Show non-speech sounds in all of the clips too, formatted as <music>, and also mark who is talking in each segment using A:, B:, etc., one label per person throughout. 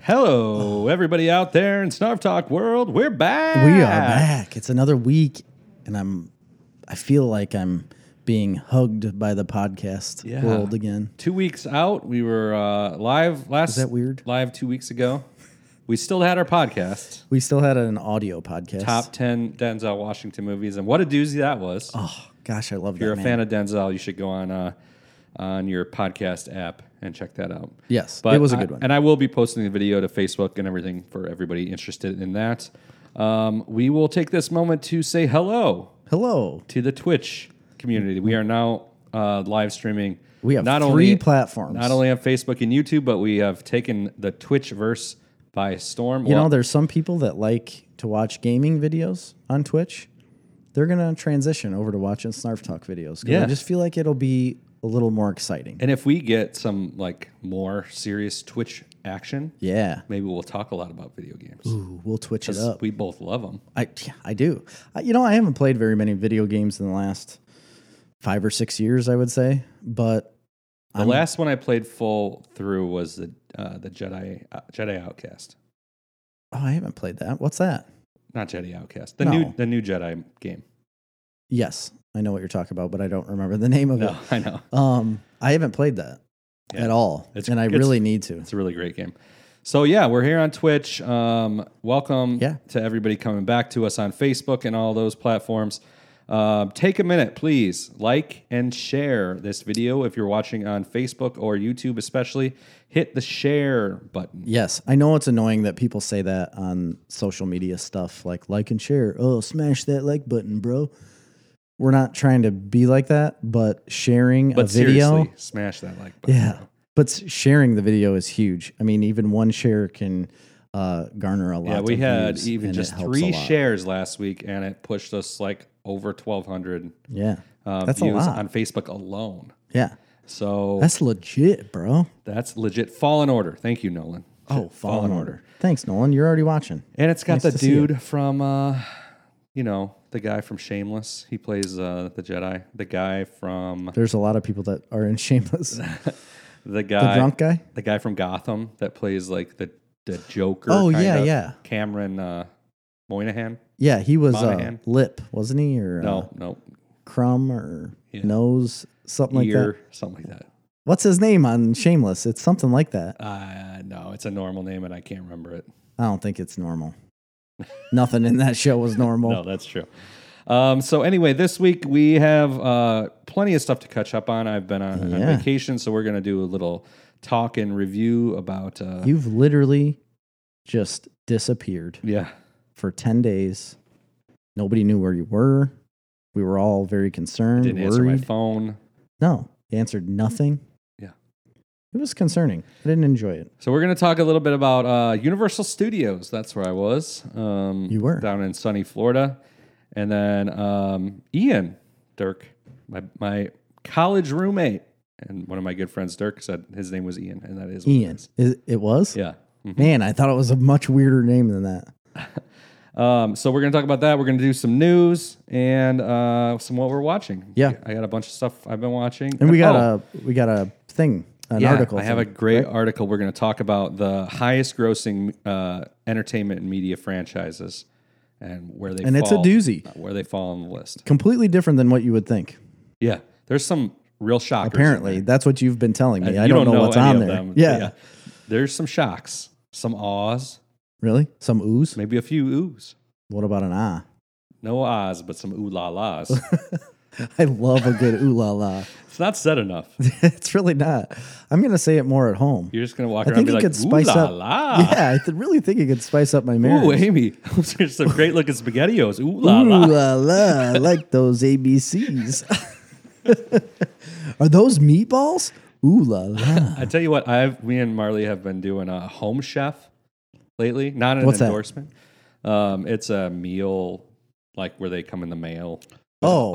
A: Hello, everybody out there in Snarf Talk world. We're back.
B: We are back. It's another week, and I'm. I feel like I'm being hugged by the podcast
A: Yeah.
B: world again.
A: Two weeks out. We were uh, live last.
B: that weird?
A: Live two weeks ago. We still had our podcast,
B: We still had an audio podcast.
A: top ten Denzel Washington movies, and what a doozy that was.
B: Oh gosh, I love
A: if you're a
B: that.
A: fan of Denzel, you should go on uh, on your podcast app and check that out.
B: Yes, it was a
A: I-
B: good one.
A: And I will be posting the video to Facebook and everything for everybody interested in that. Um, we will take this moment to say hello
B: Hello.
A: to the Twitch community. We are now uh, live streaming.
B: We have
A: not
B: three
A: only,
B: platforms.
A: Not only on Facebook and YouTube, but we have taken the Twitch verse by storm.
B: you know,
A: Well,
B: there's some people that like to watch gaming videos on Twitch. They're gonna transition over to watching Snarf Talk videos. 'cause
A: Yeah.
B: I just feel like it'll be a little more exciting.
A: and if we get some like more serious Twitch action,
B: yeah.
A: maybe we'll talk a lot about video games.
B: Ooh, we'll Twitch it up.
A: We both love them.
B: I yeah, I do. I, you know, I haven't played very many video games in the last five or six years, I would say. But
A: The last one I played full through was the uh, the Jedi uh, Jedi Outcast,
B: oh, I haven't played that. What's that?
A: not Jedi Outcast. The
B: No.
A: new the new Jedi game.
B: Yes, I know what you're talking about, but I don't remember the <laughs> name of
A: No, <laughs> I know
B: it. Um, I haven't played that
A: Yeah.
B: at all,
A: It's-
B: and I
A: it's-
B: really need to.
A: it's a really great game. So yeah, we're here on Twitch. Um, welcome
B: Yeah.
A: to everybody coming back to us on Facebook and all those platforms. Um, take a minute, please, like and share this video if you're watching on Facebook or YouTube, especially. Hit the share button.
B: Yes, I know it's annoying that people say that on social media stuff like like and share. Oh, smash that like button, bro. We're not trying to be like that, but sharing
A: But
B: a video.
A: seriously, smash that like button.
B: Yeah. But s- sharing the video is huge. I mean, even one share can uh, garner a lot.
A: Yeah, we
B: of
A: had
B: views,
A: even
B: and it
A: just
B: helps a
A: three
B: lot.
A: shares last week, and it pushed us like over 1,200
B: Yeah,
A: uh,
B: That's a
A: views
B: lot.
A: on Facebook alone.
B: yeah,
A: So that's,
B: that's legit, bro.
A: legit. Fall in order. Thank you, Nolan.
B: Oh, Fallen Order. Thanks, Nolan. You're already watching.
A: And it's got the
B: to see
A: dude from, uh, you know, the guy from Shameless. He plays uh, the Jedi. The guy from
B: There's a lot of people that are
A: <laughs>
B: in Shameless. the
A: the guy,
B: drunk guy.
A: the guy from Gotham that plays like the the Joker.
B: Oh, yeah,
A: kinda.
B: yeah.
A: Cameron uh, Moynihan.
B: Yeah, he was uh,
A: Monahan.
B: lip, wasn't he, or uh,
A: No, no,
B: crumb or
A: Yeah.
B: nose, something like
A: ear,
B: that.
A: something like that.
B: What's his name on Shameless? It's something like that.
A: Uh, no, it's a normal name, and I can't remember it.
B: I don't think it's normal.
A: <laughs>
B: Nothing in that show was normal.
A: No, that's true. Um, so anyway, this week we have uh, plenty of stuff to catch up on. I've been on, on
B: Yeah.
A: vacation, so we're going to do a little talk and review about. Uh,
B: You've literally just disappeared
A: yeah,
B: for 10 days. Nobody knew where you were. We were all very concerned,
A: didn't answer my
B: worried.
A: phone.
B: no, you answered nothing.
A: Yeah.
B: It was concerning. I didn't enjoy it.
A: So we're going to talk a little bit about uh, Universal Studios. That's where I was. Um,
B: You were.
A: down in sunny Florida, and then um, Ian Dirk, my my college roommate, and one of my good friends, Dirk, said his name was Ian, and that is what it
B: Ian,
A: is.
B: is, it was?
A: Yeah. Mhm.
B: Man, I thought it was a much weirder name than that.
A: Um, so we're gonna talk about that. We're gonna do some news and uh, some what we're watching.
B: Yeah.
A: I got a bunch of stuff I've been watching,
B: And we got
A: Oh,
B: a we got a thing, an
A: yeah,
B: article.
A: I have a
B: thing.
A: great article. We're gonna talk about the highest grossing uh, entertainment and media franchises and where they
B: And it's a
A: fall-
B: doozy.
A: where they fall on the list.
B: completely different than what you would think.
A: Yeah, there's some real shockers. in
B: Apparently,
A: there.
B: that's what you've been telling me.
A: Uh, You
B: I don't, know, what's
A: any
B: on
A: of
B: there.
A: them.
B: Yeah.
A: there's some shocks, some awes,
B: really? Some ooze?
A: maybe a few oohs.
B: What about an ah?
A: No ahs, but some ooh la las.
B: <laughs> I love a good ooh la la.
A: it's not said enough.
B: <laughs> it's really not. I'm gonna say it more at home.
A: You're just gonna walk
B: I
A: around
B: think
A: and be
B: it
A: like,
B: could spice
A: "Ooh la
B: up.
A: la."
B: <laughs> Yeah, I th- really think it could spice up my marriage.
A: Ooh, Amy, <laughs> those are some great looking spaghettios. Ooh la
B: Ooh
A: la.
B: la la! I like those ABCs. <laughs> Are those meatballs? Ooh la la!
A: I tell you what, I've me and Marley have been doing a home chef lately. Not an
B: What's that?
A: endorsement. Um, it's a meal like where they come in the mail. with
B: Oh,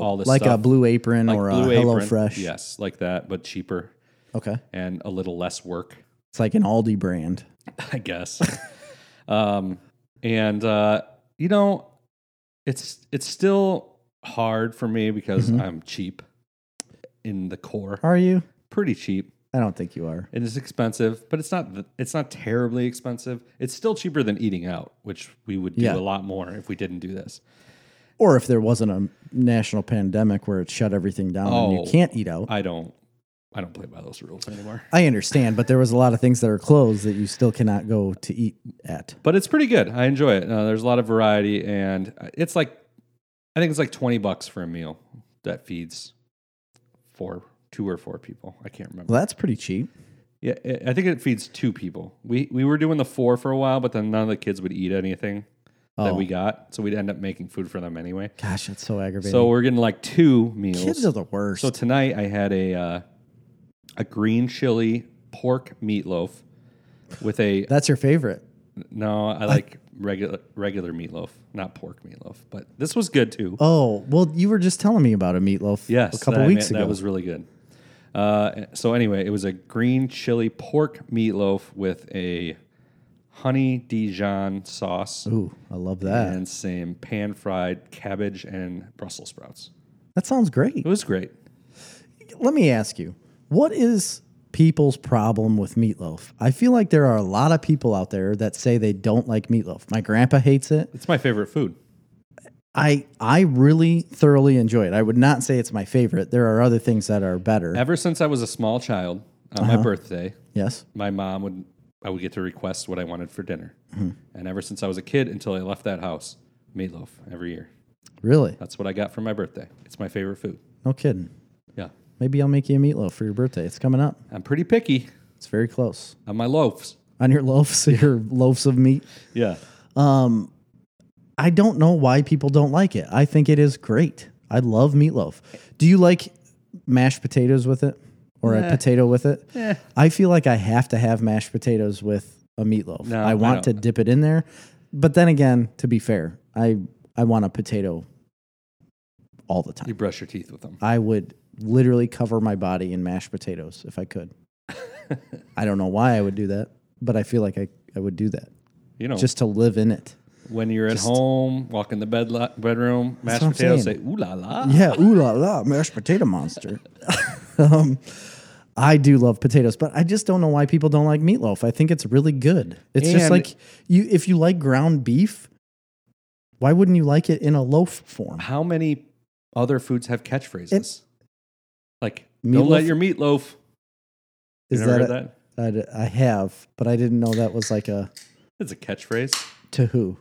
A: <laughs> all this
B: like a
A: stuff.
B: Blue Apron
A: Like
B: or a
A: Blue
B: Hello
A: Apron.
B: Fresh.
A: Yes, like that, but cheaper
B: Okay.
A: and a little less work, <laughs>
B: It's like an Aldi brand.
A: I
B: <laughs>
A: guess. um, and uh, you know, it's it's still
B: Mm-hmm.
A: hard for me because I'm cheap in the core.
B: Are you?
A: pretty cheap.
B: I don't think you are.
A: It is expensive, but it's not th- it's not terribly expensive. It's still cheaper than eating out, which we would do a
B: Yeah.
A: lot more if we didn't do this.
B: Or if there wasn't a national pandemic where it shut everything down and
A: Oh.
B: you can't eat out. I,
A: I don't I don't play by those rules
B: <laughs>
A: anymore.
B: understand, but there was a lot of things that are closed that you still cannot go to eat at.
A: But it's pretty good. I enjoy it. Uh, there's a lot of variety, and it's like I think it's like twenty bucks for a meal that feeds four, two or four people. I can't remember.
B: Well, that's pretty cheap.
A: Yeah, i I think it feeds two people. We we were doing the four for a while, but then none of the kids would eat anything that
B: Oh.
A: we got, so we'd end up making food for them anyway.
B: Gosh, that's so aggravating.
A: So we're getting like two meals.
B: Kids are the worst.
A: So tonight I had a uh, a green chili pork meatloaf with a
B: that's your favorite.
A: no. I like regular regular meatloaf, not pork meatloaf. But this was good too.
B: Oh, well, you were just telling me about a meatloaf
A: yes,
B: a couple
A: that-
B: weeks
A: that
B: ago.
A: was really good. Uh, so anyway, it was a green chili pork meatloaf with a honey Dijon sauce
B: Ooh, I love that.
A: and some pan fried cabbage and Brussels sprouts.
B: That sounds great.
A: It was great.
B: Let me ask you, what is people's problem with meatloaf? I feel like there are a lot of people out there that say they don't like meatloaf. My grandpa hates it.
A: It's my favorite food.
B: I I really thoroughly enjoy it. I would not say it's my favorite. There are other things that are better.
A: Ever since I was a small child, on
B: Uh-huh.
A: my birthday,
B: yes.
A: my mom would I would get to request what I wanted for dinner.
B: Mm-hmm.
A: And ever since I was a kid until I left that house, meatloaf every year.
B: Really?
A: That's what I got for my birthday. It's my favorite food.
B: No kidding.
A: Yeah.
B: Maybe I'll make you a meatloaf for your birthday. It's coming up.
A: I'm pretty picky
B: It's very close.
A: on my loaves.
B: On your loaves, <laughs> your loaves of meat.
A: Yeah.
B: I don't know why people don't like it. I think it is great. I love meatloaf. Do you like mashed potatoes with it or a potato with it? I feel like I have to have mashed potatoes with a meatloaf.
A: No, I
B: I want to
A: don't.
B: dip it in there. But then again, to be fair, I I want a potato all the
A: You
B: time.
A: brush your teeth with them.
B: I would literally cover my body in mashed potatoes if
A: <laughs>
B: I could. I don't know why I would do that, but I feel like I, I would do that
A: You know, just
B: just to live in it.
A: when you're at home, walk in the bed lo- bedroom, mashed
B: what I'm
A: potatoes, say
B: saying.
A: ooh la la.
B: Yeah, ooh la la, mashed potato monster. <laughs> um, I do love potatoes, but I just don't know why people don't like meatloaf. I think it's really good. It's
A: And-
B: just like you if you like ground beef, why wouldn't you like it in a loaf form?
A: How many other foods have catchphrases? like
B: Meatloaf-
A: don't let your meatloaf. You
B: Is
A: never heard
B: a-
A: that?
B: I d- I have, but I didn't know that was like a
A: It's a catchphrase
B: to who.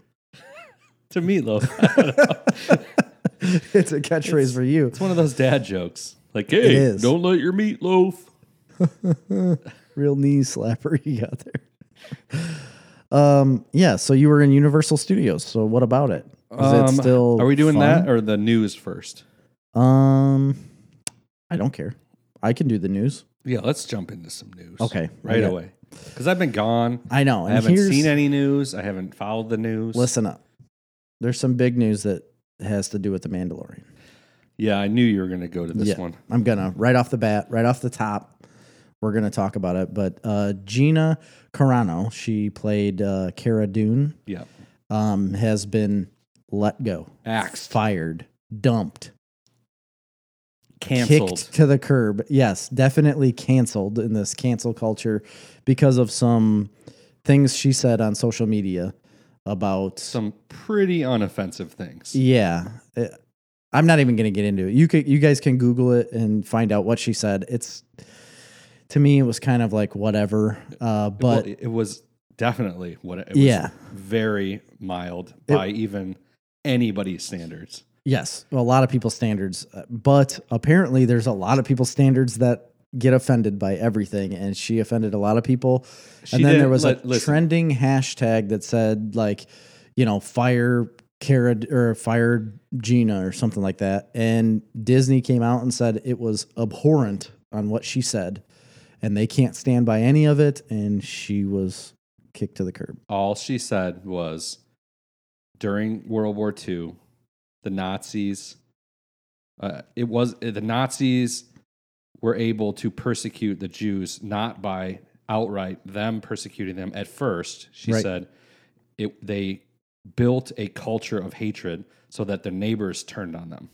B: <laughs>
A: to meatloaf.
B: it's a catchphrase for you.
A: It's one of those dad jokes. Like, hey,
B: is.
A: don't let your meatloaf.
B: Real knee slapper <laughs> you got there. Um yeah, so you were in Universal Studios. So what about it? Is
A: Um,
B: it still
A: Are we doing
B: Oh, fun?
A: that or the news first?
B: Um, I don't care. I can do the news.
A: Yeah, let's jump into some news.
B: Okay,
A: right
B: okay.
A: away. Because I've been gone.
B: I know.
A: I
B: and
A: haven't
B: here's-
A: seen any news. I haven't followed the news.
B: Listen up. There's some big news that has to do with the Mandalorian.
A: Yeah, I knew you were going to go to this one.
B: I'm gonna right off the bat, right off the top, we're gonna talk about it. But uh, Gina Carano, she played uh, Cara Dune,
A: Yeah,
B: um, has been let go,
A: Axed.
B: fired, dumped,
A: canceled.
B: kicked to the curb. Yes, definitely canceled in this cancel culture because of some things she said on social media about
A: Some pretty unoffensive things.
B: yeah. Uh, I'm not even going to get into it. You could you guys can google it and find out what she said. It's to me it was kind of like whatever. Uh
A: Well,
B: but
A: it was definitely what it, it was.
B: Yeah.
A: very mild by even anybody's standards.
B: yes, a lot of people's standards, uh, but apparently there's a lot of people's standards that get offended by everything and she offended a lot of people.
A: She
B: and then
A: did-
B: there was
A: let-
B: a
A: listen.
B: trending hashtag that said like, you know, fire Cara or fire Gina or something like that. And Disney came out and said it was abhorrent on what she said, and they can't stand by any of it. And she was kicked to the curb.
A: all she said was during World War II, the Nazis, uh, it was the Nazis were able to persecute the Jews not by outright them persecuting them at first. She
B: Right.
A: said it, they built a culture of hatred so that their neighbors turned on them.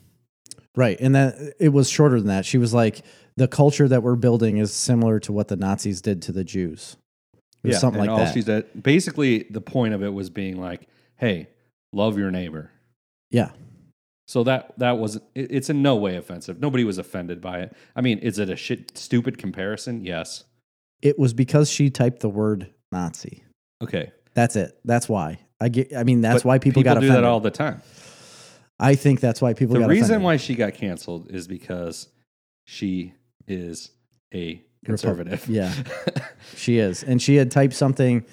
B: Right. And that it was shorter than that. She was like, the culture that we're building is similar to what the Nazis did to the Jews. It was something
A: and
B: like
A: all
B: that.
A: She's at, basically, the point of it was being like, hey, love your neighbor.
B: yeah.
A: So that that was it, it's in no way offensive. Nobody was offended by it. I mean, is it a shit stupid comparison? Yes.
B: It was because she typed the word Nazi.
A: Okay.
B: That's it. That's why. I get I mean that's
A: But
B: why people, got
A: do
B: offended.
A: that all the time.
B: I think that's why people
A: the
B: got
A: reason
B: offended.
A: why she got canceled is because she is a conservative.
B: yeah. She is. And she had typed something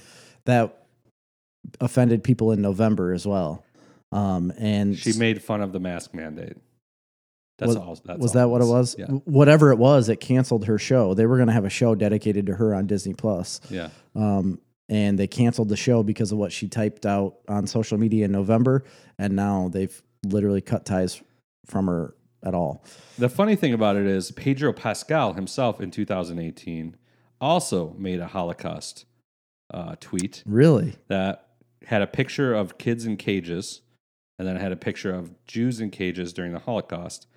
B: that offended people in November as well. Um,
A: <laughs>
B: and
A: she made fun of the mask mandate. That's
B: Was-
A: all. That's
B: was
A: all
B: that what it was?
A: Yeah.
B: W- Whatever it was, it canceled her show. They were going to have a show dedicated to her on Disney Plus,
A: Yeah.
B: um, and they canceled the show because of what she typed out on social media in November. And now they've literally cut ties from her at all.
A: The funny thing about it is Pedro Pascal himself in 2018 also made a Holocaust uh, tweet
B: Really?
A: that had a picture of kids in cages and then it had a picture of Jews in cages during the Holocaust.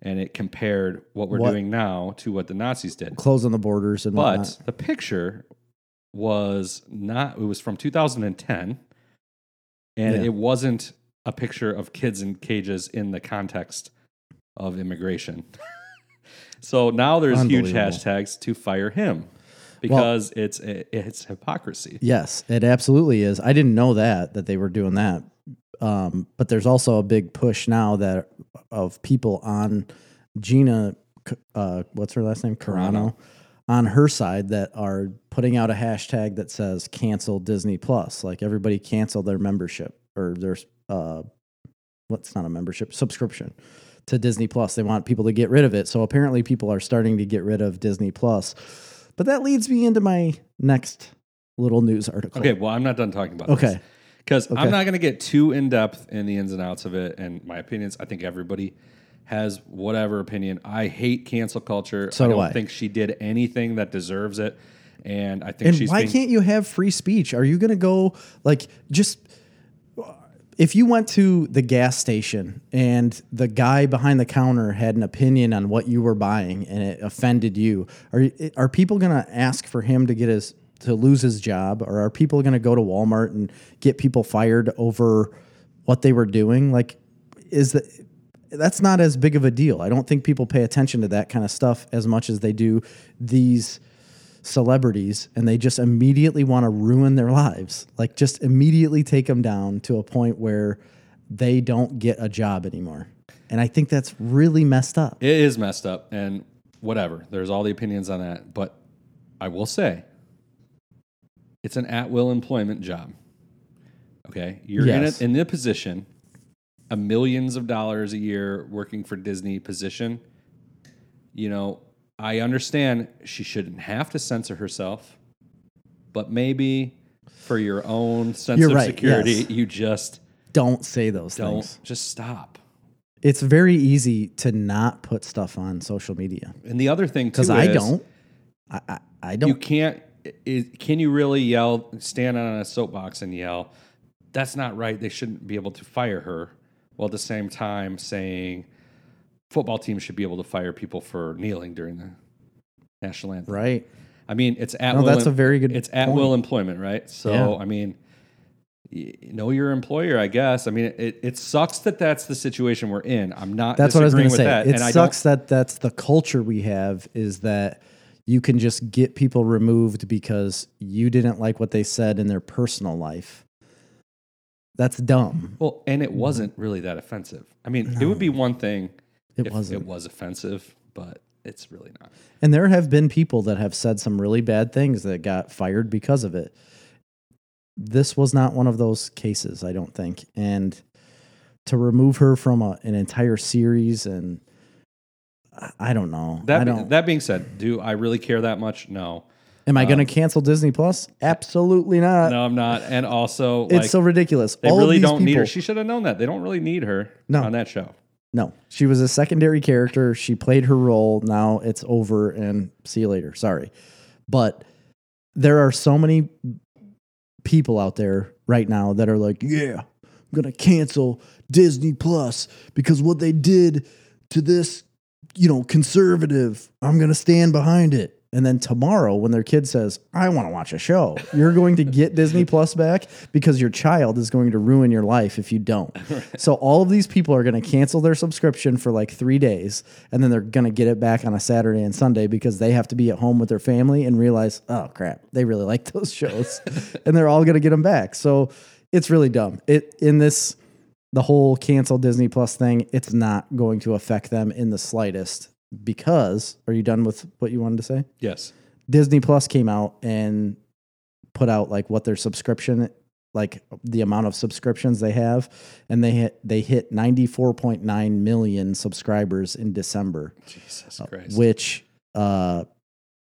A: And it compared what we're
B: What-
A: doing now to what the Nazis did.
B: Closing the borders and
A: But
B: whatnot.
A: the picture was not, it was from 2010. And
B: Yeah.
A: it wasn't a picture of kids in cages in the context of immigration. <laughs> so now there's huge
B: Unbelievable.
A: hashtags to fire him because it's, it's hypocrisy.
B: Yes, it absolutely is. I didn't know that that they were doing that. Um, but there's also a big push now that of people on Gina, uh, what's her last name, Carano, on her side that are putting out a hashtag that says cancel Disney Plus. Like everybody cancel their membership or their uh, what's not a membership subscription to Disney Plus. They want people to get rid of it. So apparently people are starting to get rid of Disney Plus. But that leads me into my next little news article.
A: Okay, well, I'm not done talking about
B: Okay.
A: Because
B: Okay.
A: I'm not going to get too in depth in the ins and outs of it and my opinions. I think everybody has whatever opinion. I hate cancel culture.
B: So
A: I
B: do
A: don't
B: I.
A: think she did anything that deserves it. And I think
B: And
A: she's
B: why
A: being-
B: can't you have free speech? Are you going to go like just if you went to the gas station and the guy behind the counter had an opinion on what you were buying and it offended you, are are people going to ask for him to get his to lose his job or are people going to go to Walmart and get people fired over what they were doing? Like is the that's not as big of a deal. I don't think people pay attention to that kind of stuff as much as they do these celebrities and they just immediately want to ruin their lives. Like just immediately take them down to a point where they don't get a job anymore. And I think that's really messed up.
A: it is messed up and whatever. There's all the opinions on that. But I will say it's an at will employment job. Okay. You're
B: Yes.
A: in, a, in the position, a millions of dollars a year working for Disney position. You know, I understand she shouldn't have to censor herself, but maybe for your own sense
B: You're
A: of
B: right,
A: security,
B: yes.
A: you just
B: Don't say those
A: don't
B: things.
A: just stop.
B: It's very easy to not put stuff on social media
A: And the other thing too
B: because I
A: is-
B: don't. I, I, I don't.
A: you can't i can you really yell stand on a soapbox and yell that's not right they shouldn't be able to fire her while at the same time saying football teams should be able to fire people for kneeling during the national anthem
B: right.
A: i mean it's at
B: No,
A: will
B: that's a very good
A: it's at
B: point.
A: will employment right so
B: Yeah.
A: i mean y- know your employer i guess i mean it, it sucks that that's the situation we're in i'm not
B: That's what I was
A: going to
B: say.
A: that,
B: it
A: and I don't-
B: sucks that that's the culture we have is that you can just get people removed because you didn't like what they said in their personal life. That's dumb.
A: Well, and it
B: Mm-hmm.
A: wasn't really that offensive. I mean, it would be one thing
B: It
A: if
B: wasn't.
A: it was offensive, but it's really not.
B: And there have been people that have said some really bad things that got fired because of it. This was not one of those cases, I don't think. And to remove her from a, an entire series and I- I don't know. I
A: That be-
B: don't.
A: that being said, do I really care that much? No,
B: Am I going to cancel Disney Plus? Absolutely
A: um,
B: not.
A: no, I'm not. And also,
B: Uh, It's
A: like,
B: so ridiculous.
A: they
B: All of
A: really
B: these
A: don't need
B: people-
A: her. She should have known that they don't really need her
B: No.
A: on that show.
B: no, she was a secondary character. She played her role. Now it's over, and see you later. Sorry, but there are so many people out there right now that are like, "Yeah, I'm gonna cancel Disney Plus because what they did to this, you know, conservative. I'm going to stand behind it. And then tomorrow, when their kid says, I want to watch a show, you're going to get Disney Plus back because your child is going to ruin your life if you don't. So, all of these people are going to cancel their subscription for like three days, and then they're going to get it back on a Saturday and Sunday because they have to be at home with their family and realize, oh crap, they really like those shows. and they're all going to get them back. So, it's really dumb. It in this the whole cancel Disney Plus thing, it's not going to affect them in the slightest because are you done with what you wanted to say?
A: Yes.
B: Disney Plus came out and put out like what their subscription like the amount of subscriptions they have and they hit they hit 94.9 million subscribers in December
A: Jesus
B: uh,
A: Christ.
B: which uh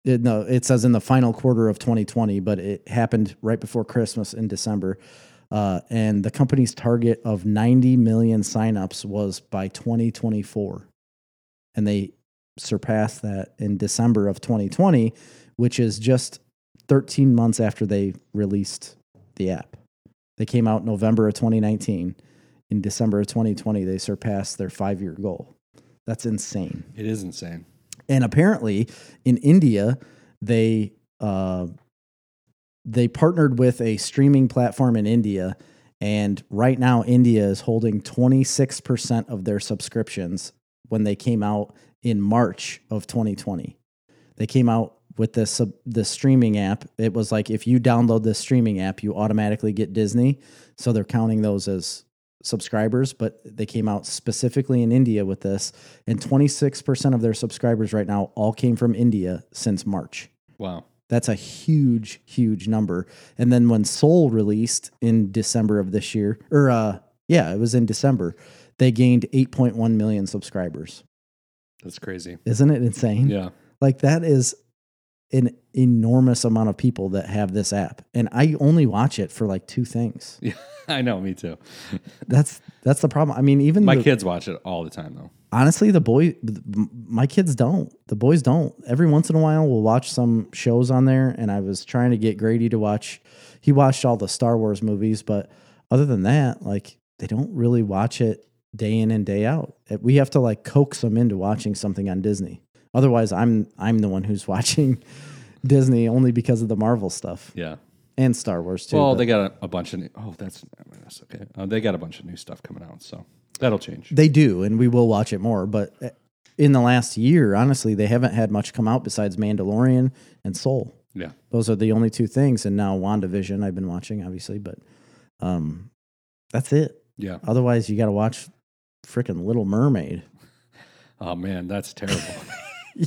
B: it, no it says in the final quarter of 2020 but it happened right before christmas in december uh, and the company's target of 90 million signups was by 2024 and they surpassed that in december of 2020 which is just 13 months after they released the app they came out november of 2019 in december of 2020 they surpassed their five-year goal that's insane
A: it is insane.
B: and apparently in India they uh, they partnered with a streaming platform in India, and right now India is holding twenty six percent of their subscriptions. When they came out in March of 2020, they came out with this sub, this streaming app. It was like if you download this streaming app, you automatically get Disney. So they're counting those as subscribers, but they came out specifically in India with this, and 26% of their subscribers right now all came from India since March.
A: Wow.
B: That's a huge, huge number. And then when Soul released in December of this year, or uh, yeah, it was in December, they gained 8.1 million subscribers.
A: That's crazy.
B: Isn't it insane?
A: Yeah. <laughs>
B: Like that is an enormous amount of people that have this app, and I only watch it for like two things.
A: Yeah. I know. Me too.
B: Mm-hmm. That's that's the problem. I mean, even
A: My
B: the-
A: kids watch it all the time, though.
B: honestly the boy m- my kids don't the boys don't every once in a while we'll watch some shows on there and i was trying to get grady to watch he watched all the star wars movies but other than that like they don't really watch it day in and day out It- we have to like coax them into watching something on disney otherwise i'm i'm the one who's <laughs> watching disney only because of the marvel stuff
A: Yeah.
B: and star wars too
A: Well,
B: but-
A: they got a, a bunch of new, oh, that's that's okay. Uh, they got a bunch of new stuff coming out, so that'll change.
B: They do, and we will watch it more. But uh, in the last year, honestly, they haven't had much come out besides Mandalorian and Soul.
A: Yeah,
B: Those are the only two things. And now WandaVision, I've been watching, obviously, but um, that's it.
A: yeah.
B: Otherwise, you got to watch freaking Little Mermaid. <laughs>
A: Oh man, that's terrible.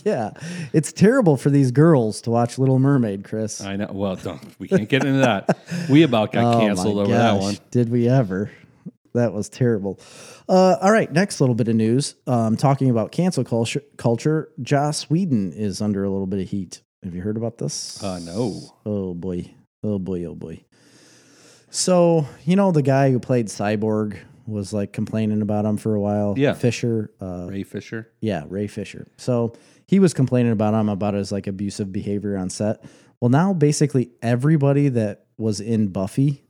B: Yeah, it's terrible for these girls to watch Little Mermaid, Chris.
A: I know. Well, don't, we can't get into that. We about got
B: <laughs> Oh my
A: canceled over that
B: gosh,
A: one.
B: Did we ever? That was terrible. Uh, all right, next little bit of news. Um, talking about cancel culture, culture, Joss Whedon is under a little bit of heat. Have you heard about this?
A: Uh, no.
B: Oh boy. Oh boy. Oh boy. So you know the guy who played Cyborg was like complaining about him for a while.
A: Yeah.
B: Fisher. Uh,
A: Ray Fisher.
B: yeah, Ray Fisher. So he was complaining about him about his like abusive behavior on set. Well, now basically everybody that was in Buffy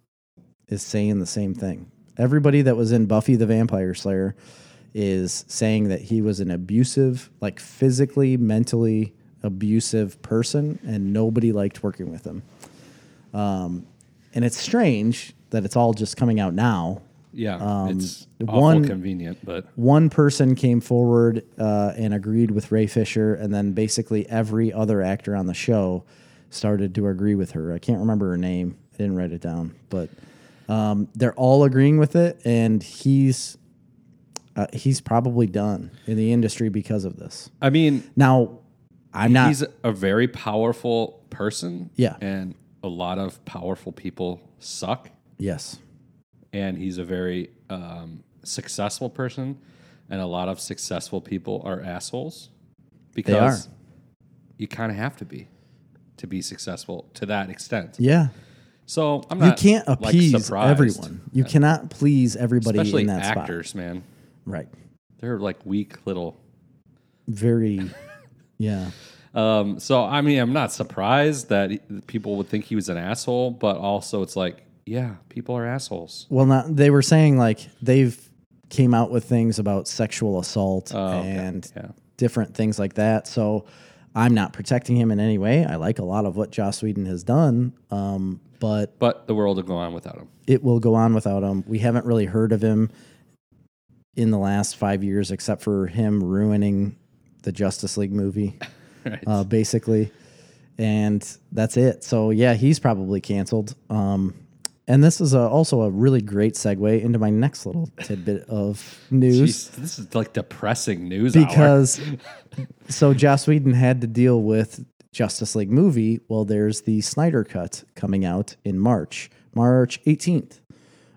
B: is saying the same thing. Everybody that was in Buffy the Vampire Slayer is saying that he was an abusive, like physically, mentally abusive person, and nobody liked working with him. Um, and it's strange that it's all just coming out now
A: Yeah, it's awful
B: Um, one-
A: convenient, but
B: one person came forward uh, and agreed with Ray Fisher, and then basically every other actor on the show started to agree with her. I can't remember her name. I didn't write it down, but um, they're all agreeing with it, and he's uh, he's probably done in the industry because of this.
A: I mean,
B: Now, I'm not.
A: he's a very powerful person.
B: Yeah.
A: and a lot of powerful people suck.
B: yes,
A: and he's a very um, successful person. And a lot of successful people are assholes because
B: are.
A: you kind of have to be to be successful to that extent.
B: yeah.
A: So I'm
B: You
A: not
B: can't
A: like,
B: appease
A: surprised.
B: everyone. You cannot please everybody
A: especially
B: in that spot.
A: actors. Man,
B: Right.
A: they're like weak little.
B: Very. <laughs> yeah.
A: Um, so I mean, I'm not surprised that he- that people would think he was an asshole, but also it's like, yeah, people are assholes.
B: Well, not they were saying like they've came out with things about sexual assault
A: Oh, okay.
B: and
A: Yeah.
B: different things like that. So I'm not protecting him in any way. I like a lot of what Joss Whedon has done, um, but
A: But the world will go on without him.
B: it will go on without him. We haven't really heard of him in the last five years, except for him ruining the Justice League movie,
A: <laughs> Right.
B: uh, basically. And that's it. So, yeah, he's probably canceled. Um, and this is a, also a really great segue into my next little tidbit of
A: <laughs>
B: news
A: Jeez, this is like depressing news hour.
B: because so Joss Whedon had to deal with Justice League movie. Well, there's the Snyder cut coming out in March, March 18th.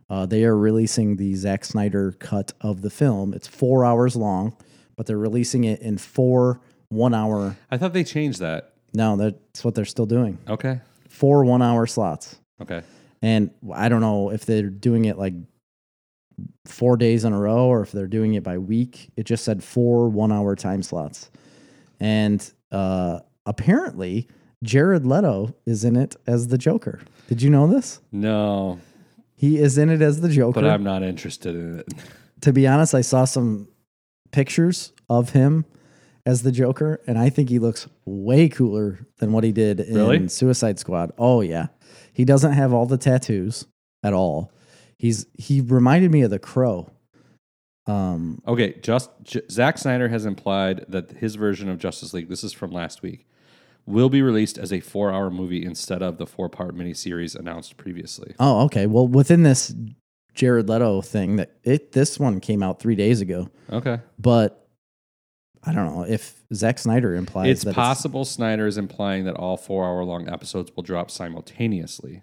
B: Uh, they are releasing the Zack Snyder cut of the film. It's four hours long, but they're releasing it in four one hour.
A: I thought they changed that.
B: No, that's what they're still doing.
A: Okay.
B: Four one hour slots.
A: Okay.
B: And I don't know if they're doing it like four days in a row or if they're doing it by week. It just said four one hour time slots. And uh, apparently, Jared Leto is in it as the Joker. Did you know this?
A: No,
B: He is in it as the Joker.
A: but I'm not interested in it.
B: to be honest, I saw some pictures of him as the Joker, and I think he looks way cooler than what he did in
A: Really?
B: Suicide Squad. Oh yeah, he doesn't have all the tattoos at all. He's he reminded me of the Crow. Um,
A: Okay, just J- Zack Snyder has implied that his version of Justice League, this is from last week, will be released as a four-hour movie instead of the four-part miniseries announced previously.
B: oh okay, well within this Jared Leto thing that it this one came out three days ago,
A: Okay,
B: but I don't know if Zack Snyder implies
A: it's
B: that
A: possible Snyder is implying that all four-hour-long episodes will drop simultaneously,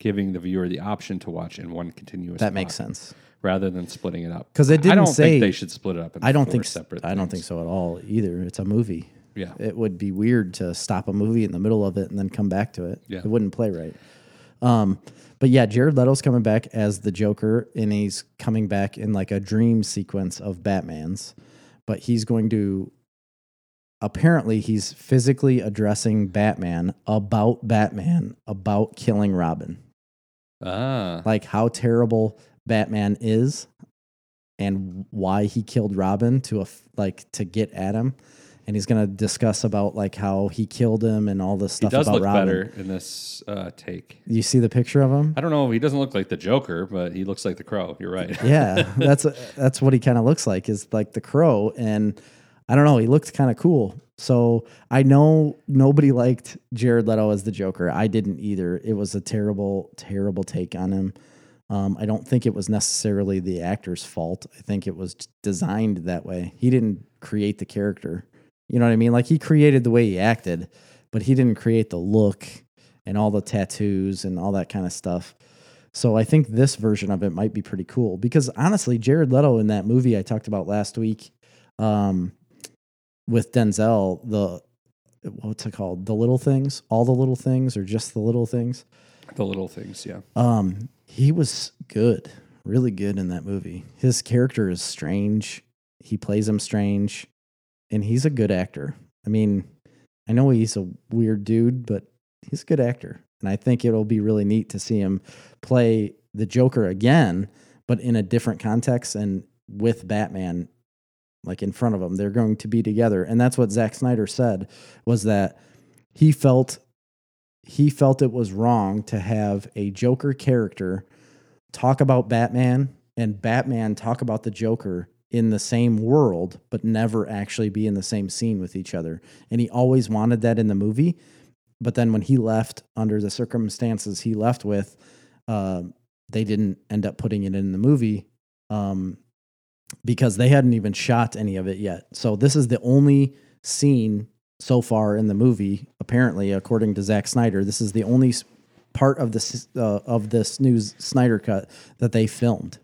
A: giving the viewer the option to watch in one continuous.
B: that makes
A: block,
B: sense.
A: rather than splitting it up
B: 'Cause it
A: I
B: didn't
A: don't
B: say-
A: think they should split it up. Into
B: I don't
A: four
B: think s-
A: separate.
B: I don't think so at all either. It's a movie.
A: Yeah.
B: it would be weird to stop a movie in the middle of it and then come back to it.
A: Yeah.
B: It wouldn't play right. Um, but yeah, Jared Leto's coming back as the Joker, and he's coming back in like a dream sequence of Batman's. But he's going to apparently he's physically addressing Batman about Batman about killing Robin,
A: Ah,
B: like how terrible Batman is, and why he killed Robin to a f- like to get at him. And he's gonna discuss about like how he killed him and all this
A: he
B: stuff
A: does
B: about
A: look
B: Robin.
A: better in this uh, take.
B: You see the picture of him?
A: I don't know. He doesn't look like the Joker, but he looks like the Crow. You're right.
B: yeah, that's that's what he kind of looks like is like the crow, and I don't know, he looked kind of cool. So I know nobody liked Jared Leto as the Joker. I didn't either. It was a terrible, terrible take on him. Um, I don't think it was necessarily the actor's fault. I think it was designed that way. He didn't create the character. You know what I mean? Like he created the way he acted, but he didn't create the look and all the tattoos and all that kind of stuff. So I think this version of it might be pretty cool because honestly, Jared Leto in that movie I talked about last week, um, with Denzel, the what's it called, the little things, all the little things, or just the little things.
A: <laughs> The little things, yeah.
B: Um, he was good, really good in that movie. His character is strange. He plays him strange, and he's a good actor. I mean, I know he's a weird dude, but he's a good actor, and I think it'll be really neat to see him play the Joker again, but in a different context and with Batman like in front of him. They're going to be together, and that's what Zack Snyder said was that he felt he felt it was wrong to have a Joker character talk about Batman and Batman talk about the Joker in the same world, but never actually be in the same scene with each other. And he always wanted that in the movie. But then when he left, under the circumstances he left with, um, they didn't end up putting it in the movie um, because they hadn't even shot any of it yet. So this is the only scene so far in the movie, apparently, according to Zack Snyder, this is the only s- part of this uh, of this new Snyder cut that they filmed.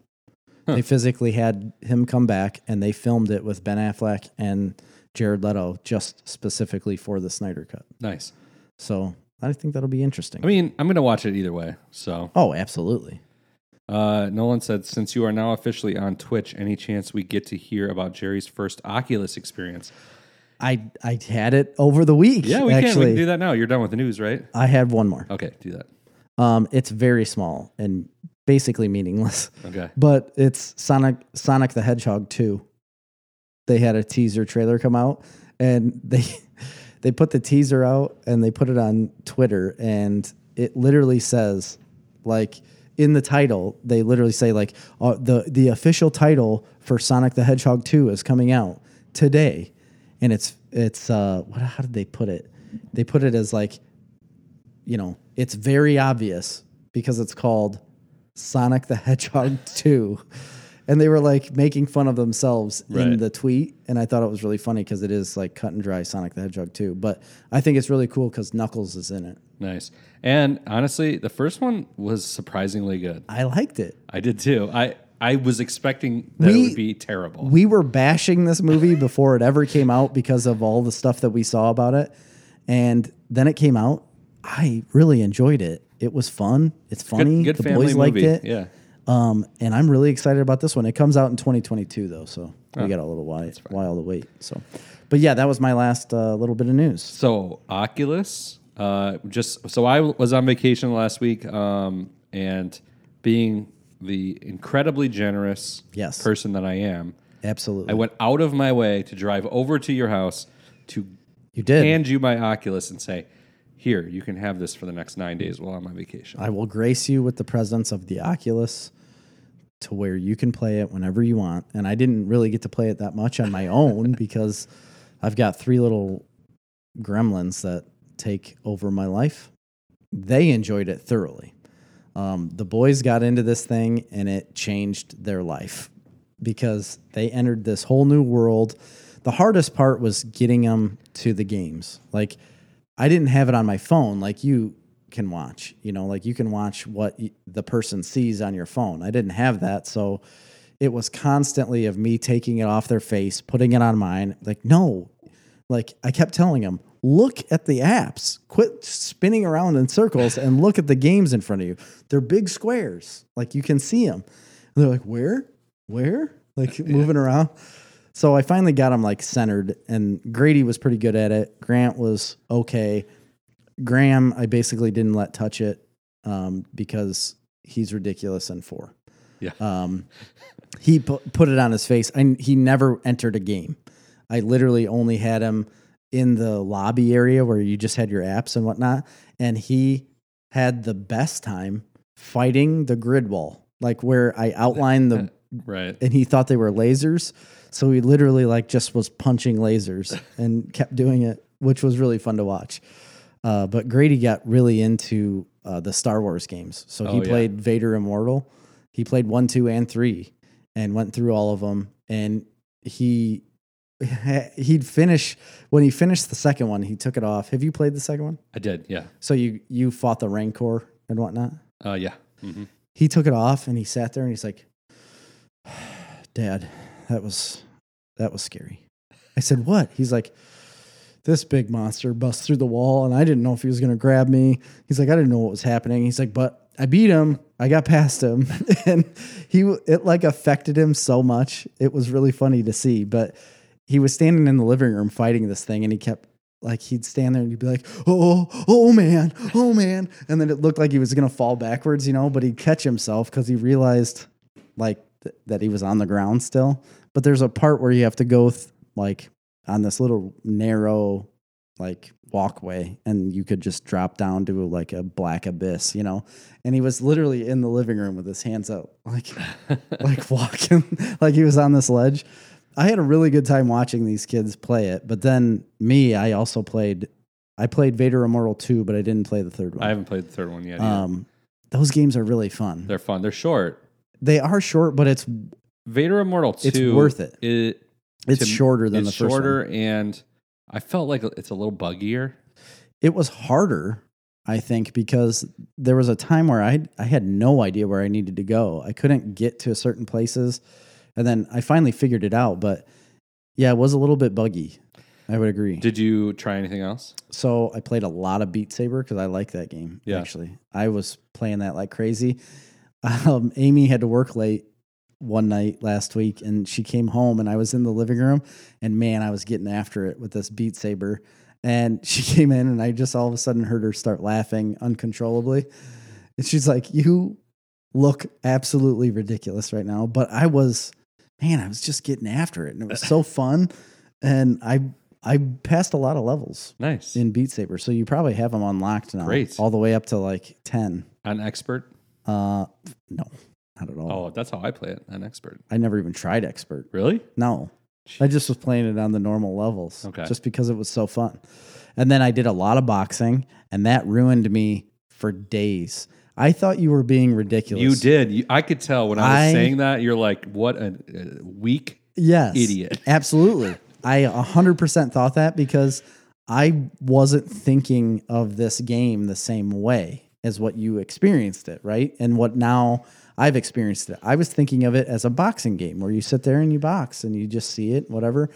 A: Huh.
B: They physically had him come back, and they filmed it with Ben Affleck and Jared Leto just specifically for the Snyder cut.
A: Nice.
B: So I think that'll be interesting.
A: I mean, I'm going to watch it either way. So,
B: oh, absolutely.
A: uh, Nolan said, since you are now officially on Twitch, any chance we get to hear about Jerry's first Oculus experience?
B: I I had it over the week.
A: Yeah, we can. We
B: actually.
A: can do that now. You're done with the news, right?
B: I had one more.
A: Okay, do that.
B: Um, it's very small and basically meaningless.
A: Okay.
B: But it's Sonic Sonic the Hedgehog 2. They had a teaser trailer come out and they <laughs> they put the teaser out and they put it on Twitter and it literally says like in the title they literally say like uh, the the official title for Sonic the Hedgehog 2 is coming out today and it's it's uh what how did they put it? They put it as like you know, it's very obvious because it's called Sonic the Hedgehog <laughs> 2. And they were like making fun of themselves in
A: Right.
B: the tweet. And I thought it was really funny because it is like cut and dry Sonic the Hedgehog 2. But I think it's really cool because Knuckles is in it.
A: Nice. And honestly, the first one was surprisingly good.
B: I liked it.
A: I did too. I I was expecting that it
B: We-
A: would be terrible.
B: We were bashing this
A: <laughs>
B: movie before it ever came out because of all the stuff that we saw about it. And then it came out. I really enjoyed it. It was fun. It's funny.
A: good
B: the
A: family
B: boys liked
A: movie.
B: it.
A: Yeah.
B: Um, and I'm really excited about this one. It comes out in 2022 though, so we got a little while, while to wait. So, but yeah, that was my last uh, little bit of news.
A: So Oculus, uh, just so I was on vacation last week, um, and being the incredibly generous
B: Yes.
A: person that I am,
B: Absolutely,
A: I went out of my way to drive over to your house to
B: you did.
A: hand you my Oculus and say, "Here, you can have this for the next nine days while I'm on vacation."
B: I will grace you with the presence of the Oculus, to where you can play it whenever you want. And I didn't really get to play it that much on my own because I've got three little gremlins that take over my life. They enjoyed it thoroughly. Um, the boys got into this thing and it changed their life because they entered this whole new world. The hardest part was getting them to the games. Like, I didn't have it on my phone, like you can watch, you know, like you can watch what y- the person sees on your phone. I didn't have that. So it was constantly of me taking it off their face, putting it on mine. Like, no, like I kept telling him, look at the apps. Quit spinning around in circles and look at the games in front of you. They're big squares. Like you can see them. And they're like, where? Where? Like moving around. So I finally got him like centered, and Grady was pretty good at it. Grant was okay. Graham, I basically didn't let touch it um, because he's ridiculous in four.
A: Yeah.
B: Um, he pu- put it on his face, and he never entered a game. I literally only had him in the lobby area where you just had your apps and whatnot, and he had the best time fighting the grid wall, like where I outlined the
A: right.
B: and he thought they were lasers. So he literally like just was
A: <laughs>
B: punching lasers and kept doing it, which was really fun to watch. Uh, but Grady got really into uh, the Star Wars games. So he
A: Oh, yeah.
B: played Vader Immortal. He played one, two, and three, and went through all of them. And he <laughs> he'd finish when he finished the second one. He took it off. Have you played the second one?
A: I did. Yeah.
B: So you you fought the Rancor and whatnot
A: Uh, yeah.
B: <laughs>
A: hmm
B: he took it off and he sat there and he's like <sighs> dad that was that was scary i said what he's like this big monster busts through the wall and i didn't know if he was going to grab me he's like i didn't know what was happening he's like but i beat him i got past him <laughs> and he it like affected him so much it was really funny to see but he was standing in the living room fighting this thing and he kept like he'd stand there and he'd be like, oh, oh, oh man, oh man. And then it looked like he was gonna fall backwards, you know, but he'd catch himself because he realized like th- that he was on the ground still. But there's a part where you have to go th- like on this little narrow like walkway and you could just drop down to like a black abyss, you know. And he was literally in the living room with his hands out, <laughs> like like walking, <laughs> like he was on this ledge. I had a really good time watching these kids play it, but then me, I also played. I played Vader Immortal 2, but I didn't play the third
A: I
B: one.
A: haven't played the third one yet. either.
B: Um, those games are really fun.
A: They're fun. They're short.
B: They are short, but it's
A: Vader Immortal Two.
B: It's worth it.
A: It
B: it's
A: To-
B: shorter than
A: it's
B: the first
A: shorter,
B: one.
A: and I felt like it's a little buggier.
B: It was harder, I think, because there was a time where I I had no idea where I needed to go. I couldn't get to certain places, and then I finally figured it out. But yeah, it was a little bit buggy. I would agree.
A: Did you try anything else?
B: So I played a lot of Beat Saber because I like that game.
A: Yeah.
B: Actually, I was playing that like crazy. <laughs> Um, Amy had to work late one night last week, and she came home, and I was in the living room, and man, I was getting after it with this Beat Saber. And <laughs> she came in, and I just all of a sudden heard her start laughing uncontrollably, and she's like, "You." look absolutely ridiculous right now, but I was, man, I was just getting after it, and it was so fun, and I I passed a lot of levels
A: Nice.
B: in Beat Saber, so you probably have them unlocked now,
A: Great.
B: all the way up to like ten.
A: An expert.
B: Uh, no, not at all.
A: Oh, that's how I play it. An expert.
B: I never even tried expert.
A: Really?
B: No. I just was playing it on the normal levels.
A: Okay.
B: Just because it was so fun. And then I did a lot of boxing and that ruined me for days. I thought you were being ridiculous.
A: You did. You, I could tell when I was
B: I-
A: saying that. You're like, what a, a weak.
B: Yes.
A: Idiot.
B: Absolutely. I 100% thought that because I wasn't thinking of this game the same way as what you experienced it, right? And what now I've experienced it. I was thinking of it as a boxing game where you sit there and you box and you just see it, whatever.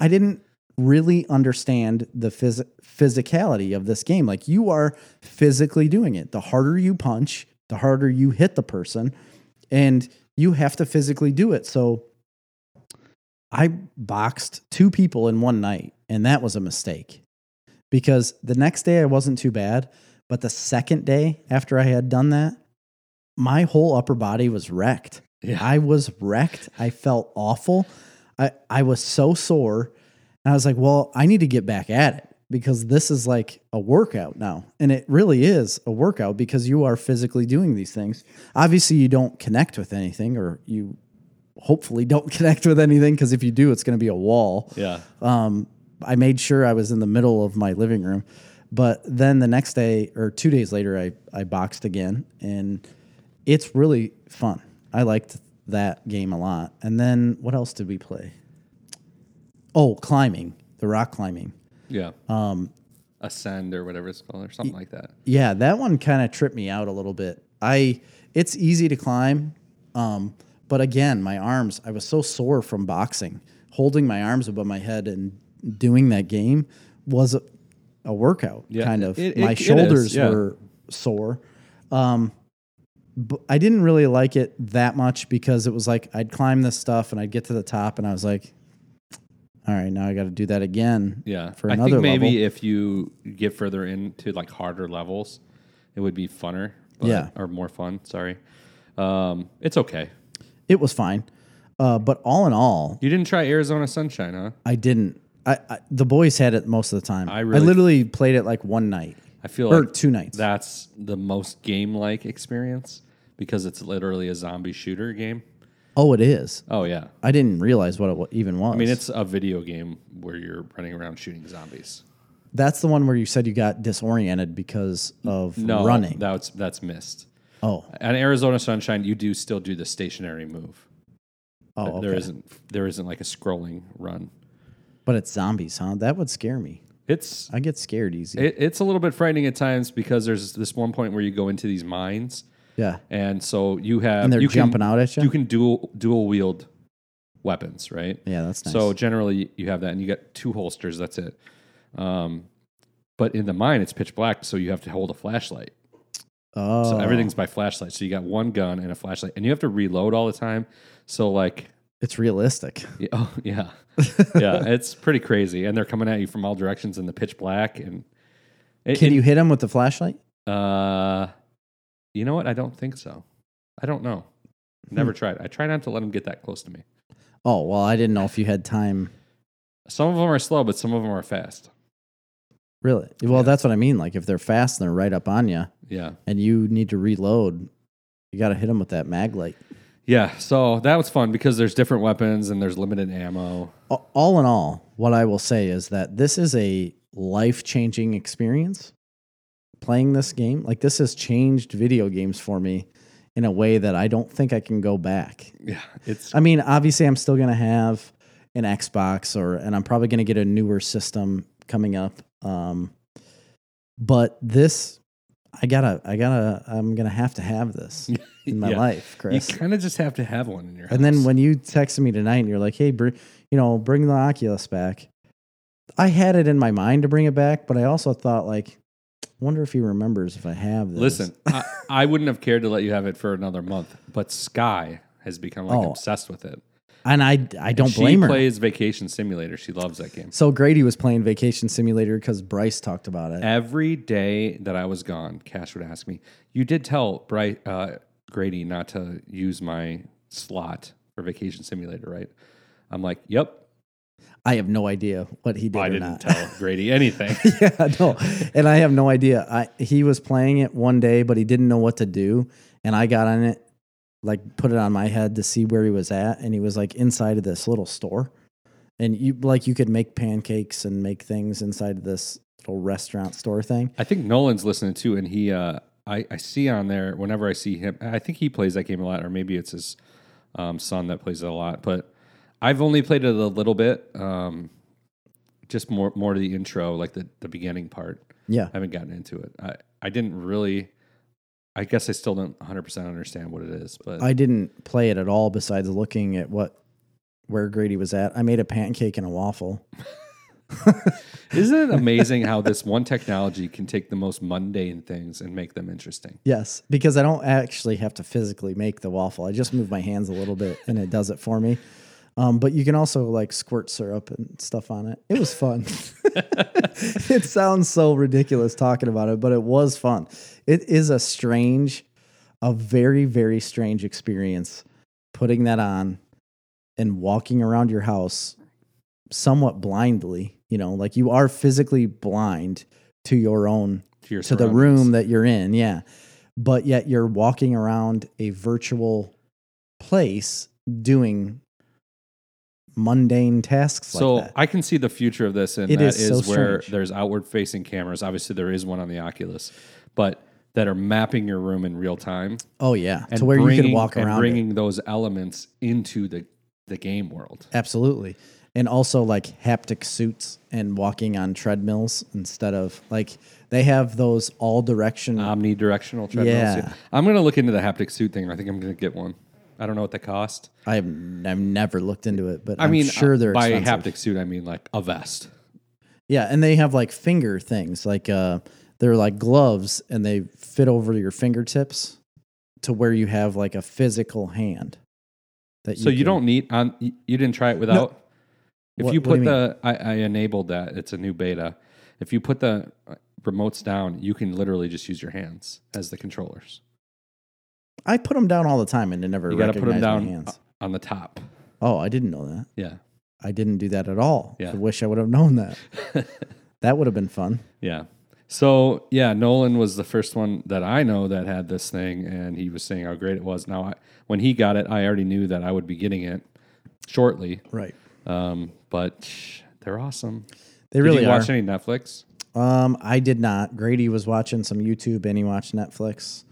B: I didn't really understand the phys- physicality of this game. Like you are physically doing it. The harder you punch, the harder you hit the person, and you have to physically do it. So I boxed two people in one night, and that was a mistake because the next day I wasn't too bad. But the second day after I had done that, my whole upper body was wrecked.
A: Yeah.
B: I was wrecked. I felt awful. I, I was so sore. And I was like, well, I need to get back at it because this is like a workout now. And it really is a workout because you are physically doing these things. Obviously, you don't connect with anything, or you hopefully don't <laughs> connect with anything because if you do, it's going to be a wall
A: Yeah.
B: um, I made sure I was in the middle of my living room. But then the next day or two days later, I, I boxed again, and it's really fun. I liked that game a lot. And then what else did we play? Oh, climbing, the rock climbing.
A: Yeah. Um, Ascend or whatever it's called or something like that.
B: Yeah, that one kind of tripped me out a little bit. I it's easy to climb, um, but again, my arms I was so sore from boxing. Holding my arms above my head and doing that game was a, a workout,
A: Yeah,
B: kind of.
A: it- it-
B: my
A: it is,
B: shoulders
A: yeah.
B: were sore. Um, but I didn't really like it that much because it was like I'd climb this stuff and I'd get to the top and I was like, all right, now I got to do that again.
A: Yeah.
B: for
A: I
B: another
A: think maybe
B: level.
A: if you get further into like harder levels, it would be funner. But,
B: Yeah.
A: Or more fun. Sorry. Um, it's okay.
B: It was fine, uh, but all in all,
A: You didn't try Arizona Sunshine, huh?
B: I didn't. I, I the boys had it most of the time.
A: I really-
B: literally played it like one night
A: I feel
B: or
A: like
B: two nights.
A: that's the most game-like experience because it's literally a zombie shooter game.
B: oh, it is.
A: Oh yeah.
B: I didn't realize what it wa- even was.
A: I mean, it's a video game where you're running around shooting zombies.
B: that's the one where you said you got disoriented because of
A: No,
B: running.
A: That's that's missed.
B: oh,
A: On Arizona Sunshine, you do still do the stationary move.
B: oh,
A: There
B: okay.
A: isn't there isn't like a scrolling run.
B: But it's zombies, huh? That would scare me.
A: It's
B: I get scared easy.
A: it, it's a little bit frightening at times because there's this one point where you go into these mines,
B: yeah,
A: and so you have
B: and they're
A: you
B: jumping
A: can,
B: out at you.
A: You can dual dual wield weapons, right?
B: yeah, that's nice.
A: So generally, you have that, and you got two holsters. That's it. Um, but in the mine, it's pitch black, so you have to hold a flashlight.
B: oh,
A: So everything's by flashlight. So you got one gun and a flashlight, and you have to reload all the time. So like,
B: it's realistic.
A: yeah, <laughs> oh yeah, yeah,
B: <laughs>
A: it's pretty crazy. And they're coming at you from all directions in the pitch black. And it,
B: Can
A: it-
B: you hit him with the flashlight?
A: Uh, you know what? I don't think so. I don't know. Never
B: Hmm.
A: tried. I try not to let them get that close to me.
B: Oh well, I didn't know if you had time.
A: Some of them are slow, but some of them are fast.
B: Really? Well, that's what I mean. Like if they're fast and they're right up on you,
A: Yeah.
B: and you need to reload, you got to hit them with that mag light.
A: Yeah, so that was fun because there's different weapons and there's limited ammo.
B: A- All in all, what I will say is that this is a life changing experience playing this game. Like, this has changed video games for me in a way that I don't think I can go back.
A: Yeah, it's
B: I mean, obviously, I'm still going to have an Xbox, or and I'm probably going to get a newer system coming up. Um, but this, I gotta, I gotta, I'm gonna have to
A: <laughs>
B: have this in my
A: Yeah.
B: life,
A: you
B: Chris.
A: kind of just have to have one in your house.
B: And then when you texted me tonight and you're like, hey, br- you know, bring the Oculus back. I had it in my mind to bring it back, but I also thought like, wonder if he remembers if I have this.
A: listen, I, I wouldn't have cared to let you have it for another month, but Sky has become like
B: Oh.
A: obsessed with it.
B: and I I don't
A: she
B: blame her.
A: plays Vacation Simulator. She loves that game.
B: so Grady was playing Vacation Simulator because Bryce talked about it.
A: Every day that I was gone, Cash would ask me, "You did tell Bryce uh, Grady not to use my slot for Vacation Simulator, right? I'm like, yep.
B: I have no idea what he did
A: I
B: or
A: didn't
B: not.
A: tell Grady
B: <laughs>
A: anything. <laughs>
B: yeah, no. And I have no idea. I he was playing it one day, but he didn't know what to do. And I got on it, like put it on my head to see where he was at, and he was like inside of this little store. And you like you could make pancakes and make things inside of this little restaurant store thing.
A: I think Nolan's listening too, and he, uh, I, I see on there whenever I see him. I think he plays that game a lot, or maybe it's his um, son that plays it a lot. But I've only played it a little bit, um, just more more to the intro, like the the beginning part.
B: Yeah.
A: I haven't gotten into it. I I didn't really. I guess I still don't 100 percent understand what it is, but
B: I didn't play it at all besides looking at what where Grady was at. I made a pancake and a waffle. <laughs>
A: isn't it amazing how this one technology can take the most mundane things and make them interesting?
B: Yes, because I don't actually have to physically make the waffle. I just move my hands a little bit and it does it for me. Um, but you can also like squirt syrup and stuff on it. It was fun. <laughs> it sounds so ridiculous talking about it, but it was fun. It is a strange, a very, very strange experience putting that on and walking around your house somewhat blindly. You know, like you are physically blind to your own
A: To, your
B: to the
A: surroundings.
B: room that you're in. Yeah. But yet you're walking around a virtual place doing mundane tasks
A: so
B: like that.
A: I can see the future of this, and
B: It
A: that is
B: is so
A: where
B: strange.
A: there's outward-facing cameras. Obviously, there is one on the Oculus, but that are mapping your room in real time
B: Oh yeah.
A: and
B: to where you can
A: bringing-
B: walk
A: and
B: around. it.
A: bringing those elements into the the game world.
B: Absolutely. And also like haptic suits and walking on treadmills instead of like they have those all direction
A: Uh, Omnidirectional treadmills.
B: Yeah.
A: I'm gonna look into the haptic suit thing. I think I'm gonna get one. I don't know what they cost.
B: I've I've never looked into it, but
A: I
B: I'm
A: mean,
B: sure
A: uh,
B: they're
A: by
B: expensive.
A: haptic suit. I mean like a vest.
B: Yeah, and they have like finger things, like uh, they're like gloves, and they fit over your fingertips to where you have like a physical hand. That
A: So you,
B: can-
A: don't need on. You you didn't try it without. If
B: What-
A: you
B: what do
A: put
B: you
A: the, I, I enabled that. It's a new beta. If you put the uh, remotes down, you can literally just use your hands as the controllers.
B: I put them down all the time, and it never.
A: You got
B: got
A: to put them down uh
B: Hands.
A: o- on the top.
B: Oh, I didn't know that.
A: Yeah,
B: I didn't do that at all.
A: Yeah.
B: I wish I would have
A: <laughs>
B: known that. that would have been fun.
A: yeah. So yeah, Nolan was the first one that I know that had this thing, and he was saying how great it was. Now, I, when he got it, I already knew that I would be getting it shortly.
B: Right.
A: Um, but shh, they're awesome.
B: They
A: Did
B: really
A: you
B: are.
A: watch any Netflix?
B: Um, I did not. Grady was watching some YouTube and he watched Netflix.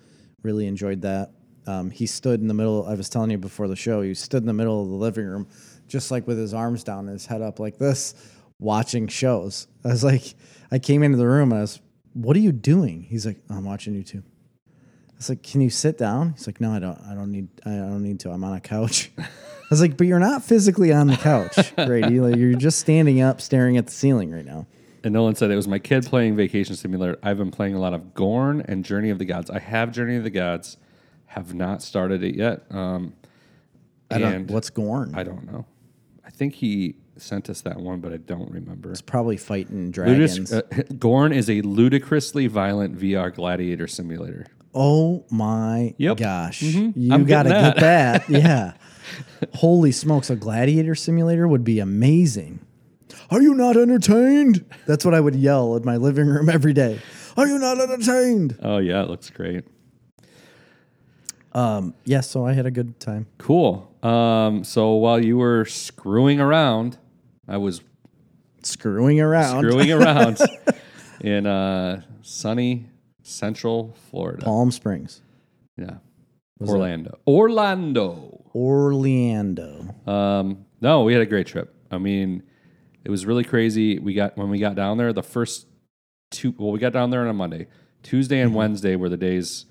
B: Really enjoyed that. Um, he stood in the middle. I was telling you before the show. He stood in the middle of the living room, just like with his arms down and his head up like this, watching shows. I was like, I came into the room and I was, "What are you doing?" He's like, "I'm watching YouTube." I was like, "Can you sit down?" He's like, "No, I don't. I don't need. I don't need to. I'm on a couch." <laughs> I was like, "But you're not physically on the couch, Grady. Like, you're just standing up, staring at the ceiling right now."
A: And Nolan said it was my kid playing Vacation Simulator. I've been playing a lot of Gorn and Journey of the Gods. I have Journey of the Gods, have not started it yet. Um,
B: I don't.
A: and
B: What's Gorn?
A: I don't know. I think he sent us that one, but I don't remember.
B: probably fighting dragons.
A: Ludis- uh, <laughs> Gorn is a ludicrously violent VR gladiator simulator.
B: oh my
A: Yep.
B: gosh.
A: Mhm.
B: You
A: I'm
B: gotta
A: getting <laughs>
B: get that. yeah. Holy smokes, a gladiator simulator would be amazing. Are you not entertained? That's what I would yell in my living room every day. Are you not entertained?
A: Oh yeah, it looks great.
B: Um, yes, so I had a good time.
A: Cool. Um, so while you were screwing around, I was
B: Screwing around.
A: screwing
B: <laughs>
A: around in uh, sunny Central Florida.
B: Palm Springs.
A: Yeah. Orlando. Orlando.
B: Orlando.
A: Um, no, we had a great trip. I mean, it was really crazy. We got when we got down there, the first two well, we got down there on a Monday. Tuesday and Wednesday were the days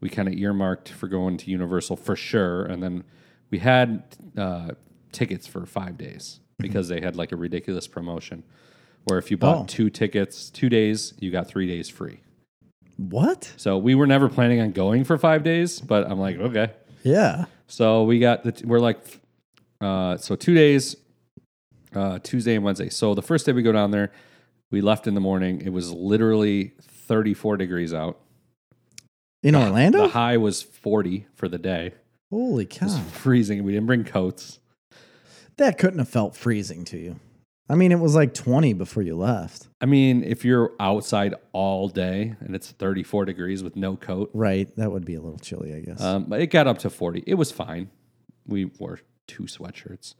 A: we kind of earmarked for going to Universal for sure. And then we had uh, tickets for five days because they had like a ridiculous promotion where if you bought
B: Oh.
A: two tickets, two days, you got three days free.
B: What?
A: So we were never planning on going for five days, but I'm like, okay,
B: Yeah.
A: so we got the we're like uh so two days uh Tuesday and Wednesday. So the first day we go down there, we left in the morning. It was literally 34 degrees out.
B: in
A: The
B: Orlando.
A: high was 40 for the day.
B: Holy
A: It was
B: cow!
A: freezing. We didn't bring coats.
B: That couldn't have felt freezing to you. I mean, it was like 20 before you left,
A: I mean, if you're outside all day and it's 34 degrees with no coat,
B: right? That would be a little chilly, I guess.
A: um, but it got up to 40. It was fine. We wore two sweatshirts.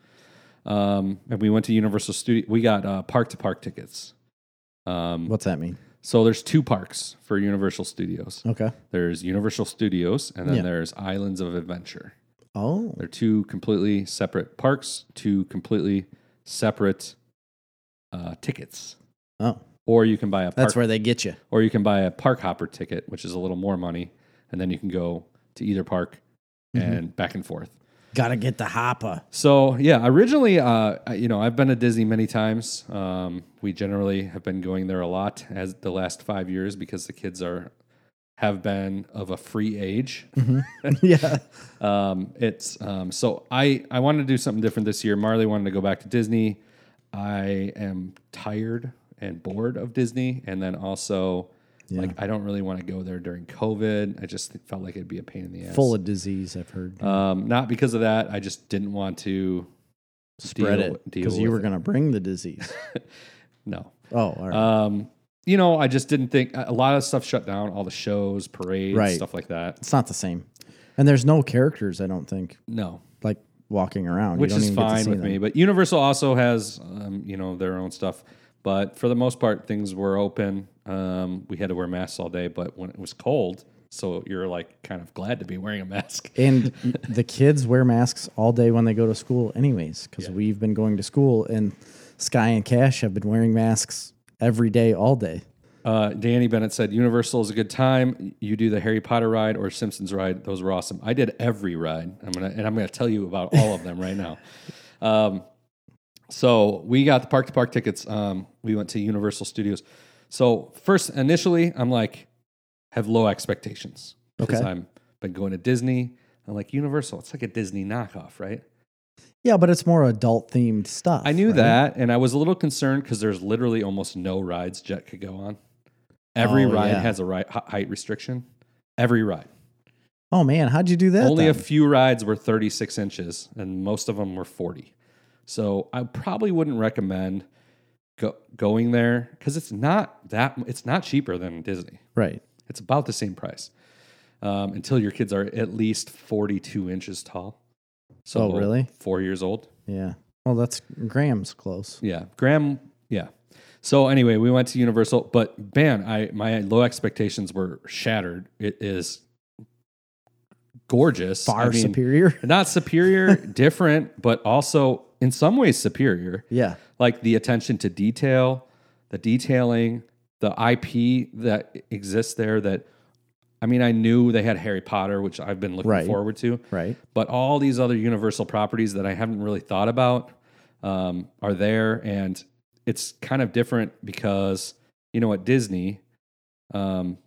A: Um, and we went to Universal Studio. We got uh, park to park tickets. Um,
B: What's that mean?
A: so there's two parks for Universal Studios.
B: Okay.
A: There's Universal Studios and then
B: Yeah.
A: there's Islands of Adventure.
B: Oh,
A: They're two completely separate parks, two completely separate uh, tickets.
B: oh,
A: Or you can buy a park,
B: that's where they get you.
A: or you can buy a park hopper ticket, which is a little more money, and then you can go to either park
B: Mm-hmm.
A: and back and forth.
B: Got to get the <laughs> hopper.
A: So yeah, originally, uh, I- you know, I've been to Disney many times. Um, we generally have been going there a lot as the last five years because the kids are have been of a free age.
B: yeah.
A: Um, it's um, so I I wanted to do something different this year. Marley wanted to go back to Disney. I am tired and bored of Disney, and then also like I don't really want to go there during COVID. I just felt like it'd be a pain in the ass.
B: Full of disease, I've heard.
A: um, not because of that. I just didn't want to
B: Spread
A: deal-
B: it
A: deal
B: because you
A: with
B: were going to bring
A: <laughs>
B: the disease.
A: No.
B: Oh, all right.
A: Um, you know, I just didn't think a lot of stuff shut down, all the shows, parades,
B: Right.
A: stuff like that.
B: it's not the same. And there's no characters, I don't think,
A: No,
B: like walking around. You
A: which
B: don't
A: is
B: even get to
A: fine
B: see
A: with
B: them.
A: me. But Universal also has, um, you know, their own stuff. But for the most part, things were open. Um, we had to wear masks all day, but when it was cold, so you're like kind of glad to be wearing a mask.
B: And y- the kids wear masks all day when they go to school, anyways, because we've been going to school and Sky and Cash have been wearing masks every day, all day.
A: Uh, Danny Bennett said, "Universal is a good time. You do the Harry Potter ride or Simpsons ride; those were awesome. I did every ride. I'm gonna and I'm gonna tell you about all of them right now. Um, so we got the park to park tickets. Um, we went to Universal Studios. So first, initially, I'm like, have low expectations because
B: Okay.
A: I'm been going to Disney. I'm like Universal. It's like a Disney knockoff, right?
B: Yeah, but it's more adult themed stuff.
A: I knew
B: right?
A: that, and I was a little concerned because there's literally almost no rides Jet could go on. Every
B: Oh,
A: ride
B: yeah.
A: has a ride, height restriction. Every ride.
B: Oh man, how'd you do that?
A: Only
B: Only
A: a few rides were 36 inches, and most of them were 40. So I probably wouldn't recommend go, going there because it's not that it's not cheaper than Disney.
B: right.
A: It's about the same price um, until your kids are at least 42 inches tall. So
B: Oh, really?
A: Four years old.
B: Yeah. Well, that's Graham's close.
A: Yeah, Graham. Yeah. So anyway, we went to Universal, but man, I my low expectations were shattered. It is gorgeous,
B: Far
A: I mean,
B: superior. <laughs>
A: Not superior, different, but also in some ways superior.
B: Yeah.
A: Like the attention to detail, the detailing, the IP that exists there. That I mean, I knew they had Harry Potter, which I've been looking
B: Right.
A: forward to
B: Right.
A: but all these other universal properties that I haven't really thought about um, are there, and it's kind of different because you know at Disney, um,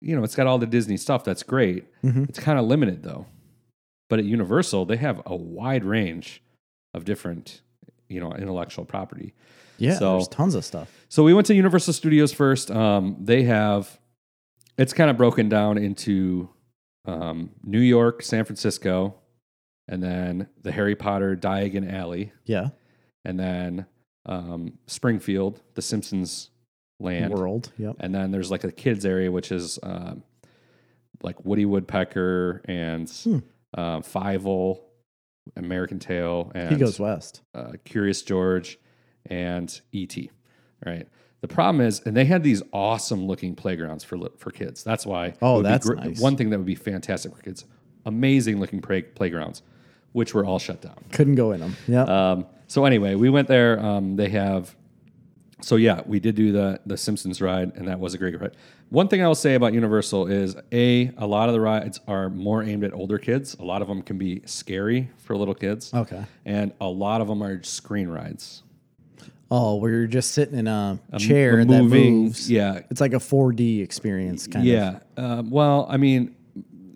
A: you know it's got all the Disney stuff that's great.
B: Mhm.
A: It's kind of limited though, but at Universal they have a wide range of different you know intellectual property.
B: Yeah.
A: So-
B: there's tons of stuff.
A: So we went to Universal Studios first. Um, they have it's kind of broken down into um, New York, San Francisco, and then the Harry Potter Diagon Alley,
B: Yeah.
A: and then um, Springfield, the Simpsons land,
B: World. Yep.
A: and then there's like a kids area which is um, like Woody Woodpecker and
B: Hmm.
A: uh, Fievel, American Tail, and
B: He goes west.
A: uh, Curious George, and E.T. Right. The problem is, and they had these awesome looking playgrounds for li- for kids. That's why. it
B: Oh,
A: would be
B: that's
A: gr-
B: nice.
A: One thing that would be fantastic for kids, amazing looking play- playgrounds, which were all shut down.
B: Couldn't go in them. Yeah.
A: Um, so anyway, we went there. Um, they have. So yeah, we did do the the Simpsons ride, and that was a great ride. One thing I will say about Universal is a a lot of the rides are more aimed at older kids. A lot of them can be scary for little kids
B: okay.
A: and a lot of them are screen rides.
B: Oh, where you're just sitting in a, chair
A: m-
B: that
A: moving-
B: moves.
A: yeah.
B: It's like a 4D experience kind of.
A: yeah. Um, well, I mean,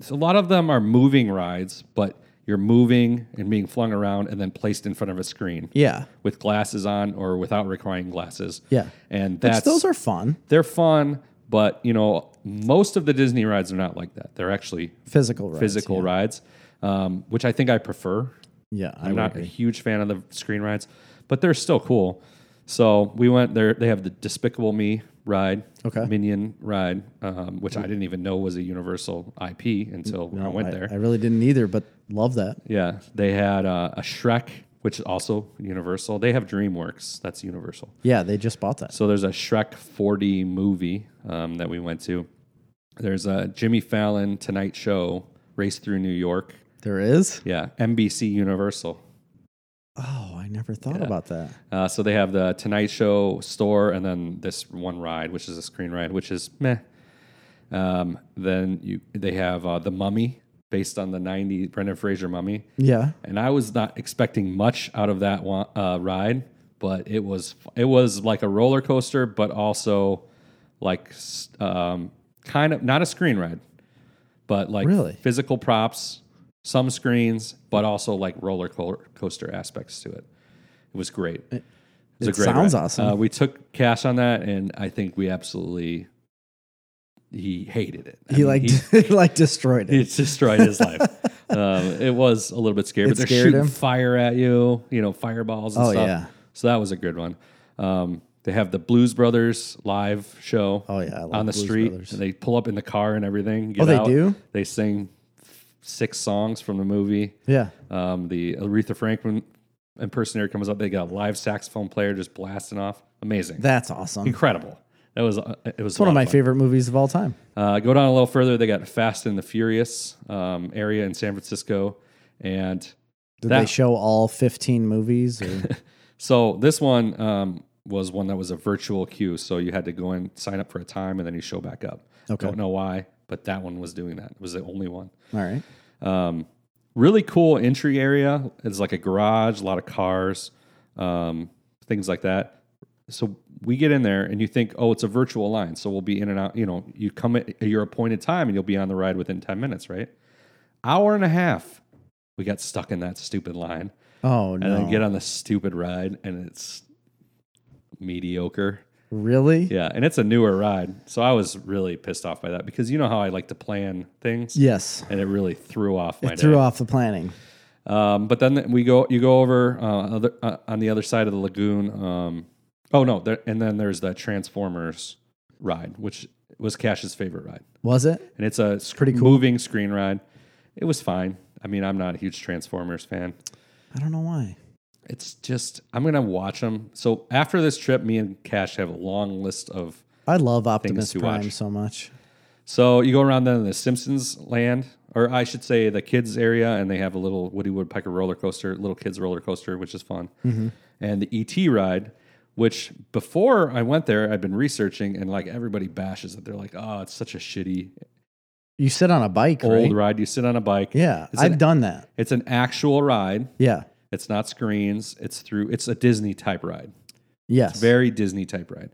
A: so a lot of them are moving rides, but you're moving and being flung around and then placed in front of a screen
B: Yeah.
A: with glasses on or without requiring glasses.
B: Yeah.
A: and that's
B: Those are fun.
A: they're fun, But you know, most of the Disney rides are not like that. They're actually
B: Physical rides.
A: physical
B: yeah.
A: rides, um, which I think I prefer.
B: Yeah, I
A: I'm
B: would
A: not a
B: agree.
A: huge fan of the screen rides, but they're still cool. So we went there. They have the Despicable Me ride,
B: Okay.
A: Minion ride, um, which I didn't even know was a Universal IP until I went
B: I,
A: there.
B: I really didn't either, but love that.
A: Yeah, they had uh, a Shrek, which is also Universal. They have DreamWorks, that's Universal.
B: Yeah, they just bought that.
A: So there's a Shrek 4D movie um, that we went to. There's a Jimmy Fallon Tonight Show Race Through New York.
B: There is.
A: Yeah, NBC Universal.
B: Oh, I never thought about that.
A: Uh, so they have the Tonight Show store, and then this one ride, which is a screen ride, which is meh. Um, then you they have uh, the Mummy, based on the '90 Brendan Fraser Mummy.
B: Yeah.
A: and I was not expecting much out of that one, uh, ride, but it was it was like a roller coaster, but also like s- um, kind of not a screen ride, but like
B: Really?
A: physical props, some screens, but also like roller co- coaster aspects to it. It was great. It, was
B: it sounds
A: ride.
B: awesome.
A: Uh, we took cash on that, and I think we absolutely he hated it. I
B: <laughs> he
A: mean,
B: like like
A: <laughs>
B: destroyed it.
A: it's destroyed his
B: <laughs>
A: life. Um, it was a little bit scary,
B: It
A: but they're
B: scared
A: shooting
B: him?
A: fire at you, you know, fireballs and
B: Oh,
A: stuff.
B: yeah.
A: So that was a good one. Um, they have the Blues Brothers live show
B: Oh, yeah, I love
A: on the
B: Blues
A: street.
B: Brothers. Oh,
A: And they pull up in the car and everything. get
B: they
A: out.
B: do?
A: They sing six songs from the movie.
B: Yeah.
A: Um, the Aretha Franklin impersonator comes up. They got a live saxophone player just blasting off. Amazing.
B: That's awesome. It's
A: Incredible. That was uh, it was a
B: one
A: lot
B: of my
A: fun.
B: favorite movies of all time.
A: Uh, go down a little further. They got Fast and the Furious um, area in San Francisco, and
B: Did they
A: That-
B: show all 15
A: <laughs>
B: movies? Or?
A: so this one um, was one that was a virtual queue. So you had to go in, sign up for a time, and then you show back up.
B: Okay.
A: Don't know why, but that one was doing that. It was the only one.
B: all right.
A: Really cool entry area. It's like a garage, a lot of cars, um, things like that. So we get in there, and you think, oh, it's a virtual line, so we'll be in and out. You know, you come at your appointed time, and you'll be on the ride within ten minutes, right? Hour and a half, we got stuck in that stupid line.
B: Oh
A: and
B: no.
A: then get on the stupid ride and it's mediocre.
B: really?
A: Yeah, and it's a newer ride. So I was really pissed off by that because you know how I like to plan things
B: Yes.
A: and it really threw off my
B: Threw
A: day.
B: off the planning.
A: Um, but then we go you go over uh, other, uh, on the other side of the lagoon um, oh no, there, and then there's the Transformers ride which was Cash's favorite ride.
B: Was it?
A: And it's a sc-
B: pretty cool.
A: moving screen ride. It was fine. I mean, I'm not a huge Transformers fan.
B: I don't know why.
A: it's just I'm gonna watch them. So after this trip, me and Cash have a long list of.
B: I love Optimus
A: to
B: Prime
A: watch.
B: so much.
A: So you go around then the Simpsons land, or I should say the kids area, and they have a little Woody Woodpecker roller coaster, little kids roller coaster, which is fun,
B: Mm-hmm.
A: and the ET ride. Which before I went there, I've been researching, and like everybody bashes it. They're like, "Oh, it's such a shitty
B: You sit on a bike,
A: old
B: right?
A: ride. You sit on a bike.
B: Yeah,
A: Is
B: I've
A: it-
B: done that.
A: It's an actual ride.
B: Yeah.
A: It's not screens. It's through. It's a Disney type ride.
B: Yes.
A: Very Disney type ride.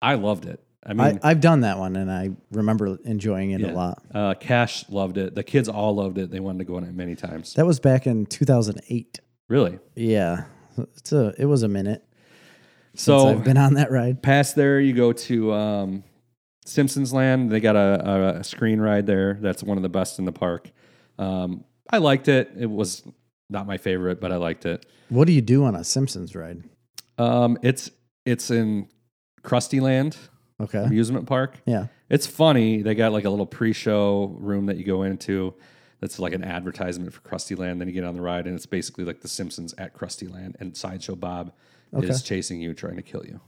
A: I loved it. I mean,
B: I, I've done that one, and I remember enjoying it a
A: Mm. Yeah.
B: lot.
A: Uh, Cash loved it. The kids all loved it. They wanted to go on it many times.
B: That was back in 2008.
A: really?
B: Yeah, it's a it was a minute since
A: So
B: I've been on that ride.
A: past there, you go to um, Simpsons Land. They got a, a, a screen ride there. That's one of the best in the park. Um, I liked it. It was not my favorite, but I liked it.
B: What do you do on a Simpsons ride?
A: Um, it's it's in Krusty Land
B: Okay,
A: amusement park.
B: yeah,
A: It's funny. They got like a little pre-show room that you go into. That's like an advertisement for Krusty Land. Then you get on the ride, and it's basically like The Simpsons at Krusty Land, and Sideshow Bob is chasing you, trying to kill you.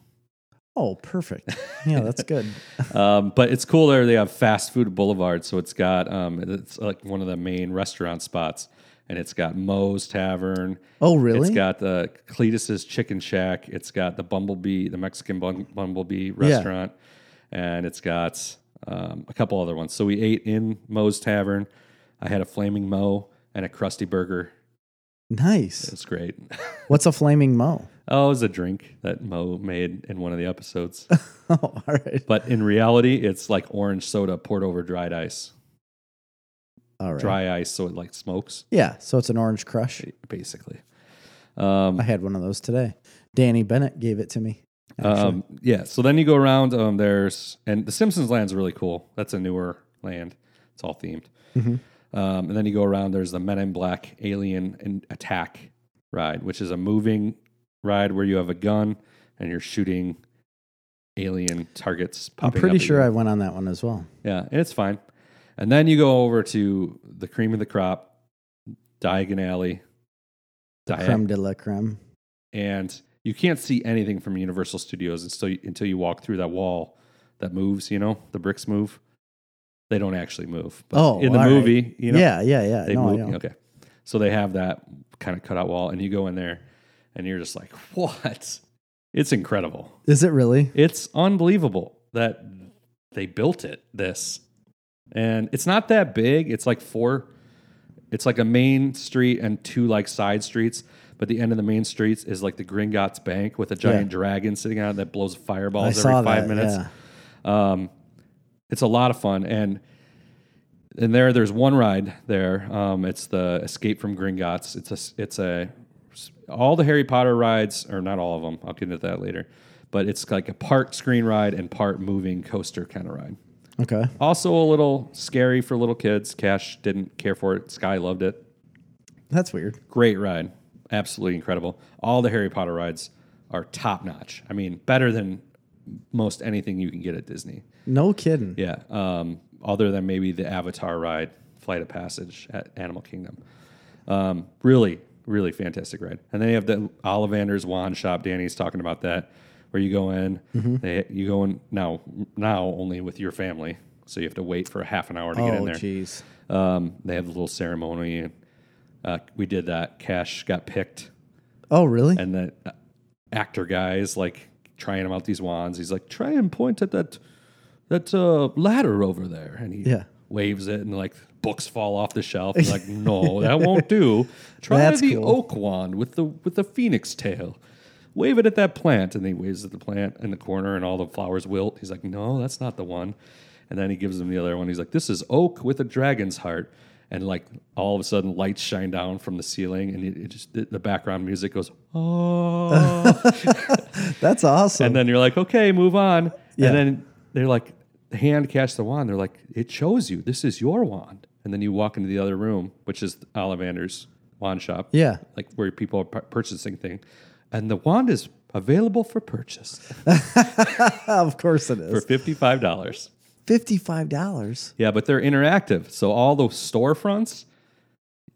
B: oh,
A: <laughs>
B: perfect. Yeah, that's good.
A: Um, but it's cool there. They have Fast Food Boulevard, so it's got um, it's like one of the main restaurant spots, and it's got Moe's Tavern.
B: Oh, really?
A: It's got the Cletus's Chicken Shack. It's got the Bumblebee, the Mexican bun- Bumblebee restaurant, and it's got um, a couple other ones. So we ate in Moe's Tavern. I had a flaming Moe and a crusty burger.
B: nice.
A: It's great. <laughs>
B: What's a flaming mo? <laughs>
A: oh, it was a drink that Moe made in one of the
B: <laughs>
A: episodes.
B: Oh, all right,
A: but in reality, it's like orange soda poured over dried ice.
B: all right.
A: Dry ice, so it like smokes,
B: Yeah, so it's an orange crush.
A: basically. Um,
B: I had one of those today. Danny Bennett gave it to me.
A: Um, yeah. So then you go around. Um, there's and the Simpsons land's really cool. That's a newer land. It's all themed.
B: Mm-hmm.
A: Um, and then you go around. There's the Men in Black Alien and Attack ride, which is a moving ride where you have a gun and you're shooting alien targets.
B: I'm
A: popping up
B: pretty
A: at you.
B: sure I went on that one as well.
A: Yeah, and it's fine. And then you go over to the cream of the crop, Diagon Alley,
B: The
A: Diag-
B: creme de la creme.
A: and you can't see anything from Universal Studios until you, until you walk through that wall that moves. You know, the bricks move. They don't actually move. But
B: Oh,
A: in the
B: all right.
A: movie, you know,
B: yeah, yeah, yeah.
A: they
B: no, I
A: move.
B: know.
A: Okay, so they have that kind of cutout wall, and you go in there, and you're just like, <laughs> what? It's incredible.
B: Is it really?
A: It's unbelievable that they built it this. And it's not that big. It's like four it's like a main street and two like side streets, but the end of the main streets is like the Gringotts Bank with a giant dragon sitting on it that blows
B: I
A: fireballs every
B: saw
A: 5
B: that,
A: minutes. Um,
B: yeah.
A: It's a lot of fun and and there there's one ride there. Um, it's the Escape from Gringotts. It's a s- it's a all the Harry Potter rides or not all of them. I'll get into that later. But it's like a part screen ride and part moving coaster kind of ride.
B: Okay.
A: Also a little scary for little kids. Cash didn't care for it. Sky loved it.
B: That's weird.
A: Great ride. Absolutely incredible. All the Harry Potter rides are top notch. I mean, better than most anything you can get at Disney.
B: No kidding.
A: Yeah. Um, other than maybe the Avatar ride, Flight of Passage at Animal Kingdom. Um, really, really fantastic ride. And then you have the Ollivander's Wand Shop. Danny's talking about that, where you go in. They, you go in now, now only with your family. So you have to wait for a half an hour to get in
B: Oh,
A: there.
B: jeez.
A: Um, they have a little ceremony. And, uh, we did that. Cash got picked,
B: Oh, really?
A: and the uh, actor guy is like trying him out these wands. He's like, try and point at that that uh, ladder over there, and he
B: Yeah.
A: waves it, and like books fall off the shelf. He's
B: <laughs>
A: like, no, that won't do. Try
B: That's
A: the
B: cool.
A: oak wand with the with the phoenix tail. Wave it at that plant, and he waves at the plant in the corner, and all the flowers wilt. He's like, no, that's not the one. And then he gives him the other one. He's like, this is oak with a dragon's heart. And like all of a sudden, lights shine down from the ceiling, and it, it just the background music goes,
B: <laughs>
A: oh.
B: That's awesome.
A: And then you're like, okay, move on.
B: Yeah.
A: And then they're like, hand catch the wand. They're like, it shows you this is your wand. And then you walk into the other room, which is Ollivander's wand shop.
B: Yeah. <laughs>
A: Like where people are pu- purchasing thing, and the wand is available for purchase
B: of course it
A: for
B: is.
A: fifty five dollars.
B: Fifty-five dollars.
A: Yeah, but they're interactive. So all those storefronts,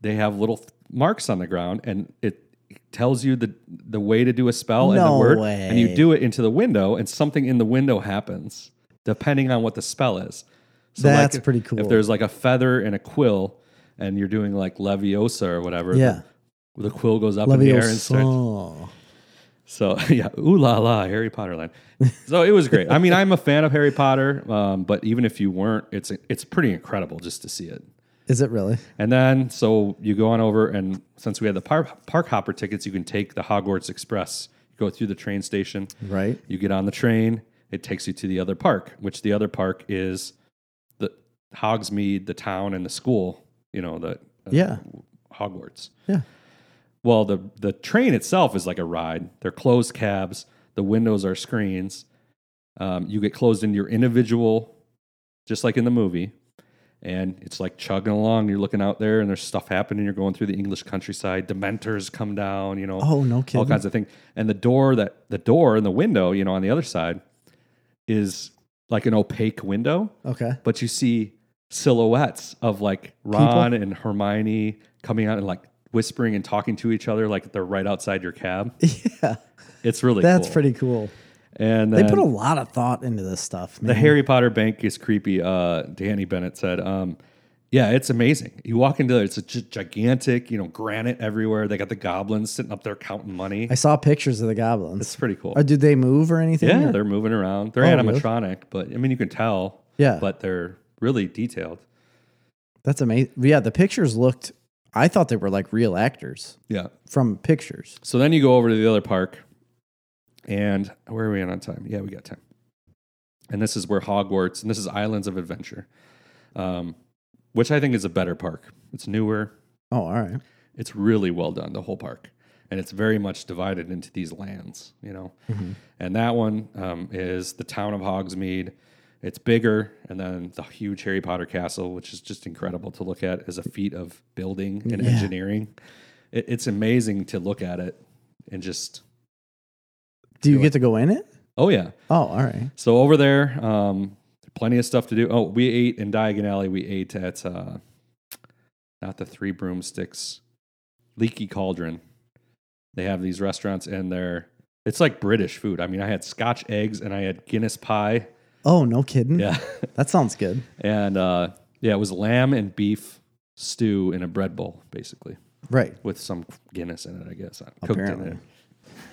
A: they have little th- marks on the ground, and it tells you the the way to do a spell and the
B: No
A: word,
B: way.
A: and you do it into the window, and something in the window happens depending on what the spell is. So
B: That's pretty cool.
A: If there's like a feather and a quill, and you're doing like leviosa or whatever,
B: Yeah.
A: the, the quill goes up in the air and starts
B: Leviosa.
A: so <laughs> yeah, ooh la la, Harry Potter land. So it was great. I mean, I'm a fan of Harry Potter, um, but even if you weren't, it's it's pretty incredible just to see it.
B: Is it really?
A: And then so you go on over, and since we had the park, park hopper tickets, you can take the Hogwarts Express. You go through the train station,
B: Right.
A: you get on the train. It takes you to the other park, which the other park is the Hogsmeade, the town, and the school. You know the uh,
B: Yeah.
A: Hogwarts.
B: Yeah.
A: Well, the the train itself is like a ride. They're closed cabs. The windows are screens. Um, you get closed into your individual, just like in the movie. And it's like chugging along. You're looking out there, and there's stuff happening. You're going through the English countryside. Dementors come down. You know,
B: Oh no
A: all
B: kidding.
A: kinds of things. And the door that the door and the window, you know, on the other side, is like an opaque window
B: Okay. <laughs>
A: but you see silhouettes of like Ron and Hermione coming out and like whispering and talking to each other like they're right outside your
B: <laughs>
A: cab.
B: Yeah.
A: It's really
B: That's
A: cool.
B: pretty cool.
A: And
B: They
A: then
B: put a lot of thought into this stuff,
A: the
B: man.
A: Harry Potter bank is creepy. Uh, Danny Bennett said, um, "Yeah, it's amazing. You walk into it, it's a gi- gigantic, you know, granite everywhere. They got the goblins sitting up there counting money.
B: I saw pictures of the
A: It's
B: goblins.
A: pretty cool.
B: Or did they move or anything?
A: yeah,
B: or-
A: they're moving around. They're
B: Oh, really?
A: animatronic, but I mean, you can tell.
B: Yeah.
A: but they're really detailed.
B: That's amazing. Yeah, the pictures looked I thought they were like real actors
A: Yeah,
B: from pictures.
A: So then you go over to the other park, and where are we at on time? Yeah, we got time. And this is where Hogwarts, and this is Islands of Adventure, um, which I think is a better park. It's newer.
B: Oh, all right.
A: It's really well done, the whole park. and it's very much divided into these lands, you know. And that one um, is the town of Hogsmeade. It's bigger, and then the huge Harry Potter castle, which is just incredible to look at as a feat of building and
B: Yeah.
A: engineering. It, it's amazing to look at it and just,
B: Do you get to go in it?
A: oh yeah,
B: Oh, all right.
A: so over there, um, plenty of stuff to do. Oh, we ate in Diagon Alley. We ate at uh, not the Three Broomsticks, Leaky Cauldron. They have these restaurants, and they're it's like British food. I mean, I had Scotch eggs and I had Guinness pie.
B: Oh, no kidding.
A: Yeah,
B: <laughs> That sounds good.
A: <laughs> and uh, yeah, it was lamb and beef stew in a bread bowl, basically
B: Right.
A: with some Guinness in it. I guess cooked in
B: Apparently.
A: it.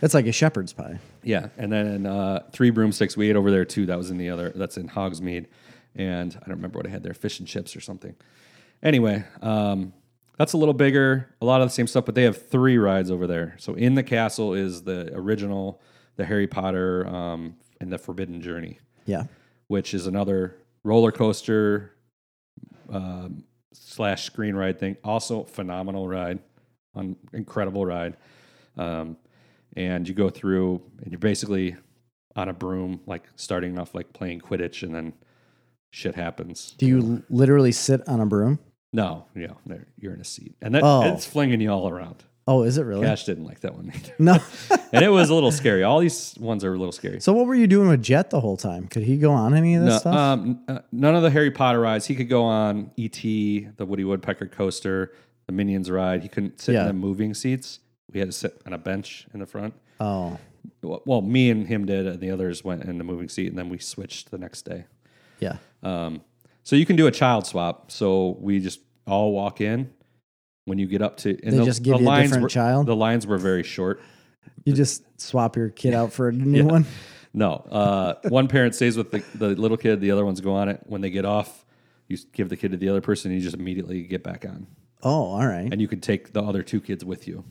B: It's like a shepherd's pie.
A: Yeah, and then uh, three broomsticks we ate over there too. That was in the other. That's in Hogsmeade, and I don't remember what I had there. Fish and chips or something. Anyway, um, that's a little bigger. A lot of the same stuff, but they have three rides over there. So in the castle is the original, the Harry Potter, um, and the Forbidden Journey,
B: Yeah.
A: which is another roller coaster um, slash screen ride thing. Also phenomenal ride, un- incredible ride. Um, and you go through and you're basically on a broom, like starting off like playing Quidditch, and then shit happens.
B: Do you l- literally sit on a broom?
A: No, you know, there- you're in a seat, and that
B: Oh.
A: it's flinging you all around.
B: Oh, is it really?
A: Cash didn't like that one <laughs> either,
B: <laughs> No. <laughs>
A: and it was a little scary. All these ones are a little scary.
B: so what were you doing with Jet the whole time? Could he go on any of this
A: No,
B: stuff?
A: um, n- uh, none of the Harry Potter rides. He could go on E.T., the Woody Woodpecker coaster, the Minions ride. He couldn't sit
B: Yeah.
A: in the moving seats. We had to sit on a bench in the front.
B: oh,
A: Well, well, me and him did, and the others went in the moving seat, and then we switched the next day.
B: yeah.
A: Um, so you can do a child swap. So we just all walk in. When you get up to, and
B: They just give you a different
A: were,
B: child?
A: The lines were very short.
B: You just swap your kid
A: <laughs>
B: out for a new one.
A: No, uh, one parent stays with the, the little kid, the other ones go on it. When they get off, you s- give the kid to the other person, and you just immediately get back on.
B: Oh, all right.
A: And you can take the other two kids with you.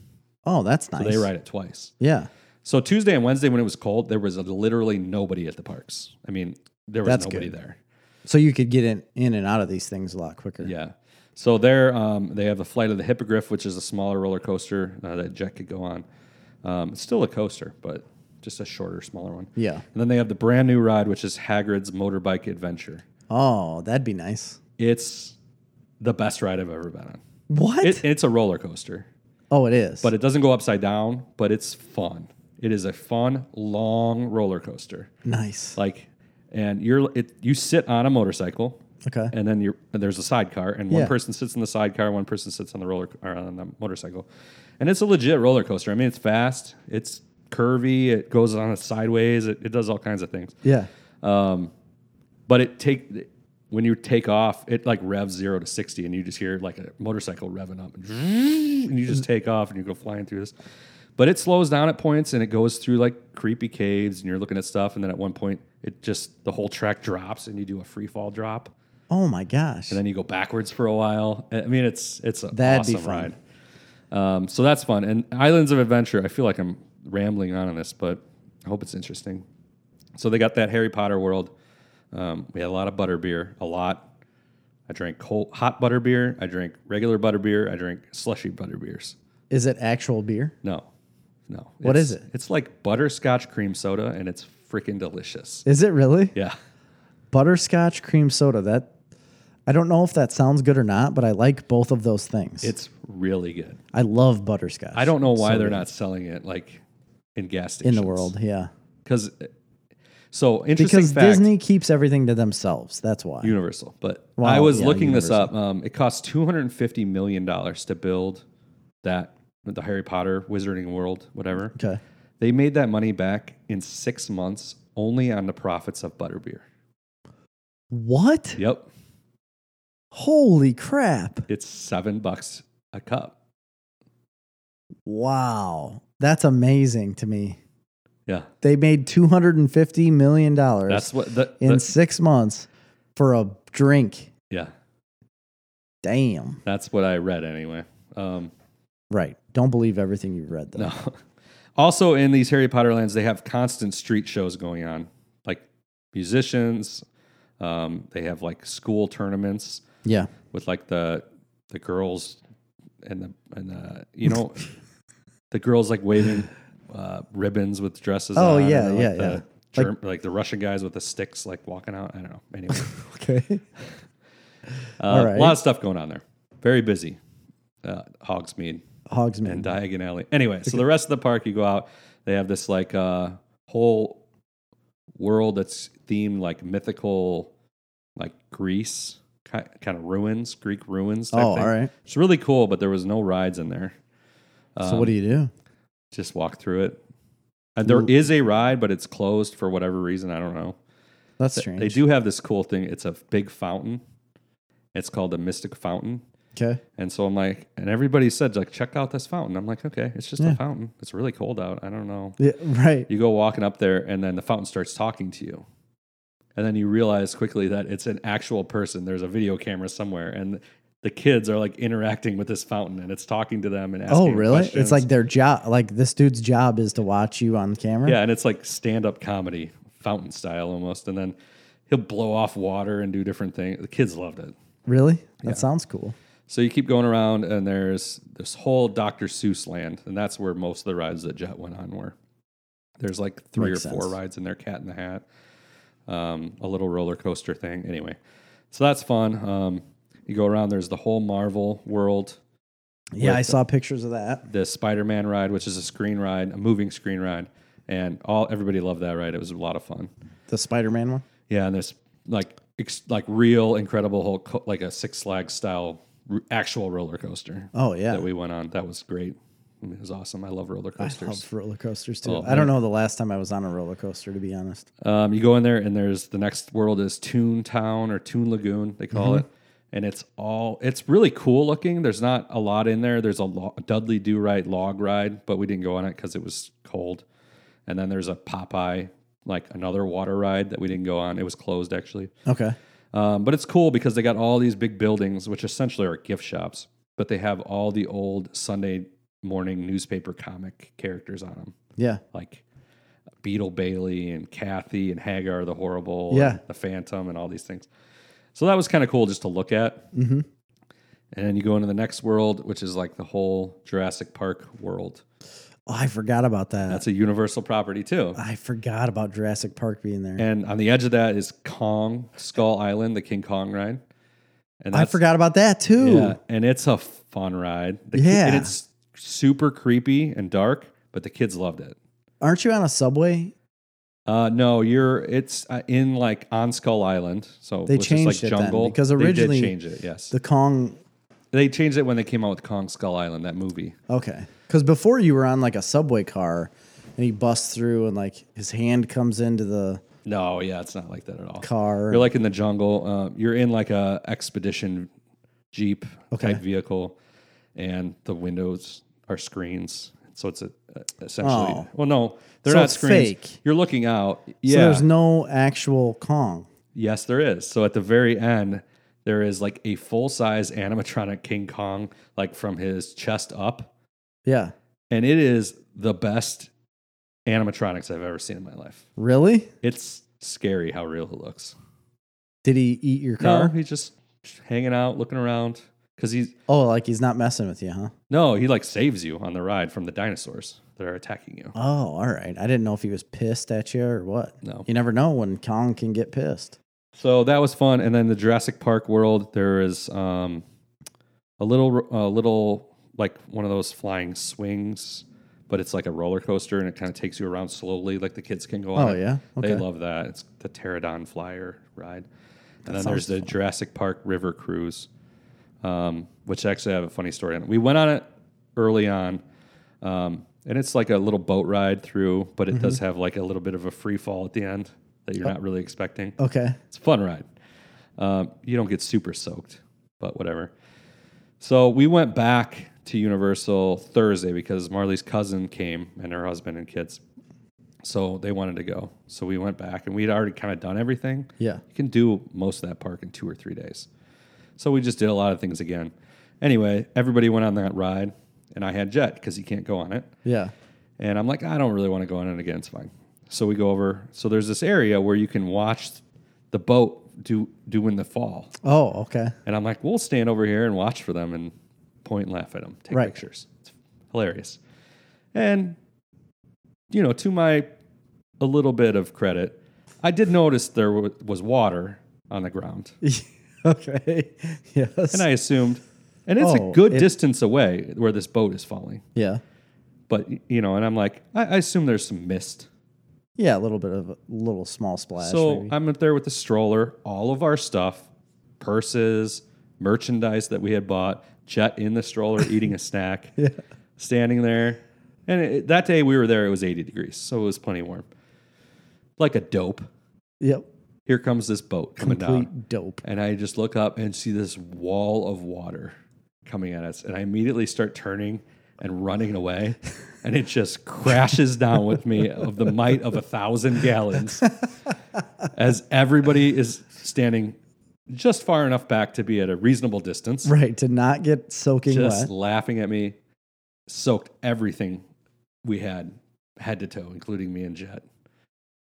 B: Oh, that's nice.
A: They ride it twice.
B: Yeah.
A: So Tuesday and Wednesday, when it was cold, there was literally nobody at the parks. I mean, there was
B: That's
A: nobody
B: good.
A: there.
B: So you could get in, in and out of these things a lot quicker.
A: Yeah. So there, um, they have the Flight of the Hippogriff, which is a smaller roller coaster uh, that Jet could go on. Um, it's still a coaster, but just a shorter, smaller one.
B: Yeah.
A: And then they have the brand new ride, which is Hagrid's Motorbike Adventure.
B: Oh, that'd be nice.
A: It's the best ride I've ever been on.
B: What?
A: It, it's a roller coaster,
B: oh, it is.
A: but it doesn't go upside down, but it's fun. It is a fun, long roller coaster.
B: nice.
A: Like, and you're it, you sit on a motorcycle,
B: okay.
A: and then you're and there's a sidecar, and one
B: Yeah.
A: person sits in the sidecar, one person sits on the roller or on the motorcycle, and it's a legit roller coaster. I mean, it's fast, it's curvy, it goes on it sideways, it, it does all kinds of things.
B: yeah.
A: But it take when you take off, it like revs zero to sixty, and you just hear like a motorcycle revving up, and, <laughs> and you just take off, and you go flying through this. But it slows down at points, and it goes through like creepy caves, and you're looking at stuff, and then at one point, it just the whole track drops, and you do a free fall drop,
B: Oh my gosh.
A: and then you go backwards for a while. I mean, it's it's an
B: That'd be
A: awesome
B: fun.
A: ride. Um, so that's fun. And Islands of Adventure, I feel like I'm rambling on on this, but I hope it's interesting. So they got that Harry Potter world. Um, we had a lot of butter beer, a lot. I drank cold, hot butter beer. I drank regular butter beer. I drank slushy butter beers.
B: is it actual beer?
A: No, no.
B: What
A: It's-
B: is it?
A: It's like butterscotch cream soda, and it's freaking delicious.
B: Is it really? <laughs>
A: Yeah.
B: Butterscotch cream soda. That I don't know if that sounds good or not, but I like both of those things.
A: It's really good.
B: I love butterscotch.
A: I don't know why they're not selling it like in gas
B: in
A: stations
B: the world. Yeah.
A: because so interesting
B: Because
A: fact,
B: Disney keeps everything to themselves. That's why.
A: Universal. But
B: Wow,
A: I was
B: yeah,
A: looking this up. Um, it cost two hundred and fifty million dollars to build that the Harry Potter Wizarding World, whatever.
B: okay.
A: They made that money back in six months only on the profits of butterbeer.
B: What?
A: Yep,
B: Holy crap.
A: it's seven bucks a cup.
B: Wow. That's amazing to me.
A: Yeah,
B: They made $250 million
A: that's what the,
B: in
A: the-
B: six months for a drink.
A: yeah
B: Damn.
A: that's what I read anyway. Um,
B: Right. Don't believe everything you've read, though.
A: No. <laughs> Also, in these Harry Potter lands, they have constant street shows going on, like musicians. Um, they have like school tournaments <laughs>
B: Yeah. <laughs>
A: with like the the girls and the and the you know the girls like waving uh, ribbons with dresses.
B: Oh,
A: on, and
B: yeah,
A: then, like,
B: yeah,
A: the
B: yeah.
A: Germ- like, the Russian guys with the sticks, like walking out. I don't know.
B: <laughs>
A: Anyway,
B: Okay.
A: uh,
B: All right.
A: a lot of stuff going on there. Very busy. Uh, Hogsmeade
B: Hogsman.
A: and Diagon Alley. Anyway, so the rest of the park, you go out. They have this like uh, whole world that's themed like mythical, like Greece ki- kind of ruins, Greek ruins. Type
B: oh,
A: thing.
B: all right.
A: It's really cool, but there was no rides in there.
B: so
A: um,
B: what do you do?
A: Just walk through it. Uh, there
B: Ooh.
A: is a ride, but it's closed for whatever reason. I don't know.
B: That's
A: Th- They
B: strange.
A: do have this cool thing. It's a big fountain. It's called the Mystic Fountain.
B: Okay.
A: And so I'm like, and everybody said like, check out this fountain. I'm like, okay, it's just
B: Yeah.
A: a fountain. It's really cold out. I don't know.
B: Yeah, right.
A: You go walking up there, and then the fountain starts talking to you, and then you realize quickly that it's an actual person. There's a video camera somewhere, and the kids are like interacting with this fountain, and it's talking to them and asking.
B: Oh, really?
A: questions.
B: It's like their job. Like this dude's job is to watch you on camera.
A: yeah, and it's like stand up comedy, fountain style almost, and then he'll blow off water and do different things. The kids loved it.
B: Really? That sounds cool.
A: So you keep going around, and there's this whole Dr. Seuss land, and that's where most of the rides that Jet went on were. There's like three
B: Makes
A: or four
B: sense.
A: rides in there, Cat in the Hat, um, a little roller coaster thing. Anyway, so that's fun. Um, you go around. There's the whole Marvel world,
B: Yeah, I saw pictures of that.
A: the Spider-Man ride, which is a screen ride, a moving screen ride, and all everybody loved that ride. It was a lot of fun.
B: The Spider-Man one.
A: Yeah, and there's like ex- like real Incredible Hulk, co- like a Six Flags style r- actual roller coaster
B: Oh yeah.
A: that we went on. That was great. I mean, It was awesome. I love roller
B: I
A: coasters.
B: love roller coasters too.
A: Oh,
B: I don't know the last time I was on a roller coaster, to be honest.
A: Um, you go in there, and there's the next world is Toon Town or Toon Lagoon, they call
B: Mm-hmm.
A: it. And it's all, it's really cool looking. There's not a lot in there. There's a lo- Dudley Do Right log ride, but we didn't go on it because it was cold. And then there's a Popeye, like another water ride that we didn't go on. It was closed actually.
B: Okay.
A: Um, but it's cool because they got all these big buildings, which essentially are gift shops, but they have all the old Sunday morning newspaper comic characters on them.
B: Yeah.
A: like Beetle Bailey and Kathy and Hagar the Horrible, and
B: Yeah.
A: the Phantom, and all these things. So that was kind of cool just to look at.
B: Mm-hmm.
A: And then you go into the next world, which is like the whole Jurassic Park world.
B: Oh, I forgot about that.
A: That's a Universal property too.
B: I forgot about Jurassic Park being there.
A: And on the edge of that is Kong Skull Island, the King Kong ride. And
B: I
A: that's-
B: forgot about that too.
A: Yeah, and it's a fun ride. The ki- and
B: Yeah.
A: it's super creepy and dark, but the kids loved it.
B: Aren't you on a subway?
A: Uh, no, you're it's uh, in like on Skull Island, so
B: They
A: which is like
B: changed it then,
A: jungle
B: because
A: They did
B: originally
A: change it. Yes,
B: The Kong.
A: they changed it when they came out with Kong Skull Island, that movie.
B: Okay. Because before you were on like a subway car, and he busts through, and like his hand comes into the
A: No, yeah, it's not like that at all.
B: car.
A: You're like in the jungle. Uh, you're in like a expedition jeep
B: Okay.
A: type vehicle, and the windows are screens. So it's a, essentially
B: Oh.
A: well, no, they're
B: So
A: not
B: it's
A: screens.
B: fake.
A: You're looking out. Yeah,
B: So there's no actual Kong.
A: Yes, there is. So at the very end, there is like a full size animatronic King Kong, like from his chest up.
B: Yeah.
A: And it is the best animatronics I've ever seen in my life.
B: Really?
A: It's scary how real it looks.
B: Did he eat your
A: No,
B: car?
A: he's just hanging out, looking around. Cause he's,
B: Oh, like he's not messing with you, huh?
A: no, he like saves you on the ride from the dinosaurs that are attacking you.
B: Oh, all right. I didn't know if he was pissed at you or what.
A: No.
B: You never know when Kong can get pissed.
A: So that was fun. And then the Jurassic Park world, there is um, a little, a little like one of those flying swings, but it's like a roller coaster and it kind of takes you around slowly. Like the kids can go on.
B: Oh,
A: it.
B: yeah?
A: They
B: Okay.
A: love that. It's the Pterodon Flyer ride. And then there's
B: sounds
A: the Jurassic Park River Cruise, um, which actually I have a funny story on it. We went on it early on. Um, and it's like a little boat ride through, but it
B: Mm-hmm.
A: does have like a little bit of a free fall at the end that
B: Oh.
A: you're not really expecting.
B: Okay.
A: It's a fun ride. Um, you don't get super soaked, but whatever. So we went back to Universal Thursday because Marley's cousin came and her husband and kids. So they wanted to go. So we went back and we'd already kind of done everything.
B: Yeah.
A: You can do most of that park in two or three days. So we just did a lot of things again. Anyway, everybody went on that ride and I had Jet because he can't go on it.
B: Yeah.
A: And I'm like, I don't really want to go on it again. It's fine. So we go over. So there's this area where you can watch the boat do doing the fall.
B: Oh, okay. <laughs>
A: And I'm like, we'll stand over here and watch for them and point and laugh at them, take
B: Right.
A: pictures. It's hilarious. And you know, to my a little bit of credit, I did notice there wa- was water on the ground,
B: okay. <laughs> Yes.
A: and I assumed, and it's
B: Oh,
A: a good
B: it-
A: distance away where this boat is falling.
B: yeah.
A: But y- you know, and I'm like, I, I assume there's some mist.
B: Yeah, a little bit of a little small splash.
A: So
B: maybe.
A: I'm up there with the stroller, all of our stuff, purses, merchandise that we had bought. Chet in the
B: <laughs>
A: stroller eating a snack, standing there. And it, that day we were there, it was 80 degrees, so it was plenty warm. Like a dope.
B: yep.
A: Here comes this boat coming
B: Complete
A: down,
B: dope.
A: and I just look up and see this wall of water coming at us, and I immediately start turning and running
B: <laughs>
A: away, and it just crashes down with me of the might of a thousand gallons as everybody is standing just far enough back to be at a reasonable distance,
B: Right. To not get soaking
A: just
B: wet.
A: laughing at me, soaked everything we had, head to toe, including me and Jet.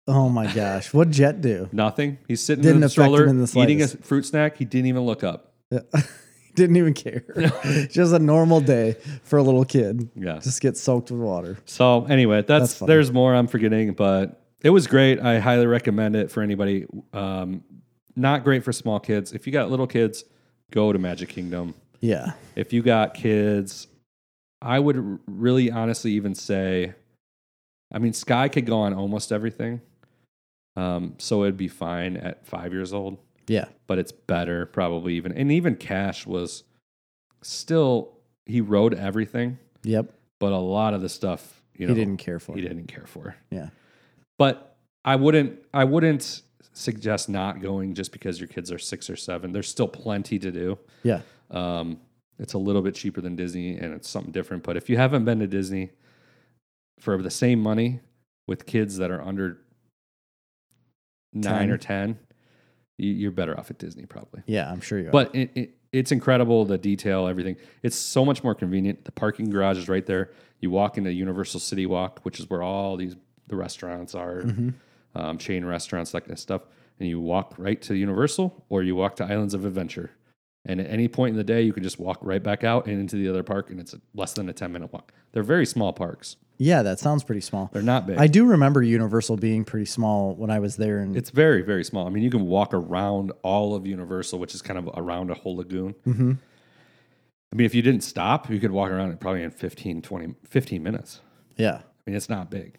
B: Oh my gosh. What'd Jet do?
A: Nothing. He's sitting in
B: Didn't
A: the
B: affect him
A: stroller
B: in the
A: eating a
B: slightest.
A: fruit snack. He didn't even look up.
B: <laughs> Didn't even care. Just a normal day for a little kid.
A: Yeah.
B: Just get soaked with water.
A: So anyway, that's,
B: That's funny.
A: there's more I'm forgetting, but it was great. I highly recommend it for anybody. Um, not great for small kids. If you got little kids, go to Magic Kingdom.
B: Yeah.
A: If you got kids, I would r- really honestly even say, I mean, Sky could go on almost everything. Um, so it'd be fine at five years old.
B: Yeah.
A: but it's better probably even and even cash was still he rode everything
B: Yep.
A: but a lot of the stuff you know
B: he didn't care for
A: he
B: it.
A: didn't care for
B: Yeah.
A: but i wouldn't i wouldn't suggest not going just because your kids are six or seven there's still plenty to do
B: Yeah.
A: um, it's a little bit cheaper than disney and it's something different but if you haven't been to disney for the same money with kids that are under nine
B: Ten.
A: or ten you- you're better off at disney probably
B: Yeah. I'm sure you are.
A: but it, it, it's incredible the detail, everything. It's so much more convenient. The parking garage is right there. You walk into Universal City Walk, which is where all these the restaurants are, um, chain restaurants, that kind of stuff. And you walk right to Universal, or you walk to Islands of Adventure. And at any point in the day, you can just walk right back out and into the other park, and it's less than a ten minute walk. They're very small parks.
B: yeah. That sounds pretty small.
A: They're not big.
B: I do remember Universal being pretty small when I was there. And
A: it's very very small. I mean, you can walk around all of Universal, which is kind of around a whole lagoon.
B: Mhm.
A: I mean, if you didn't stop, you could walk around it probably in 15, 20, 15 minutes.
B: yeah.
A: I mean, it's not big.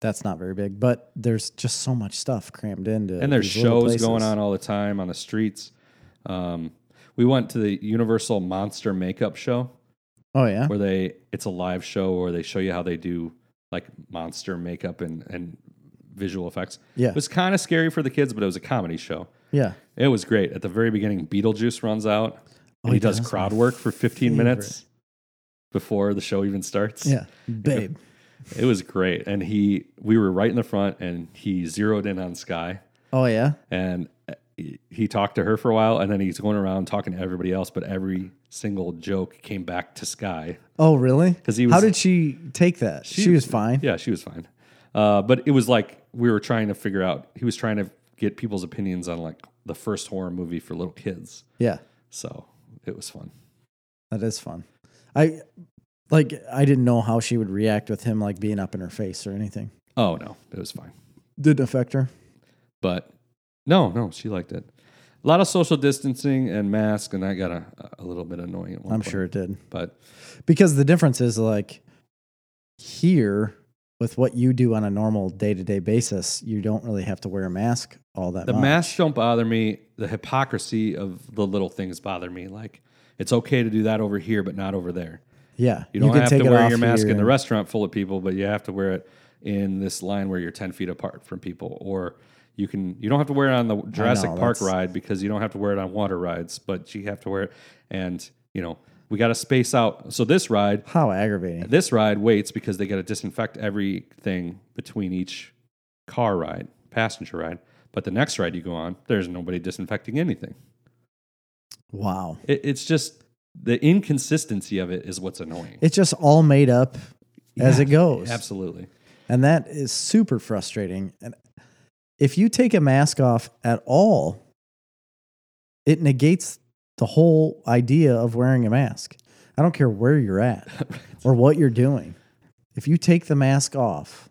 B: That's not very big, but there's just so much stuff crammed into
A: And there's
B: these little
A: shows
B: places.
A: going on all the time on the streets. Um, we went to the Universal Monster Makeup Show
B: Oh yeah.
A: where they, it's a live show where they show you how they do like monster makeup and, and visual effects.
B: Yeah.
A: It was kind of scary for the kids, but it was a comedy show.
B: Yeah.
A: It was great. At the very beginning, Beetlejuice runs out and
B: Oh,
A: he
B: he
A: does
B: does?
A: crowd
B: My
A: work for 15 minutes before the show even starts.
B: Yeah. Babe.
A: It was great. And he, we were right in the front and he zeroed in on Sky
B: Oh yeah.
A: and he- he talked to her for a while and then he's going around talking to everybody else, but every single joke came back to Sky.
B: Oh really?
A: 'Cause he
B: How
A: was-
B: did she take that? She, was fine.
A: Yeah, she was fine. Uh, but it was like we were trying to figure out, he was trying to get people's opinions on like the first horror movie for little kids.
B: yeah.
A: So it was fun.
B: That is fun. I like I didn't know how she would react with him like being up in her face or anything.
A: Oh, no, it was fine.
B: Didn't affect her.
A: But no, no, she liked it. A lot of social distancing and mask, and that got a, a little bit annoying at one
B: I'm
A: point.
B: sure it did.
A: But
B: Because the difference is like here with what you do on a normal day-to-day basis, you don't really have to wear a mask all that
A: the
B: much.
A: masks don't bother me. The hypocrisy of the little things bother me. Like it's okay to do that over here, but not over there.
B: yeah.
A: You don't have to wear your mask
B: here
A: in the
B: and-
A: restaurant full of people, but you have to wear it in this line where you're ten feet apart from people. Or you can you don't have to wear it on the Jurassic Park
B: that's-
A: ride because you don't have to wear it on water rides, but you have to wear it. And you know we got to space out. So this ride
B: How aggravating.
A: This ride waits because they got to disinfect everything between each car ride, passenger ride. But the next ride you go on, there's nobody disinfecting anything.
B: Wow.
A: It, it's just the inconsistency of it is what's annoying.
B: It's just all made up as it goes.
A: Absolutely.
B: And that is super frustrating. And if you take a mask off at all, it negates the whole
A: <laughs>
B: idea of wearing a mask. I don't care where you're at or what you're doing. if you take the mask off,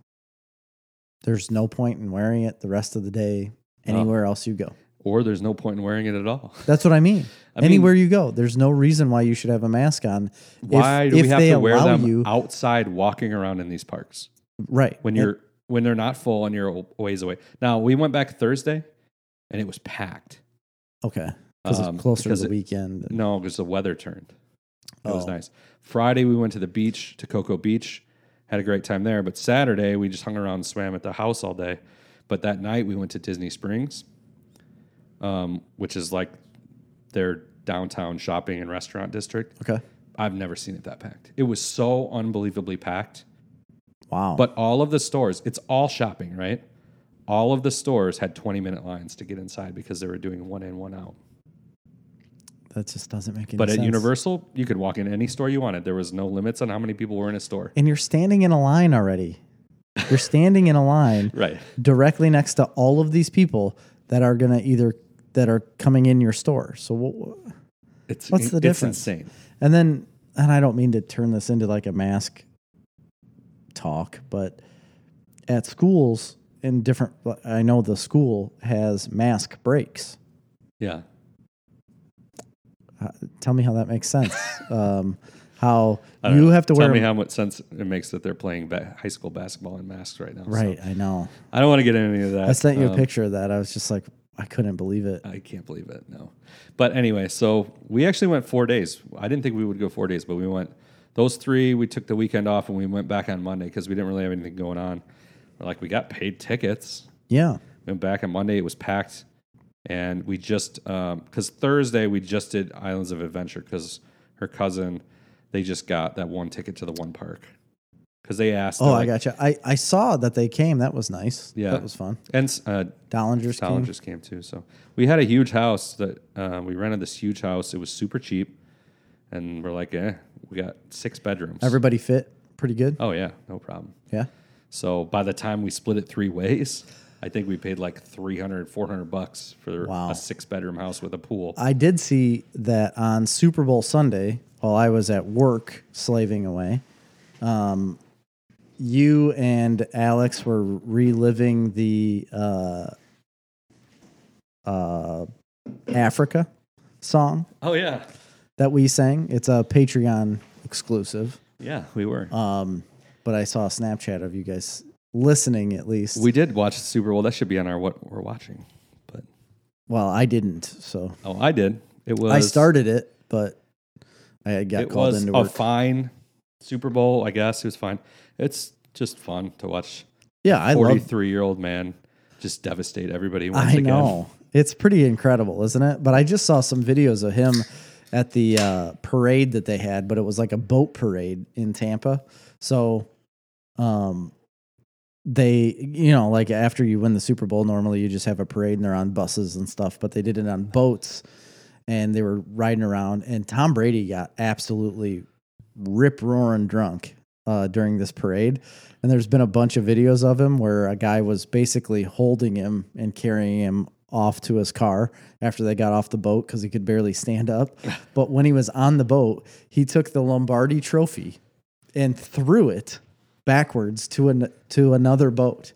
B: there's no point in wearing it the rest of the day
A: No.
B: anywhere else you go.
A: Or there's no point in wearing it at all.
B: That's what I mean.
A: I mean-
B: anywhere you go, there's no reason why you should have a mask on. If-
A: Why do
B: if
A: we have
B: they
A: to wear
B: allow
A: them
B: you-
A: outside walking around in these parks
B: Right.
A: when
B: And-
A: you're when they're not full and you're a ways away? Now we went back Thursday, and it was packed.
B: okay. Because
A: Um,
B: it's closer
A: because
B: to
A: it-
B: the weekend.
A: No, because the weather turned. It was
B: Oh.
A: nice. Friday we went to the beach to Cocoa Beach, had a great time there. But Saturday we just hung around and swam at the house all day. But that night we went to Disney Springs, um, which is like their downtown shopping and restaurant district.
B: Okay.
A: I've never seen it that packed. It was so unbelievably packed.
B: Wow.
A: But all of the stores, it's all shopping, right? All of the stores had 20 minute lines to get inside because they were doing one in, one out.
B: that just doesn't make any
A: But
B: sense.
A: at Universal, you could walk in any store you wanted. There was no limits on how many people were in a store.
B: and you're standing in a line already. You're standing in a
A: <laughs>
B: line
A: Right.
B: directly next to all of these people that are going to either that are coming in your store. So what,
A: It's
B: What's the difference?
A: It's insane.
B: and then and I don't mean to turn this into like a mask talk, but at schools in different I know the school has mask breaks.
A: Yeah.
B: Tell me how that
A: <laughs>
B: makes sense. um how
A: I don't
B: you
A: know.
B: have to
A: Tell
B: wear
A: me how much sense it makes that they're playing ba- high school basketball in masks right now. So
B: Right, I know.
A: I don't want to get into any of that.
B: I sent you
A: Um, Uh,
B: a picture of that. I was just like I couldn't believe it.
A: I can't believe it. No. But anyway, so we actually went four days. I didn't think we would go four days, but we went those three. We took the weekend off and we went back on Monday because we didn't really have anything going on. We're like, we got paid tickets.
B: Yeah.
A: Went back on Monday. It was packed. And we just, because Thursday we just did Islands of Adventure because her cousin, they just got that one ticket to the one park. Because they asked.
B: Oh,
A: they're
B: I
A: like-
B: gotcha. I, I saw that they came. That was nice.
A: Yeah.
B: That was fun.
A: And uh,
B: Dollingers
A: Talon
B: came.
A: just came too. So we had a huge house that uh, we rented this huge house. It was super cheap, and we're like, eh, we got six bedrooms.
B: Everybody fit pretty good.
A: oh yeah, no problem.
B: Yeah.
A: So by the time we split it three ways, I think we paid like 300, 400 bucks for
B: Wow. Uh,
A: a six bedroom house with a pool.
B: I did see that on Super Bowl Sunday while I was at work slaving away. Um, you and Alex were reliving the uh, uh, Africa song
A: oh yeah,
B: that we sang. It's a Patreon exclusive,
A: yeah, we were.
B: Uh, Um, but I saw a Snapchat of you guys listening at least.
A: we did watch the Super Bowl. That should be on our what we're watching. But
B: well, I didn't, so
A: oh, I did. It was
B: I started it, but I got
A: it
B: called
A: was
B: into
A: a
B: work.
A: fine Super Bowl. I guess it was fine. It's just fun to watch.
B: yeah, I love
A: 43 year old man just devastate everybody once
B: I
A: again.
B: know. It's pretty incredible, isn't it? But I just saw some videos of him at the uh, parade that they had, but it was like a boat parade in Tampa. So, um, they, you know, like after you win the Super Bowl, normally you just have a parade and they're on buses and stuff, but they did it on boats and they were riding around. And Tom Brady got absolutely rip roaring drunk uh, during this parade. And there's been a bunch of videos of him where a guy was basically holding him and carrying him off to his car after they got off the boat because he could barely stand up. But when he was on the boat, he took the Lombardi trophy and threw it backwards to an to another boat.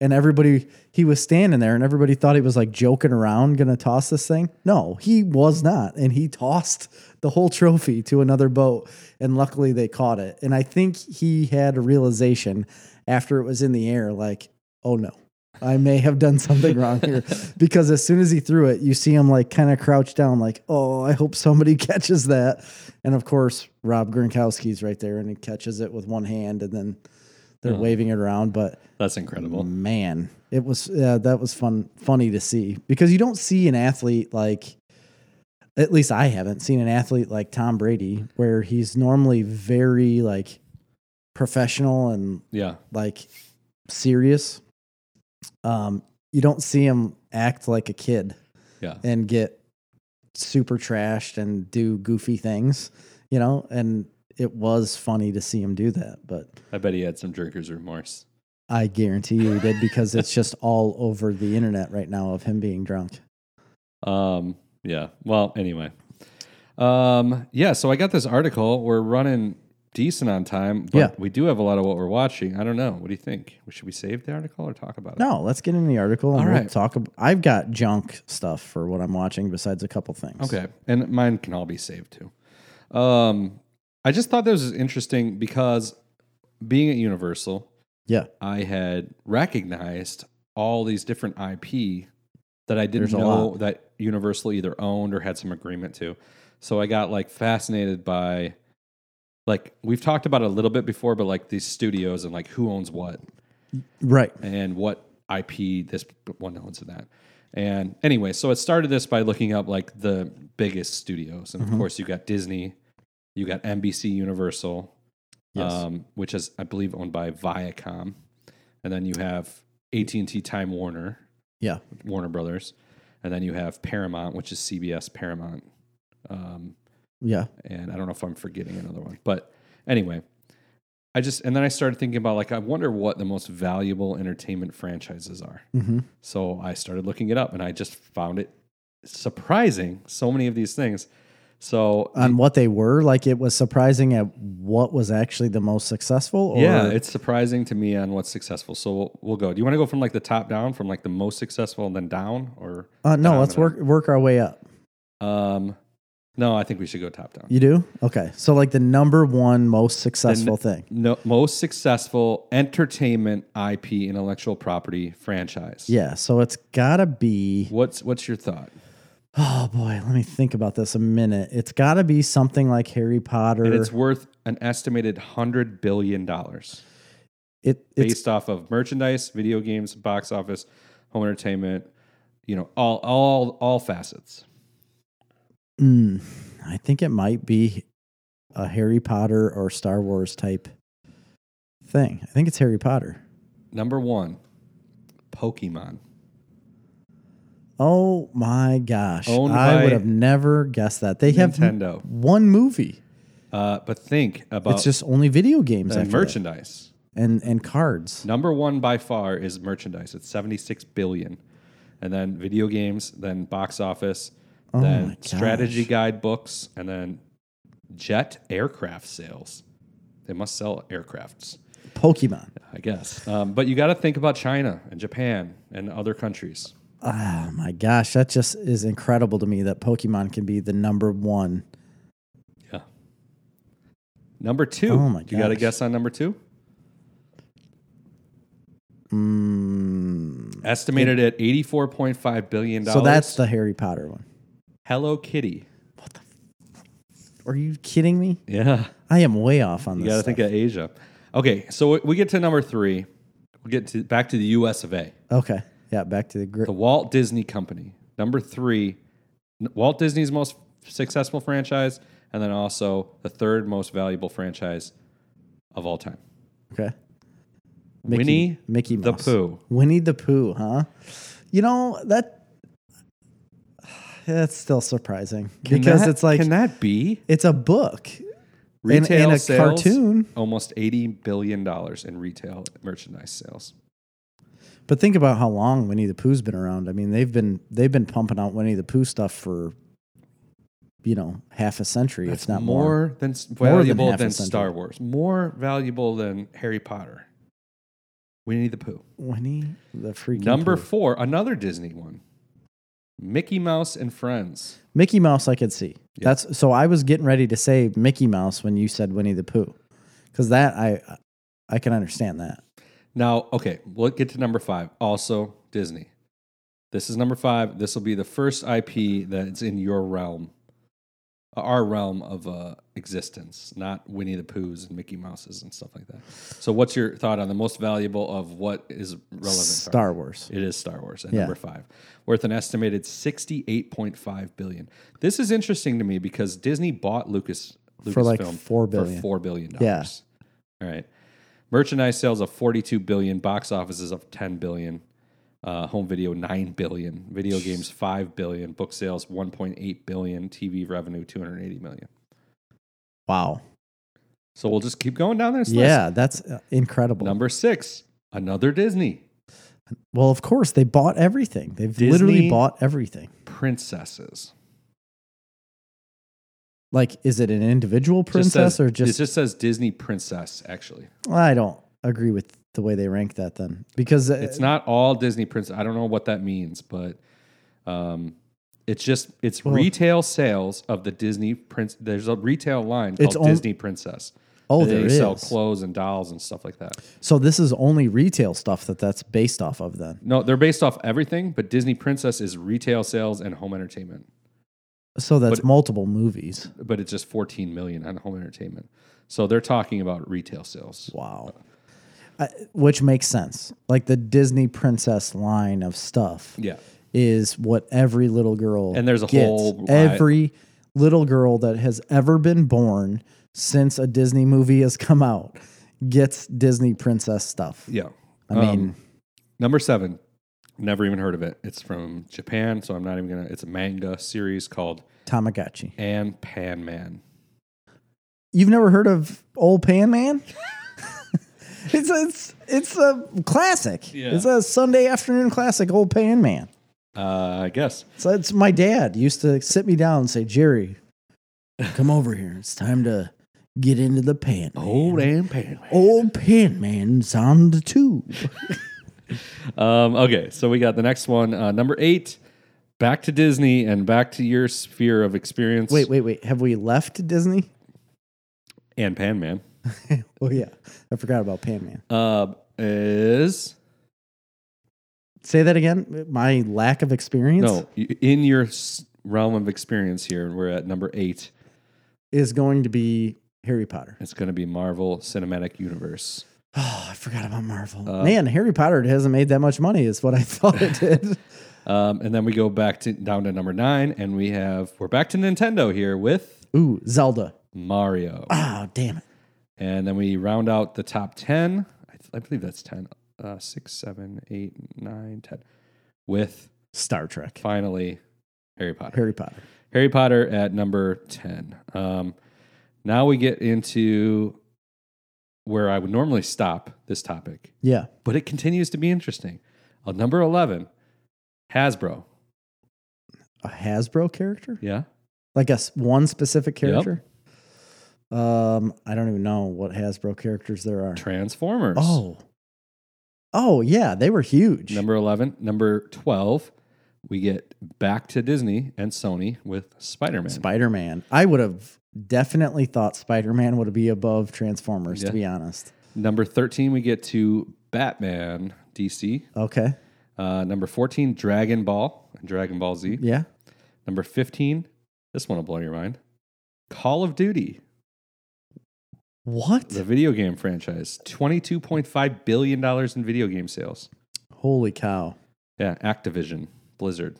B: And everybody he was standing there and everybody thought he was like joking around gonna toss this thing. No, he was not. And he tossed the whole trophy to another boat. And luckily they caught it. And I think he had a realization after it was in the air, like, oh no. I may have done something wrong here because as soon as he threw it, you see him like kind of crouch down, like, oh, I hope somebody <laughs> catches that. And of course, Rob Gronkowski's right there and he catches it with one hand and then they're waving it around. But
A: That's
B: Mm.
A: incredible.
B: man, it was uh, that was fun, funny to see because you don't see an athlete like, at least I haven't seen an athlete like Tom Brady where he's normally very like professional and
A: Yeah.
B: like serious. Um, you don't see him act like a kid
A: Yeah.
B: and get super trashed and do goofy things, you know. And it was funny to see him do that, but
A: I bet he had some drinker's remorse.
B: I guarantee you he did because it's
A: <laughs>
B: just all over the internet right now of him being drunk.
A: Um, yeah. Well, anyway. Um, yeah. So I got this article. We're running decent on time, but
B: Yeah.
A: we do have a lot of what we're watching. I don't know. What do you think? Should we save the article or talk about it?
B: No, let's get in the article and
A: All
B: we'll
A: right.
B: talk. Ab- I've got junk stuff for what I'm watching besides a couple things.
A: Okay. And mine can all be saved too. Um, I just thought this was interesting because being at Universal,
B: Yeah.
A: I had recognized all these different IP that I didn't
B: There's a
A: know
B: lot.
A: that Universal either owned or had some agreement to. So I got like fascinated by like we've talked about it a little bit before, but like these studios and like who owns what
B: Right.
A: and what IP this one owns and that. And anyway, so it started this by looking up like the biggest studios, and of course you got Disney, you got NBC Universal,
B: Yes.
A: um, which is I believe owned by Viacom, and then you have AT and T Time Warner,
B: Yeah.
A: Warner Brothers, and then you have Paramount, which is CBS Paramount. Um,
B: Yeah.
A: and I don't know if I'm forgetting another one. But anyway, I just and then I started thinking about like I wonder what the most valuable entertainment franchises are.
B: Mm-hmm.
A: So I started looking it up, and I just found it surprising so many of these things. So
B: On what they were, like it was surprising at what was actually the most successful. Or,
A: yeah, it's surprising to me on what's successful. So we'll, we'll go. Do you want to go from like the top down, from like the most successful, and then down, or
B: uh, no, let's
A: down
B: work work our way up.
A: and- Um, no, I think we should go top down.
B: You do? Okay. So like the number one most successful thing.
A: No, most successful entertainment IP intellectual property franchise.
B: Yeah. So it's gotta be
A: What's what's your thought?
B: oh boy, let me think about this a minute. It's gotta be something like Harry Potter.
A: And it's worth an estimated hundred billion dollars
B: it, it's
A: based off of merchandise, video games, box office, home entertainment, you know, all all all facets.
B: Mm, I think it might be a Harry Potter or Star Wars type thing. I think it's Harry Potter.
A: Number one, Pokemon.
B: Oh my gosh.
A: Owned
B: I
A: by
B: would have never guessed that. They have m-
A: Nintendo.
B: one movie.
A: Uh, but think about
B: it's just only video games
A: the
B: after that.
A: merchandise.
B: and and cards.
A: Number one by far is merchandise. It's seventy six billion, and then video games, then box office,
B: Oh my
A: then
B: gosh.
A: strategy guide books, and then jet aircraft sales. They must sell aircrafts,
B: Pokemon.
A: I guess. Um, but you got to think about China and Japan and other countries.
B: Oh my gosh, that just is incredible to me that Pokemon can be the number one.
A: Yeah. Number two.
B: Oh my
A: you got to
B: gosh.
A: guess on number two.
B: Mm,
A: Estimated at eighty four point five billion dollars.
B: so that's the Harry Potter one.
A: Hello Kitty.
B: Are you kidding me?
A: Yeah.
B: I am way off on
A: You
B: this.
A: got to think of Asia. Okay, so we get to number three. We get to back to the U.S. of A.
B: Okay. Yeah, back to the group.
A: The Walt Disney Company. Number three, N- Walt Disney's most successful franchise, and then also the third most valuable franchise of all time.
B: Okay.
A: Winnie
B: Mickey
A: the
B: Mouse.
A: Pooh.
B: Winnie the Pooh, huh? You know that <sighs> that's still surprising
A: Can
B: because
A: that-
B: it's like
A: can that be
B: it's a book. in
A: retail
B: a
A: sales,
B: cartoon.
A: Almost eighty billion dollars in retail merchandise sales.
B: But think about how long Winnie the Pooh's been around. I mean, they've been they've been pumping out Winnie the Pooh stuff for you know, half a century, if not more.
A: more than s-
B: than
A: valuable
B: half a
A: than
B: century.
A: Star Wars. More valuable than Harry Potter. Winnie the Pooh.
B: Winnie the freaking
A: Number
B: Pooh.
A: four, another Disney one. Mickey Mouse and Friends.
B: Mickey Mouse I could see. That's so I was getting ready to say Mickey Mouse when you said Winnie the Pooh. Cuz that I I can understand that.
A: Now, okay, we'll get to number five. Also Disney. This is number five. This will be the first IP that's in your realm, our realm of uh, existence, not Winnie the Poohs and Mickey Mouses and stuff like that. So, what's your thought on the most valuable of what is relevant? to our
B: Star Wars.
A: It is Star Wars at
B: Yeah.
A: number five, worth an estimated sixty-eight point five billion. This is interesting to me because Disney bought Lucas Lucasfilm
B: For like four billion.
A: for four billion
B: Yeah.
A: dollars. All right. Merchandise sales of forty-two billion, box offices of ten billion, uh, home video nine billion, video games five billion, book sales one point eight billion, TV revenue two hundred eighty million.
B: Wow.
A: So we'll just keep going down this list.
B: Yeah, that's uh, incredible.
A: Number six, another Disney
B: Well, of course, they bought everything. They've
A: Disney-
B: literally bought everything.
A: princesses.
B: Like, is it an individual
A: Just
B: princess
A: says-
B: or just? Uh,
A: it just says Disney princess. Actually,
B: I don't agree with the way they rank that then, because uh,
A: it's not all Disney princess. I don't know what that means, but um, it's just it's retail sales of the Disney prince. There's a retail line called
B: It's on-
A: Disney Princess.
B: Oh,
A: they
B: there
A: sell
B: is.
A: clothes and dolls and stuff like that.
B: so this is only retail stuff that that's based off of then.
A: No, they're based off everything, but Disney Princess is retail sales and home entertainment.
B: So that's
A: But-
B: multiple movies.
A: But it's just 14 million on home entertainment. So they're talking about retail sales.
B: Wow. I, which makes sense. Like the Disney princess line of stuff
A: Yeah.
B: is what every little girl
A: And there's a
B: gets.
A: whole li-
B: every little girl that has ever been born since a Disney movie has come out gets Disney princess stuff.
A: Yeah. Um,
B: I mean,
A: Number seven, never even heard of it. It's from Japan, so I'm not even gonna. It's a manga series called
B: Tamagotchi.
A: An Pan Man.
B: You've never heard of Old Pan Man? <laughs> it's a, it's it's a classic.
A: Yeah.
B: It's a Sunday afternoon classic, Old Pan Man.
A: Uh, I guess
B: So it's my dad used to sit me down and say, "Jerry, come over here. It's time to get into the pan. Man.
A: Old An Pan Man.
B: Old Pan Man's on the tube."
A: Um, okay, so we got the next one, uh, number eight. Back to Disney and back to your sphere of experience.
B: Wait, wait, wait. Have we left Disney?
A: An Pan Man
B: <laughs> Oh yeah, I forgot about Pan Man.
A: uh, is
B: Say that again. My lack of experience
A: no y- in your s- realm of experience here. We're at number eight.
B: is going to be Harry Potter.
A: It's going to be Marvel Cinematic Universe.
B: Oh, <sighs> I forgot about Marvel.
A: Uh,
B: Man, Harry Potter hasn't made that much money, is what I <laughs> thought it did.
A: Um, and then we go back to down to number nine, and we have we're back to Nintendo here with
B: Ooh, Zelda.
A: Mario,
B: Oh, damn it.
A: and then we round out the top ten. I, th- I believe that's ten. Uh, six, seven, eight, nine, ten. With
B: Star Trek.
A: finally Harry Potter.
B: Harry Potter.
A: Harry Potter at number ten. Um, now we get into where I would normally stop this topic,
B: Yeah.
A: but it continues to be interesting. Uh, number eleven, Hasbro.
B: A Hasbro character?
A: Yeah.
B: Like a s- one specific character? Um, I don't even know what Hasbro characters there are.
A: Transformers.
B: Oh. Oh, yeah, they were huge.
A: Number 11. Number 12, we get back to Disney and Sony with Spider Man.
B: Spider-Man. I would have definitely thought Spider-Man would be above Transformers
A: Yeah.
B: to be honest.
A: number 13, we get to Batman DC.
B: Okay.
A: Uh, number 14, Dragon Ball and Dragon Ball Z.
B: Yeah.
A: Number 15, this one will blow your mind Call of Duty,
B: What?
A: the video game franchise. $22.5 billion in video game sales.
B: Holy cow.
A: Yeah, Activision, Blizzard.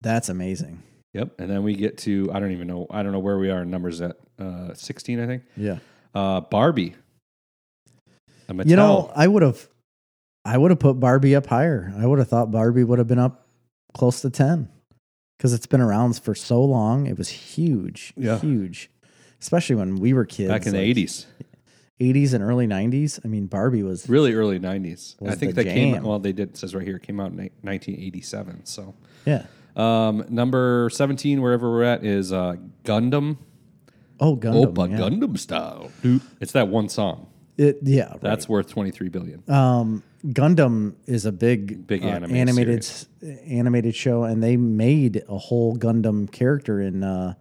B: That's amazing.
A: Yep. And then we get to, I don't even know, I don't know where we are in numbers at uh, 16, I think.
B: Yeah.
A: Uh, Barbie. A Mattel.
B: You know, I would have I would have put Barbie up higher. I would have thought Barbie would have been up close to 10 cuz it's been around for so long. It was huge.
A: Yeah.
B: Huge. Especially when we were kids.
A: back in the
B: like,
A: 80s,
B: 80s and early 90s. I mean, Barbie was
A: really early 90s.
B: Was
A: I think
B: the
A: that came,
B: jam.
A: well, they did, it says right here, it came out in ni- 1987. So,
B: yeah.
A: um, number 17, wherever we're at, is uh, Gundam.
B: Oh, Gundam.
A: Opa
B: yeah.
A: Gundam style. Doop. It's that one song.
B: It, yeah. right.
A: That's worth 23 billion.
B: um Gundam is a big uh,
A: Big anime
B: animated animated show and they made a whole Gundam character in uh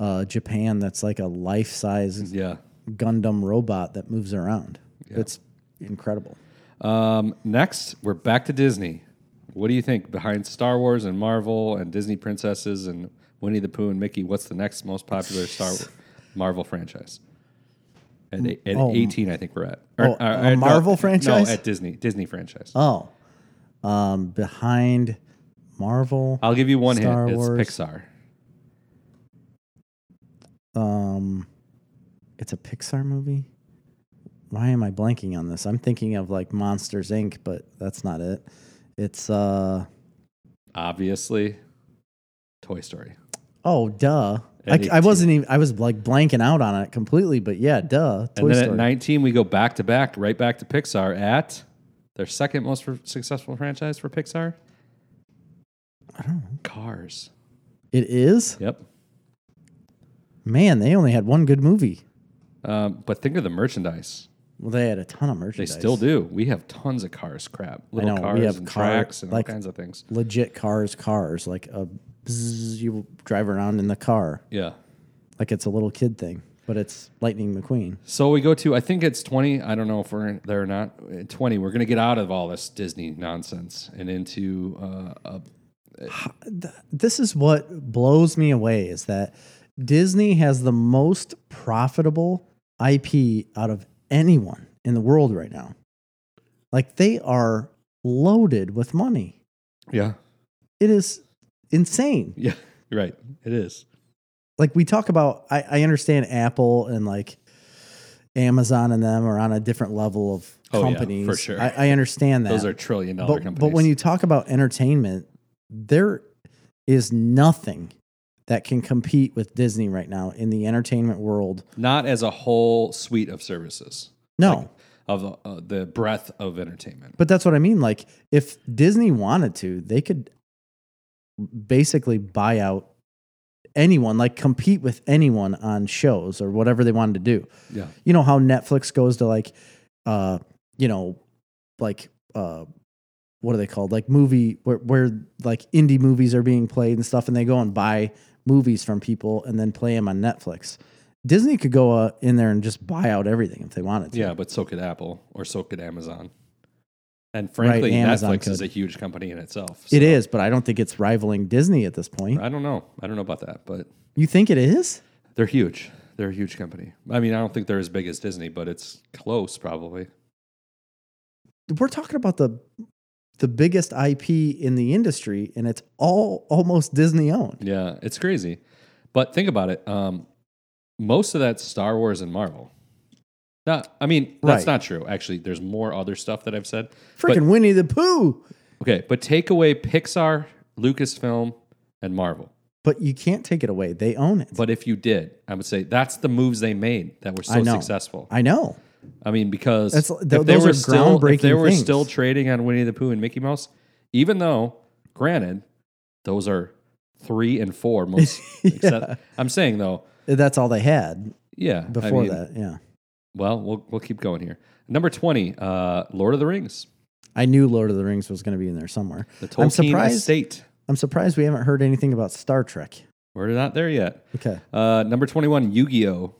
B: uh Japan that's like a life-size
A: yeah.
B: Gundam robot that moves around. It's incredible.
A: Um, next, we're back to Disney. What do you think behind Star Wars and Marvel and Disney princesses and Winnie the Pooh and Mickey? What's the next most popular Star Marvel franchise? At, a- at
B: Oh.
A: 18, I think we're at.
B: Oh, a Marvel franchise?
A: No, at Disney. Disney franchise.
B: Oh, um, behind Marvel,
A: I'll give you one
B: Star
A: hint.
B: Wars.
A: It's Pixar.
B: um, it's a Pixar movie. Why am I blanking on this? I'm thinking of like Monsters Inc., but that's not it. It's uh
A: Obviously, Toy Story.
B: oh duh. I,
A: At
B: I wasn't even I was like blanking out on it completely, but yeah, duh. Toy
A: and then at
B: Story.
A: 19, we go back to back, right back to Pixar at their second most fr- successful franchise for Pixar. I don't know. Cars.
B: it is?
A: Yep.
B: Man, they only had one good movie.
A: Um, but think of the merchandise.
B: Well, they had a ton of
A: They
B: merchandise.
A: still do. We have tons of cars, crap. Little
B: know, we
A: cars
B: have
A: and
B: car-
A: tracks and
B: like-
A: all kinds of things.
B: Legit cars, cars like a bzzz, you drive around in the car
A: Yeah.
B: like it's a little kid thing, but it's Lightning McQueen.
A: So we go to I think it's twenty. I don't know if we're there or not. Uh, Twenty. We're gonna get out of all this Disney nonsense and into uh, a
B: This is what blows me away is that Disney has the most profitable IP out of anyone in the world right now. Like they are loaded with money.
A: yeah
B: It is insane.
A: yeah. <laughs> You're right. It is.
B: like we talk about I, I understand Apple and like Amazon and them are on a different level of
A: Oh, yeah, for
B: companies.
A: sure.
B: I, I understand that.
A: Those are trillion dollar
B: but,
A: companies.
B: but when you talk about entertainment, there is nothing that can compete with Disney right now in the entertainment world.
A: not as a whole suite of services
B: No.
A: of uh, the breadth of entertainment.
B: but that's what I mean. Like if Disney wanted to, they could basically buy out anyone, like compete with anyone on shows or whatever they wanted to do.
A: Yeah.
B: you know how Netflix goes to like uh you know like uh what are they called like movie where where like indie movies are being played and stuff and they go and buy movies from people and then play them on Netflix. Disney could go uh, in there and just buy out everything if they wanted to.
A: Yeah, but so could Apple or so could Amazon. And frankly,
B: Amazon
A: Netflix is a
B: could.
A: huge company in itself.
B: It
A: so
B: is, but I don't think it's rivaling Disney at this point.
A: I don't know. I don't know about that, but
B: You think it is?
A: they're huge. They're a huge company. I mean, I don't think they're as big as Disney, but it's close probably.
B: We're talking about the the biggest IP in the industry and it's all almost Disney owned.
A: Yeah, it's crazy. But think about it. Um, most of that's Star Wars and Marvel. Not, I mean, that's
B: Right.
A: not true. Actually, there's more other stuff that I've said. But-
B: Freaking Winnie the Pooh.
A: Okay, but take away Pixar, Lucasfilm, and Marvel.
B: But you can't take it away. They own it.
A: But if you did, I would say that's the moves they made that were
B: I
A: so
B: know.
A: successful.
B: I know.
A: I mean, because
B: That's-
A: if
B: th-
A: they
B: those
A: were
B: are
A: still if they
B: groundbreaking
A: were still
B: things.
A: trading on Winnie the Pooh and Mickey Mouse, even though, granted, those are three and four
B: <laughs>
A: most. except, I'm saying though,
B: That's all they had
A: yeah. I
B: before
A: mean,
B: that. Yeah.
A: well, we'll we'll keep going here. Number twenty, uh, Lord of the Rings,
B: I knew Lord of the Rings was going to be in there somewhere.
A: the
B: I'm
A: Tolkien
B: surprised.
A: estate.
B: I'm surprised we haven't heard anything about Star Trek.
A: We're not there yet.
B: Okay.
A: Uh, number twenty-one, Yu-Gi-Oh.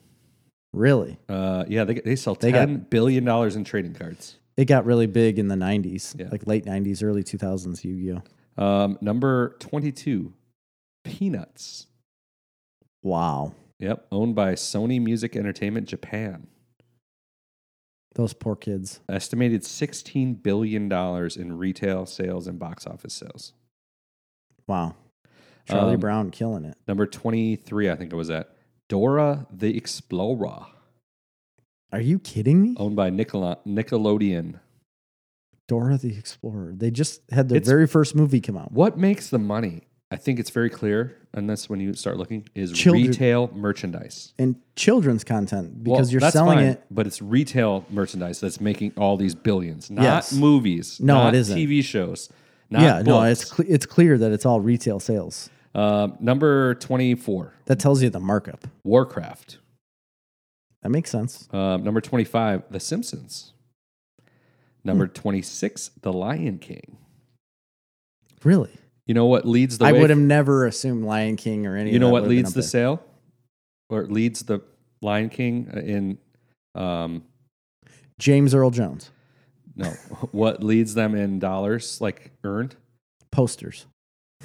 B: Really?
A: Uh, yeah, they they sell
B: They
A: ten
B: got-
A: billion dollars in trading cards.
B: It got really big in the 90s,
A: Yeah.
B: like late 90s, early 2000s Yu Gi Oh!
A: Um, number twenty-two, Peanuts.
B: Wow.
A: Yep, owned by Sony Music Entertainment Japan.
B: Those poor kids.
A: Estimated $16 billion in retail sales and box office sales.
B: Wow. Charlie
A: Um,
B: Brown killing it.
A: Number 23, I think it was at Dora the Explorer,
B: Are you kidding me?
A: owned by Nickel- Nickelodeon.
B: Dora the Explorer. They just had their
A: It's-
B: very first movie come out.
A: What makes the money? I think it's very clear, and that's when you start looking, is
B: Children.
A: retail merchandise.
B: And children's content
A: Well,
B: because you're
A: that's
B: selling
A: fine,
B: it.
A: but it's retail merchandise that's making all these billions, not
B: Yes.
A: movies,
B: No,
A: not
B: it isn't.
A: TV shows, not
B: Yeah, no,
A: books.
B: it's, cle it's clear that it's all retail sales.
A: Um, number 24,
B: That tells you the markup.
A: Warcraft.
B: That makes sense.
A: Um, number 25, The Simpsons.
B: Hmm.
A: Number 26, The Lion King.
B: Really?
A: You know what leads the
B: I
A: way?
B: would have never assumed Lion King or any.
A: you
B: of
A: know
B: that
A: what
B: would have been
A: leads
B: up
A: the
B: there.
A: sale? Or leads the Lion King in um
B: James Earl Jones
A: no, <laughs> what leads them in dollars like earned?
B: posters.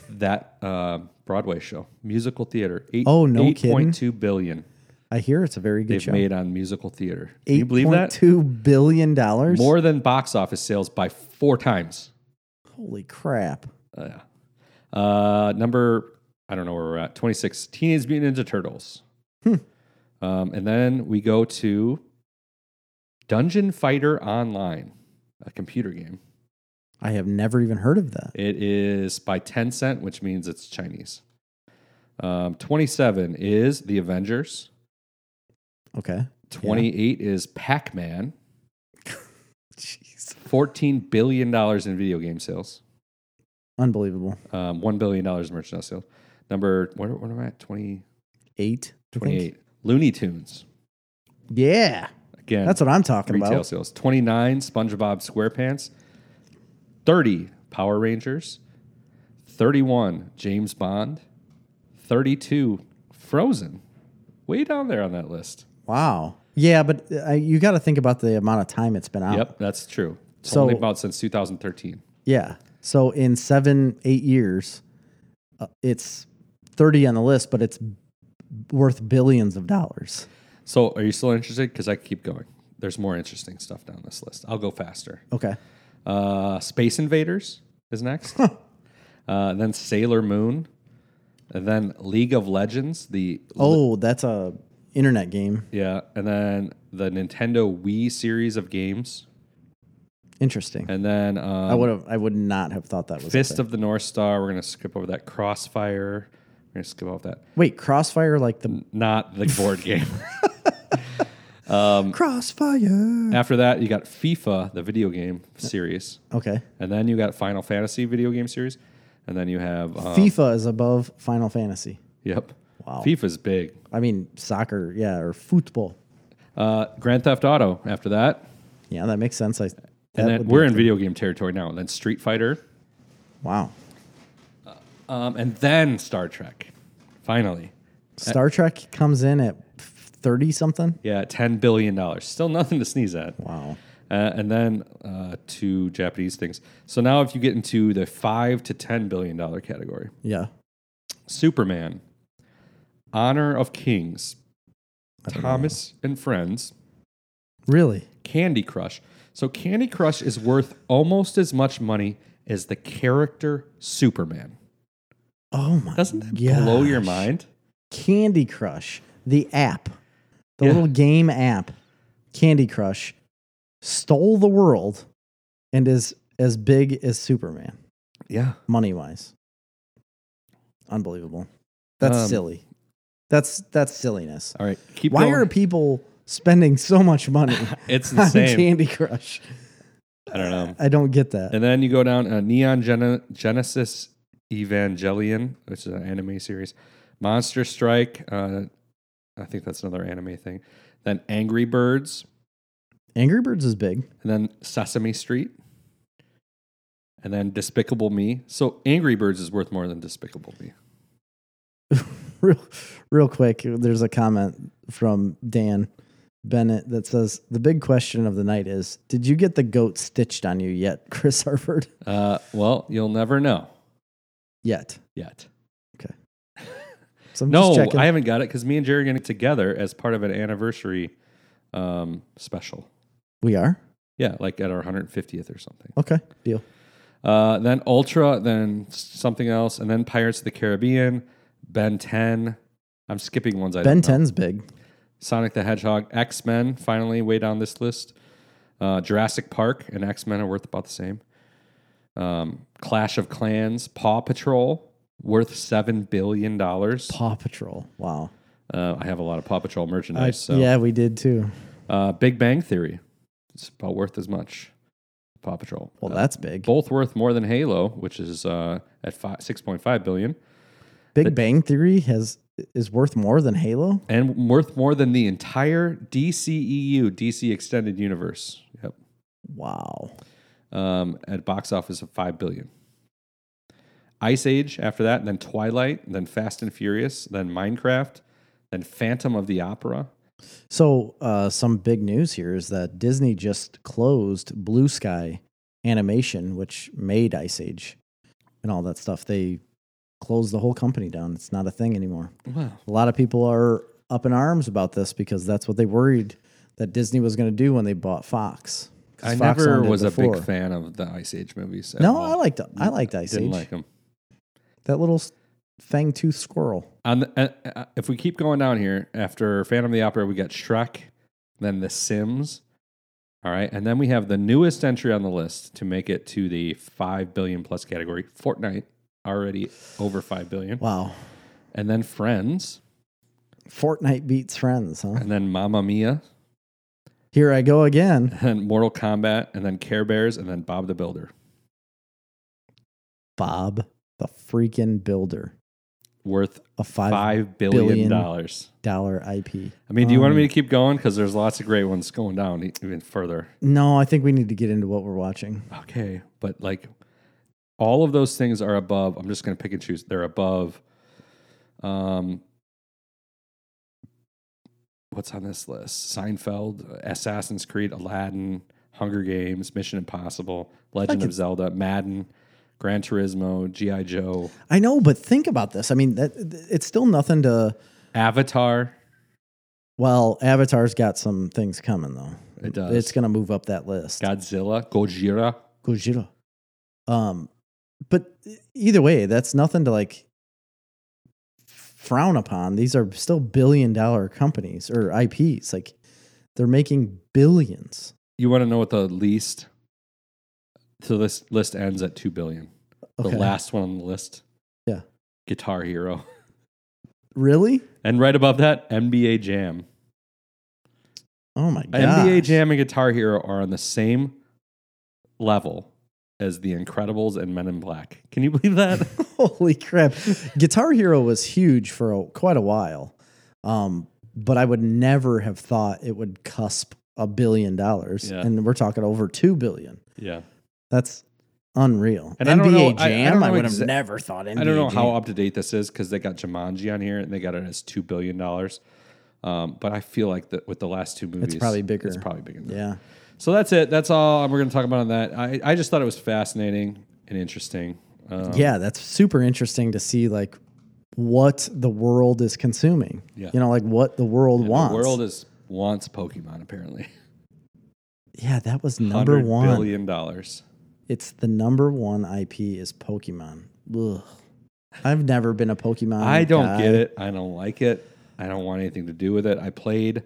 A: That uh, Broadway show, musical theater, eight,
B: Oh, no kidding.
A: 8.2 billion
B: I hear it's a very good
A: they've
B: show.
A: made on musical theater. Can you believe that?
B: Two billion dollars.
A: More than box office sales by four times.
B: Holy crap!
A: Uh, uh, number, I don't know where we're at, 26, Teenage Mutant Ninja Turtles.
B: Hmm.
A: Um, and then we go to Dungeon Fighter Online, a computer game.
B: I have never even heard of that.
A: It is by Tencent, which means it's Chinese. Um, 27 is The Avengers.
B: Okay.
A: 28 is Pac Man.
B: Jeez.
A: $14 billion in video game sales,
B: Unbelievable.
A: um, $1 billion in merchandise sales. Number, what, what am I at? 20.
B: Eight. I think.
A: 28. Looney Tunes.
B: Yeah.
A: Again,
B: That's what I'm talking
A: retail
B: about.
A: sales. 29, SpongeBob SquarePants. 30, Power Rangers. 31, James Bond. 32, Frozen. Way down there on that list.
B: Wow. Yeah, but uh, you got to think about the amount of time it's been out.
A: Yep, that's true. It's
B: So-
A: only about since 2013.
B: Yeah. So in seven, eight years, uh, it's 30 on the list, but it's b- worth billions of dollars.
A: So, are you still interested? Because I can keep going. There's more interesting stuff down this list. I'll go faster.
B: Okay.
A: Uh, Space Invaders is next. Uh, then Sailor Moon. And then League of Legends. The
B: Oh, that's a internet game.
A: yeah, and then the Nintendo Wii series of games.
B: Interesting.
A: And then
B: I
A: um,
B: would have. I would not have thought that was.
A: Fist of the North Star. We're gonna skip over that. Crossfire. We're gonna skip over that.
B: Wait, Crossfire like the
A: Not the
B: <laughs>
A: board game. Um,
B: Crossfire.
A: After that, you got FIFA, the video game series.
B: Okay.
A: And then you got Final Fantasy video game series. And then you have um,
B: FIFA is above Final Fantasy.
A: Yep.
B: Wow.
A: FIFA's big.
B: I mean soccer, yeah, or football.
A: Uh, Grand Theft Auto after that.
B: Yeah, that makes sense. I. that
A: And then
B: would
A: we're in
B: make-
A: video game territory now. And then Street Fighter.
B: Wow.
A: Um, and then Star Trek. Finally.
B: Star Trek comes in at thirty something.
A: Yeah, $10 billion. Still nothing to sneeze at.
B: Wow.
A: Uh, and then uh, two Japanese things. So now if you get into the 5 to $10 billion category,
B: Yeah.
A: Superman, Honor of Kings, Thomas and Friends,
B: Really?
A: Candy Crush. So Candy Crush is worth almost as much money as the character Superman.
B: Oh my.
A: Doesn't that blow your
B: gosh.
A: mind?
B: Candy Crush, the app, the
A: Yeah.
B: little game app, Candy Crush, stole the world, and is as big as Superman,
A: Yeah.
B: money wise. Unbelievable. That's
A: Um,
B: silly. That's that's silliness.
A: All right. Keep
B: Why
A: going.
B: are people spending so much money
A: <laughs>
B: <laughs>
A: it's
B: on
A: insane.
B: Candy Crush?
A: I don't know.
B: I don't get that.
A: And then you go down uh, Neon Gen- Genesis Evangelion, which is an anime series, Monster Strike. Uh, I think that's another anime thing. Then Angry Birds,
B: Angry Birds is big.
A: and then Sesame Street, and then Despicable Me. So Angry Birds is worth more than Despicable Me.
B: <laughs> real, real quick, there's a comment from Dan Bennett that says the big question of the night is: Did you get the goat stitched on you yet, <laughs> Chris Harford?
A: Uh, well, you'll never know
B: Yet.
A: yet.
B: So I'm
A: No,
B: just checking.
A: I haven't got it because me and Jerry are getting together as part of an anniversary um, special.
B: we are
A: Yeah, like at our 150th or something.
B: okay. Deal.
A: Uh, then Ultra, then something else, and then Pirates of the Caribbean, Ben 10. I'm skipping ones I
B: Ben
A: don't know.
B: 10's big.
A: Sonic the Hedgehog, X Men, finally way down this list. Uh, Jurassic Park and X Men are worth about the same. Um, Clash of Clans, Paw Patrol, worth seven billion dollars.
B: Paw Patrol. Wow.
A: Uh, I have a lot of Paw Patrol merchandise.
B: I-
A: so
B: Yeah, we did too.
A: uh, Big Bang Theory, it's about worth as much. Paw Patrol.
B: Well,
A: Uh,
B: that's big.
A: both worth more than Halo, which is uh, at five, six point five billion,
B: Big Bang Theory has is worth more than Halo.
A: and worth more than the entire E DCEU, DC Extended Universe. Yep.
B: Wow.
A: um, at box office of five billion. Ice Age after that, then Twilight, then Fast and Furious, then Minecraft, then Phantom of the Opera.
B: So, uh, some big news here is that Disney just closed Blue Sky Animation, which made Ice Age and all that stuff. They closed the whole company down. It's not a thing anymore.
A: Wow.
B: A lot of people are up in arms about this because that's what they worried that Disney was going to do when they bought Fox. 'Cause
A: I
B: Fox
A: never
B: owned it
A: was a big
B: before.
A: fan of the Ice Age movies. at
B: No,
A: all.
B: I liked I liked Ice
A: didn't
B: Age.
A: like them.
B: that little fang tooth squirrel.
A: On the, uh, uh, if we keep going down here, after Phantom of the Opera, we got Shrek, then The Sims. All right, and then we have the newest entry on the list to make it to the five billion plus category. Fortnite already over five billion,
B: Wow.
A: and then Friends,
B: Fortnite beats friends, huh?
A: and then Mamma Mia,
B: Here I go again.
A: and Mortal Kombat, and then Care Bears, and then Bob the Builder.
B: Bob the freaking builder.
A: worth
B: A five
A: five billion
B: billion.
A: dollars.
B: dollar IP.
A: I mean, do you want me to keep going? Because there's lots of great ones going down e- even further.
B: No, I think we need to get into what we're watching.
A: Okay, but like all of those things are above. I'm just going to pick and choose. They're above. Um, what's on this list? Seinfeld, Assassin's Creed, Aladdin, Hunger Games, Mission Impossible, Legend of Zelda, Madden, Gran Turismo, GI Joe,
B: I know, but think about this. I mean, that it's still nothing to.
A: Avatar.
B: Well, Avatar's got some things coming though.
A: It does.
B: It's going to move up that list.
A: Godzilla, Gojira.
B: Gojira. Um, but either way, that's nothing to like frown upon. These are still billion dollar companies or IPs. Like they're making billions.
A: You want to know what the least? So this list ends at two billion.
B: Okay.
A: The last one on the list.
B: Yeah.
A: Guitar Hero.
B: Really?
A: And right above that, NBA Jam.
B: Oh my god.
A: NBA Jam and Guitar Hero are on the same level as The Incredibles and Men in Black. Can you believe <laughs> that?
B: <laughs> Holy crap. Guitar Hero was huge for a, quite a while. Um, but I would never have thought it would cusp a billion dollars.
A: Yeah.
B: And we're talking over 2 billion.
A: yeah.
B: That's unreal.
A: And I
B: NBA
A: don't know- I- I
B: Jam,
A: don't
B: I,
A: know
B: would have
A: exa-
B: never thought NBA
A: I don't know
B: Jam.
A: how up to date this is because they got Jumanji on here and they got it as $2 billion. Um, but I feel like that with the last two movies,
B: probably bigger.
A: It's probably bigger. than that.
B: Yeah.
A: So that's it. That's all we're going to talk about on that. I, I just thought it was fascinating and interesting. Um,
B: yeah, that's super interesting to see like what the world is consuming.
A: Yeah.
B: You know, like what the world wants.
A: The world is wants Pokemon apparently.
B: yeah, that was number
A: $100
B: one.
A: billion dollars.
B: It's the number one IP is Pokemon. Ugh. I've never been a Pokemon.
A: I don't
B: guy.
A: get it. I don't like it. I don't want anything to do with it. I played.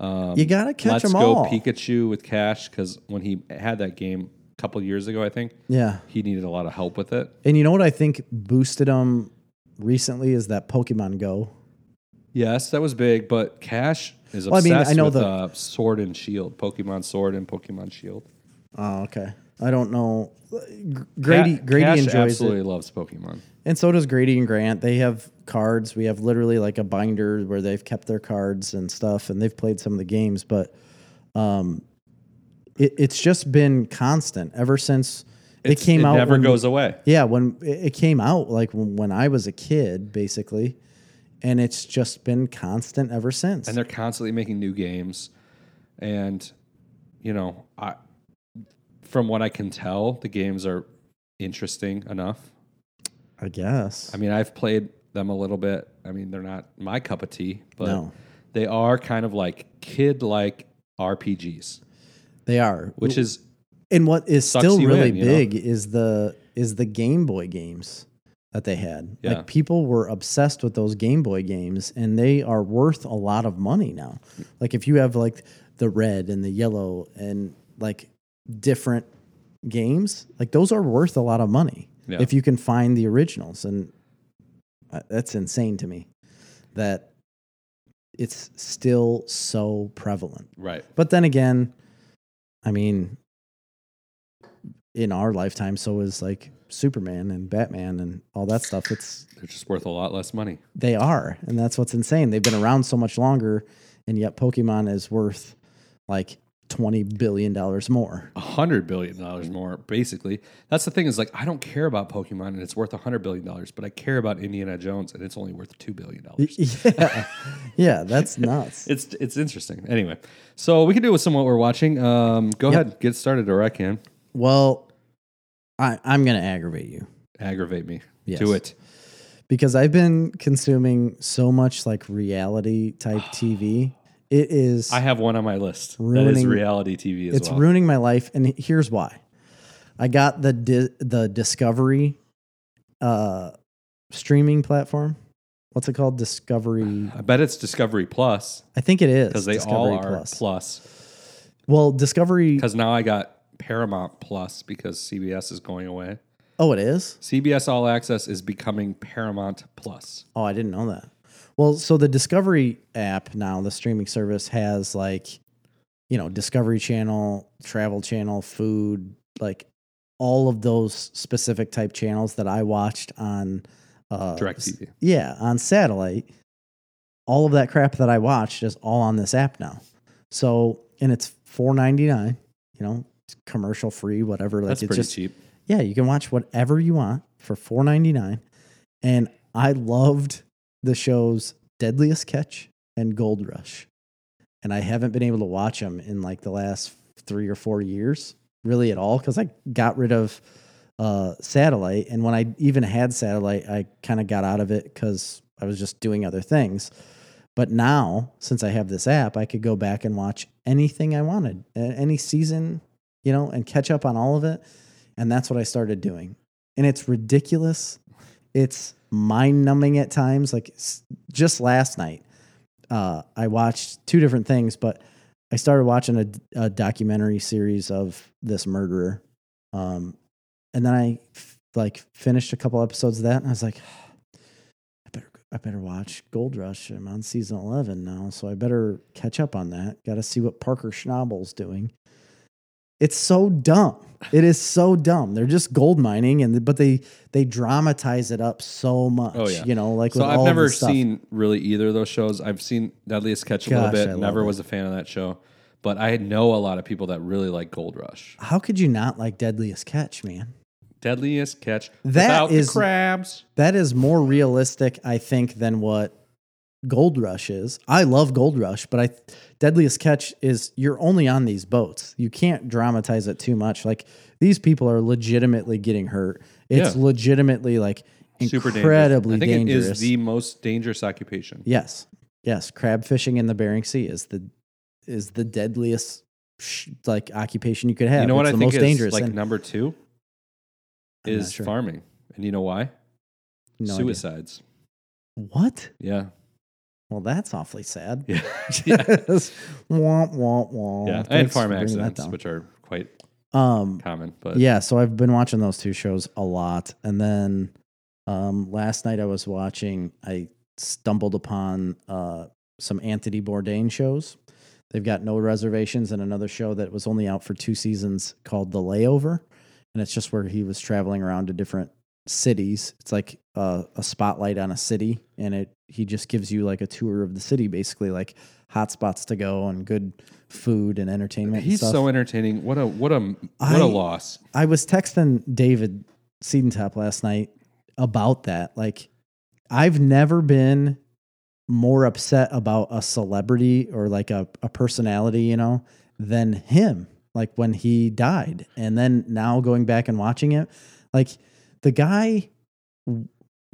A: Um,
B: You gotta catch
A: Let's
B: 'em
A: go
B: all.
A: Pikachu with Cash because when he had that game a couple years ago, I think
B: Yeah,
A: he needed a lot of help with it.
B: and you know what I think boosted them recently is that Pokemon Go.
A: Yes, that was big, but Cash is
B: I
A: obsessed
B: mean, I know
A: with
B: the-
A: uh, Sword and Shield, Pokemon Sword and Pokemon Shield.
B: Oh, okay. I don't know. Gr- Grady,
A: Ca-
B: Grady
A: Cash
B: enjoys
A: absolutely
B: it,
A: loves Pokemon.
B: and so does Grady and Grant. They have cards. We have literally like a binder where they've kept their cards and stuff, and they've played some of the games. But um, it, it's just been constant ever since it came
A: it
B: out.
A: never
B: when we-
A: goes away.
B: Yeah, when it it came out, like when when I was a kid, basically, and it's just been constant ever since.
A: and they're constantly making new games and you know i from what i can tell the games are interesting enough
B: I guess.
A: i mean i've played them a little bit i mean they're not my cup of tea but
B: No.
A: they are kind of like kid like rpgs
B: they are.
A: which is
B: and what is
A: sucks
B: still
A: you
B: really
A: in, you know?
B: big is the is the Game Boy games that they had.
A: Yeah.
B: Like people were obsessed with those Game Boy games and they are worth a lot of money now. Like if you have like the red and the yellow and like different games, like those are worth a lot of money
A: Yeah.
B: if you can find the originals and uh, that's insane to me that it's still so prevalent.
A: right
B: But then again, I mean, in our lifetime, so is like Superman and Batman and all that stuff. It's
A: they're just worth a lot less money
B: they are, and that's what's insane. They've been around so much longer, and yet Pokemon is worth like twenty billion dollars more. <laughs>
A: a hundred billion dollars more basically that's the thing is like i don't care about pokemon and it's worth a hundred billion dollars but i care about indiana jones and it's only worth two billion dollars
B: Yeah, yeah, that's nuts.
A: It's it's interesting. Anyway, so we can do with some what we're watching. Um, go
B: Yep.
A: ahead, get started, or I can
B: Well, I, I'm gonna aggravate you.
A: aggravate me.
B: Yes.
A: Do it.
B: because I've been consuming so much like reality type TV. It is
A: I have one on my list. that is
B: Ruining-
A: reality TV as
B: it's
A: well.
B: ruining my life and here's why i got the di- the discovery uh streaming platform what's it called discovery
A: I bet it's Discovery Plus
B: i think it is
A: because they
B: discovery
A: all are Plus.
B: well discovery
A: Because now I got Paramount Plus because CBS is going away.
B: oh it is
A: CBS All Access is becoming Paramount Plus.
B: oh i didn't know that well so the discovery app now the streaming service has like you know discovery channel travel channel food like all of those specific type channels that i watched on uh,
A: DirecTV.
B: s- Yeah, on satellite. All of that crap that I watched is all on this app now. So and it's four ninety nine. You know, it's commercial free, whatever. Like
A: That's
B: it's
A: pretty
B: just
A: cheap.
B: yeah, you can watch whatever you want for four ninety nine. And I loved the shows Deadliest Catch and Gold Rush, and I haven't been able to watch them in like the last three or four years, really at all, because I got rid of uh, satellite. And when I even had satellite, I kind of got out of it because I was just doing other things. But now, since I have this app, I could go back and watch anything I wanted, a- any season, you know, and catch up on all of it. And that's what I started doing. And it's ridiculous. It's mind numbing at times. Like s- just last night, uh, I watched two different things, but I started watching a, d- a documentary series of this murderer. Um, and then I f- like finished a couple episodes of that, and I was like, <sighs> I better I better watch Gold Rush. I'm on season eleven now, so I better catch up on that. Got to see what Parker Schnabel's doing. It's so dumb. It is so dumb. They're just gold mining, and but they they dramatize it up so much.
A: Oh, yeah.
B: You know, like
A: So
B: with all
A: I've
B: of
A: never
B: this stuff.
A: seen really either of those shows. I've seen Deadliest Catch a
B: Gosh,
A: little
B: I
A: bit.
B: love
A: Never
B: it.
A: was a fan of that show, but I know a lot of people that really like Gold Rush.
B: How could you not like Deadliest Catch, man?
A: Deadliest Catch
B: That
A: without
B: is-
A: the crabs.
B: That is more realistic, I think, than what Gold Rush is. I love Gold Rush, but I Deadliest Catch is you're only on these boats. You can't dramatize it too much. Like these people are legitimately getting hurt. It's
A: Yeah.
B: legitimately like
A: Super dangerous.
B: incredibly
A: I think
B: dangerous.
A: it is the most dangerous occupation.
B: Yes, yes. Crab fishing in the Bering Sea is the is the deadliest sh- like occupation you could have.
A: you know what
B: It's
A: I
B: the
A: think is
B: most dangerous.
A: like
B: and-
A: number two
B: I'm not
A: is
B: sure.
A: farming, and you know why?
B: no idea.
A: Suicides.
B: What?
A: Yeah, <laughs>
B: Well, that's awfully sad.
A: yeah, <laughs>
B: <laughs>
A: yeah,
B: Yes. womp womp womp.
A: yeah. and
B: Thanks
A: farm
B: for bringing that
A: accidents,
B: down.
A: which are quite
B: um,
A: common. But
B: yeah. So I've been watching those two shows a lot, and then um, last night I was watching. I stumbled upon uh, some Anthony Bourdain shows. They've got no reservations and another show that was only out for two seasons called The Layover, and it's just where he was traveling around to different cities. It's like uh, a spotlight on a city, and it he just gives you like a tour of the city, basically like hot spots to go and good food and entertainment. and
A: he's
B: stuff.
A: so entertaining. What a what a what
B: I-
A: a loss.
B: I was texting David Seedentop last night about that. Like, I've never been more upset about a celebrity or like a, a personality, you know, than him. Like when he died. And then now going back and watching it, like the guy w-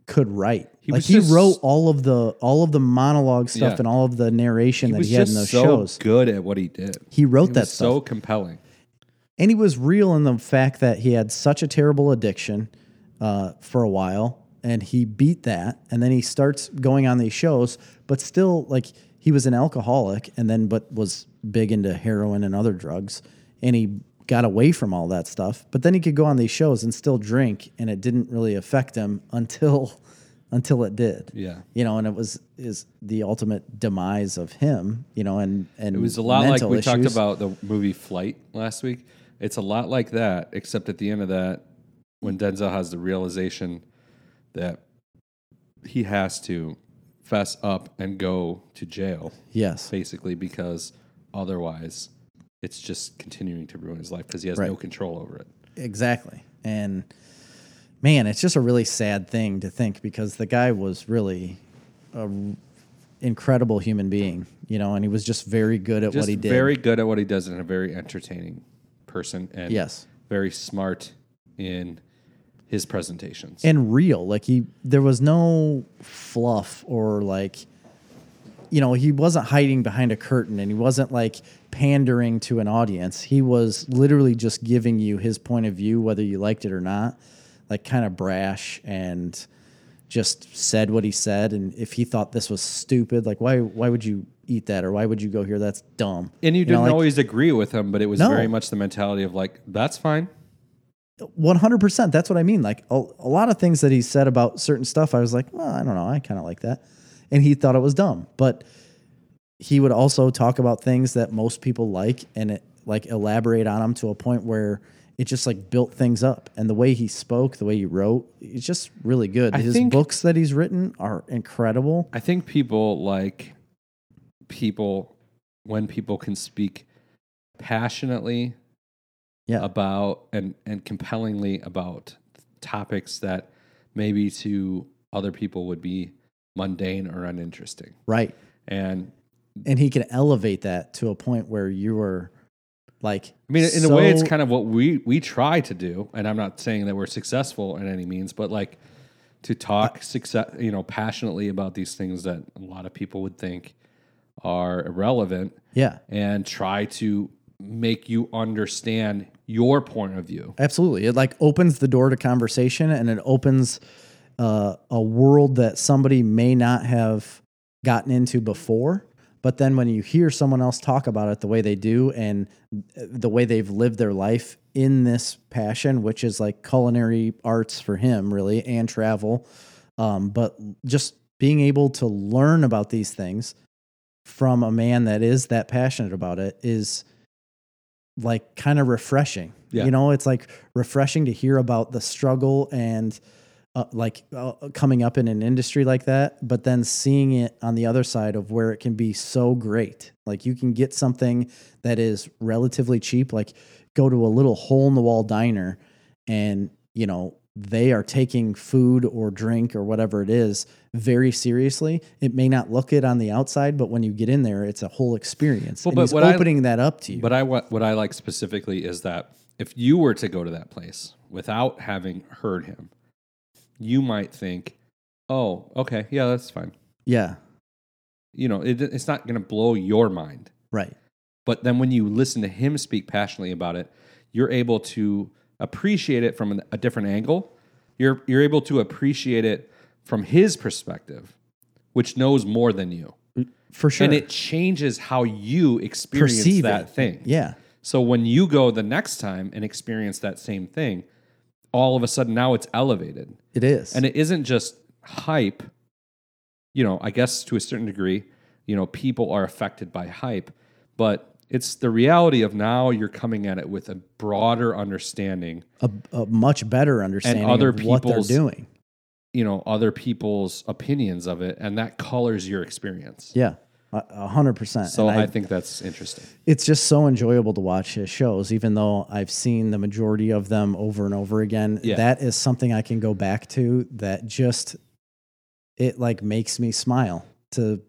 B: could write.
A: He
B: like
A: was
B: he
A: just-
B: wrote all of the all of the monologue stuff
A: Yeah.
B: and all of the narration
A: He
B: that
A: was
B: he had in
A: just so
B: those shows.
A: good at what he did.
B: He wrote
A: He
B: that
A: was
B: stuff
A: so compelling.
B: and he was real in the fact that he had such a terrible addiction uh, for a while and he beat that and then he starts going on these shows but still like he was an alcoholic and then but was big into heroin and other drugs and he got away from all that stuff but then he could go on these shows and still drink and it didn't really affect him <laughs> until until it did
A: Yeah.
B: you know and it was is the ultimate demise of him you know and and
A: It was a lot like
B: mental
A: we talked
B: issues.
A: about the movie Flight last week. It's a lot like that, except at the end of that, when Denzel has the realization that he has to fess up and go to jail,
B: yes
A: basically, because otherwise it's just continuing to ruin his life because he has no control over it.
B: Exactly. And man, it's just a really sad thing to think because the guy was really an incredible human being, you know, and he was just very good at
A: Just
B: what he did.
A: very good at what he does and a very entertaining person and
B: yes.
A: very smart in his presentations.
B: And real. Like he there was no fluff or like you know, he wasn't hiding behind a curtain and he wasn't like pandering to an audience. He was literally just giving you his point of view, whether you liked it or not, like kind of brash and just said what he said. And if he thought this was stupid, like why why would you eat that or why would you go here? That's dumb.
A: And you,
B: know,
A: didn't
B: like-
A: always agree with him, but it was
B: No.
A: very much the mentality of like, that's fine.
B: one hundred percent. That's what I mean. Like a, a lot of things that he said about certain stuff, I was like, well, I don't know, I kind of like that, and he thought it was dumb. But he would also talk about things that most people like, and it, like elaborate on them to a point where it just like built things up. And the way he spoke, the way he wrote, it's just really good.
A: I
B: His
A: think-
B: books that he's written are incredible.
A: I think people like people when people can speak passionately
B: Yeah.
A: about and and compellingly about topics that maybe to other people would be mundane or uninteresting.
B: Right.
A: And
B: And he can elevate that to a point where you are like
A: I mean, in a way, it's
B: so-
A: kind of what we we try to do, and I'm not saying that we're successful in any means, but like to talk success, you know, passionately about these things that a lot of people would think are irrelevant,
B: Yeah.
A: and try to make you understand your point of view.
B: Absolutely. It like opens the door to conversation and it opens uh, a world that somebody may not have gotten into before. But then when you hear someone else talk about it the way they do and uh, the way they've lived their life in this passion, which is like culinary arts for him, really, and travel, um, but just being able to learn about these things from a man that is that passionate about it is like kind of refreshing.
A: Yeah.
B: You know, it's like refreshing to hear about the struggle and uh, like uh, coming up in an industry like that, but then seeing it on the other side of where it can be so great. Like you can get something that is relatively cheap, like go to a little hole in the wall diner and, you know, they are taking food or drink or whatever it is very seriously. It may not look it on the outside, but when you get in there, it's a whole experience.
A: Well,
B: and
A: but
B: he's
A: what I-
B: opening that up to you.
A: But I what what I like specifically is that if you were to go to that place without having heard him, you might think, "Oh, okay, yeah, that's fine."
B: yeah.
A: You know, it, it's not going to blow your mind.
B: Right.
A: But then when you listen to him speak passionately about it, you're able to appreciate it from an- a different angle. You're you're able to appreciate it from his perspective, which knows more than you.
B: For sure.
A: And it changes how you experience
B: Perceive
A: that
B: it.
A: thing.
B: yeah.
A: So when you go the next time and experience that same thing, all of a sudden now it's elevated.
B: It is.
A: And it isn't just hype. You know, I guess to a certain degree, you know, people are affected by hype, but it's the reality of now you're coming at it with a broader understanding,
B: a, a much better understanding
A: other
B: of what they're
A: people's-
B: doing.
A: you know, other people's opinions of it, and that colors your experience.
B: Yeah. A a hundred percent.
A: So
B: And
A: I think that's interesting.
B: it's just so enjoyable to watch his shows, even though I've seen the majority of them over and over again.
A: Yeah.
B: That is something I can go back to that just it like makes me smile to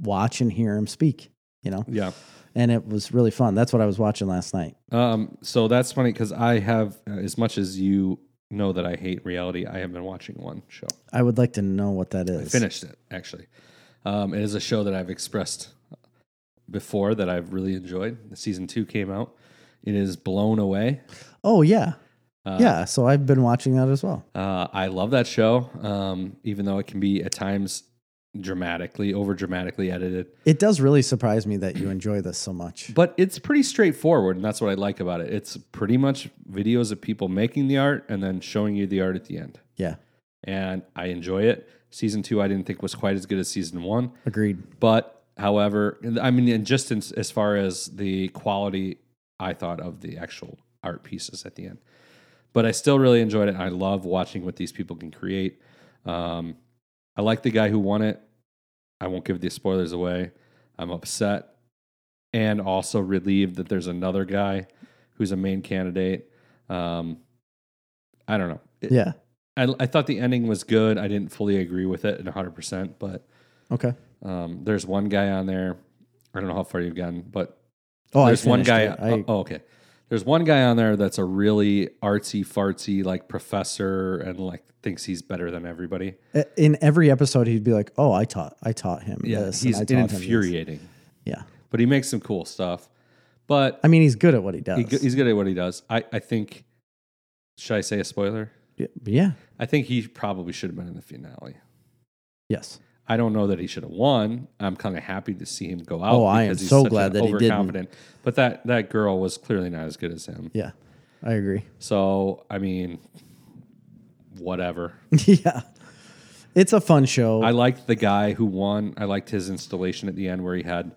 B: watch and hear him speak, you know?
A: Yeah.
B: And it was really fun. That's what I was watching last night.
A: Um, so that's funny because I have, uh, as much as you know that I hate reality, I have been watching one show.
B: I would like to know what that
A: I
B: is.
A: finished it actually. Um, it is a show that I've expressed before that I've really enjoyed. The season two came out. It is blown away.
B: Oh yeah.
A: Uh,
B: yeah. So I've been watching that as well.
A: Uh, I love that show, um, even though it can be at times dramatically over dramatically edited.
B: It does really surprise me that you enjoy this so much.
A: But it's pretty straightforward, and that's what I like about it. It's pretty much videos of people making the art and then showing you the art at the end.
B: Yeah.
A: And I enjoy it. Season two, I didn't think was quite as good as season one.
B: Agreed.
A: But however, I mean, and just in, as far as the quality, I thought of the actual art pieces at the end. But I still really enjoyed it. I love watching what these people can create. Um, I like the guy who won it. I won't give the spoilers away. I'm upset and also relieved that there's another guy who's a main candidate. Um, I don't know. It-
B: Yeah.
A: I, I thought the ending was good. I didn't fully agree with it in 100%, but
B: Okay.
A: um, there's one guy on there. I don't know how far you've gotten, but
B: Oh,
A: there's
B: I
A: one
B: finished
A: guy.
B: it. I,
A: oh, okay. There's one guy on there that's a really artsy fartsy like professor and like thinks he's better than everybody.
B: in every episode, he'd be like, "Oh, I taught, I taught him this. and
A: he's
B: I taught him this."
A: infuriating,
B: Yeah,
A: but he makes some cool stuff. But
B: I mean, he's good at what he does.
A: he, go- he's good at what he does. I, I think. Should I say a spoiler?
B: yeah, yeah.
A: I think he probably should have been in the finale.
B: yes.
A: I don't know that he should have won. I'm kind of happy to see him go out.
B: Oh, I am
A: because he's
B: so
A: such
B: glad
A: an
B: that he didn't.
A: overconfident. But that that girl was clearly not as good as him.
B: Yeah, I agree. <laughs>
A: So I mean, whatever. <laughs>
B: yeah, it's a fun show.
A: I liked the guy who won. I liked his installation at the end where he had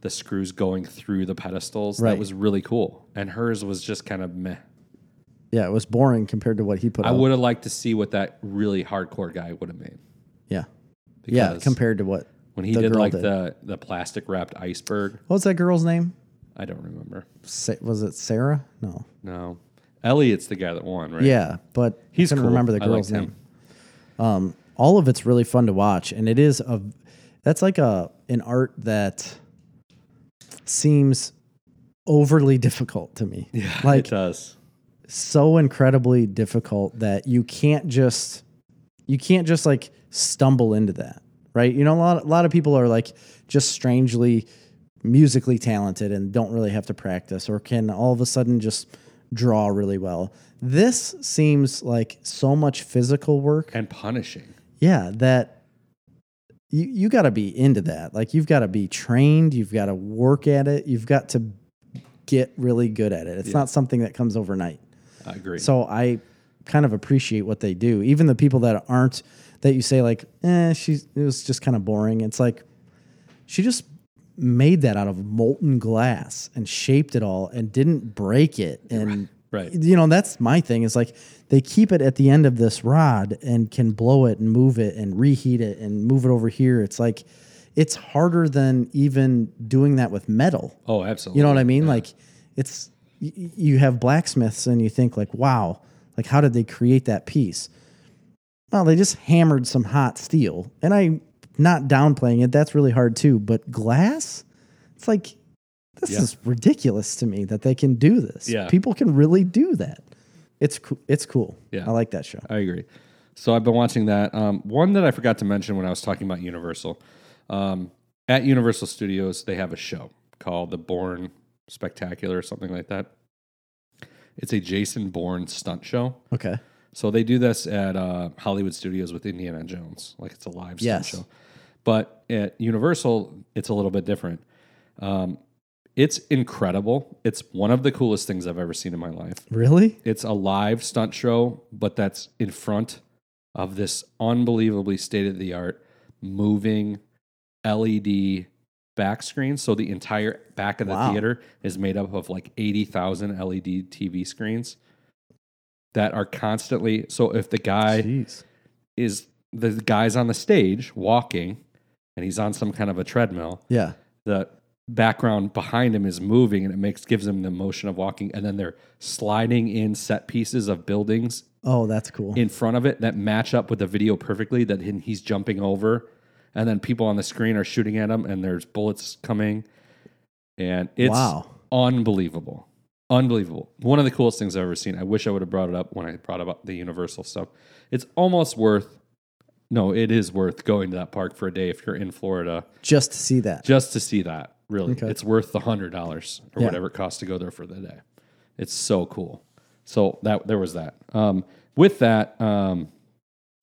A: the screws going through the pedestals. That
B: Right.
A: was really cool. And hers was just kind of meh.
B: Yeah, it was boring compared to what he put
A: I
B: out.
A: would have liked to see what that really hardcore guy would have made.
B: yeah. Yeah,
A: Because
B: compared to what?
A: when he
B: the
A: did
B: girl
A: like
B: did.
A: the the plastic wrapped iceberg,
B: What was that girl's name?
A: I don't remember.
B: Sa- was it Sarah? No.
A: No, Elliot's the guy that won, right?
B: Yeah, but
A: He's
B: I can
A: cool.
B: remember the
A: I liked
B: girl's
A: him.
B: name. Um, all of it's really fun to watch, and it is a that's like a an art that seems overly <laughs> difficult to me. Yeah, <laughs> like
A: it does.
B: so incredibly difficult that you can't just you can't just like stumble into that right you know a lot, a lot of people are like just strangely musically talented and don't really have to practice or can all of a sudden just draw really well this seems like so much physical work
A: And punishing.
B: yeah that you, you got to be into that like you've got to be trained you've got to work at it you've got to get really good at it it's not something that comes overnight
A: I agree.
B: so I kind of appreciate what they do. Even the people that aren't that you say like, eh, she's it was just kind of boring. It's like she just made that out of molten glass and shaped it all and didn't break it. And
A: Right.
B: you know, that's my thing. Is like they keep it at the end of this rod and can blow it and move it and reheat it and move it over here. It's like it's harder than even doing that with metal.
A: oh, absolutely.
B: You know what I mean? Like it's y- y- you have blacksmiths and you think like, wow, like how did they create that piece? Well, they just hammered some hot steel. And I'm not downplaying it. That's really hard too, but glass? It's like this
A: Yeah.
B: is ridiculous to me that they can do this.
A: Yeah.
B: People can really do that. It's coo- it's cool.
A: Yeah. Uh,
B: I like that show.
A: I agree. So I've been watching that. Um, one that I forgot to mention when I was talking about Universal. Um, at Universal Studios, they have a show called The Bourne Spectacular or something like that. It's a Jason Bourne stunt show.
B: Okay.
A: So they do this at uh, Hollywood Studios with Indiana Jones, like it's a live stunt
B: Yes.
A: show. But at Universal, it's a little bit different. Um, it's incredible. It's one of the coolest things I've ever seen in my life
B: Really?
A: it's a live stunt show, but that's in front of this unbelievably state of the art moving LED back screen. So the entire back of the
B: Wow.
A: theater is made up of like 80,000 LED TV screens that are constantly. So if the guy
B: Jeez.
A: is, the guy's on the stage walking and he's on some kind of a treadmill,
B: Yeah.
A: the background behind him is moving and it makes gives him the motion of walking and then they're sliding in set pieces of buildings
B: Oh, that's cool.
A: in front of it that match up with the video perfectly that hin- he's jumping over and then people on the screen are shooting at him and there's bullets coming and it's
B: Wow.
A: unbelievable unbelievable one of the coolest things i've ever seen i wish i would have brought it up when i brought up the universal stuff it's almost worth no it is worth going to that park for a day if you're in florida
B: Just to see that.
A: just to see that. Really,
B: Okay.
A: it's worth the hundred dollars or
B: Yeah.
A: whatever it costs to go there for the day. It's so cool. So that there was that. Um, with that um,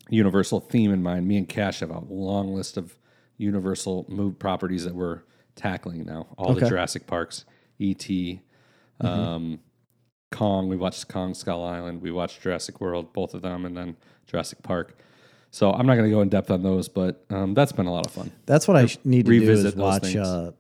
A: Universal theme in mind, me and Cash have a long list of Universal move properties that we're tackling now. All the
B: Okay. Mm-hmm.
A: Jurassic Parks, ET, um, Kong. We watched Kong Skull Island. We watched Jurassic World, both of them, and then Jurassic Park. So I'm not going to go in depth on those, but um, that's been a lot of fun.
B: That's what I sh- need to
A: revisit
B: do
A: those
B: is watch
A: things.
B: uh,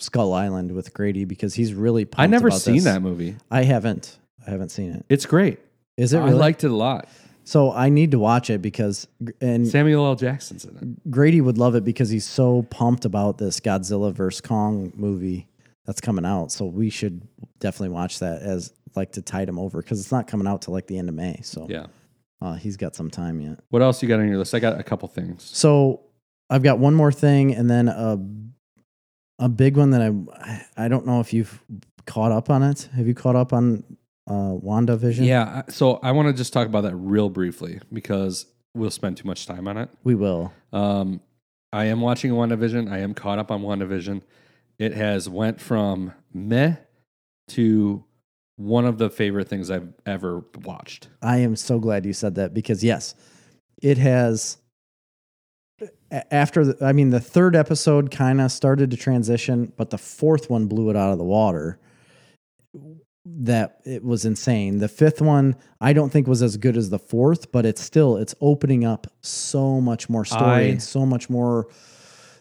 B: Skull Island with Grady because he's really. Pumped
A: I never
B: about
A: seen
B: this.
A: that movie.
B: I haven't. I haven't seen it.
A: It's great.
B: Is it really?
A: I liked it a lot.
B: so I need to watch it because and
A: Samuel L. Jackson's in it.
B: Grady would love it because he's so pumped about this Godzilla vs Kong movie that's coming out. So we should definitely watch that as like to tide him over because it's not coming out till like the end of May. So
A: Yeah.
B: uh, he's got some time yet.
A: What else you got on your list? I got a couple things.
B: So I've got one more thing, and then a a big one that I I don't know if you've caught up on it. Have you caught up on uh, WandaVision?
A: Yeah. I- So I want to just talk about that real briefly because we'll spend too much time on it.
B: we will.
A: Um, I am watching WandaVision. I am caught up on WandaVision. It has went from meh to one of the favorite things I've ever watched.
B: I am so glad you said that because yes, it has. a- After the, I mean, the third episode kind of started to transition, but the fourth one blew it out of the water. That it was insane. The fifth one I don't think was as good as the fourth, but it's still it's opening up so much more story
A: I-
B: and so much more.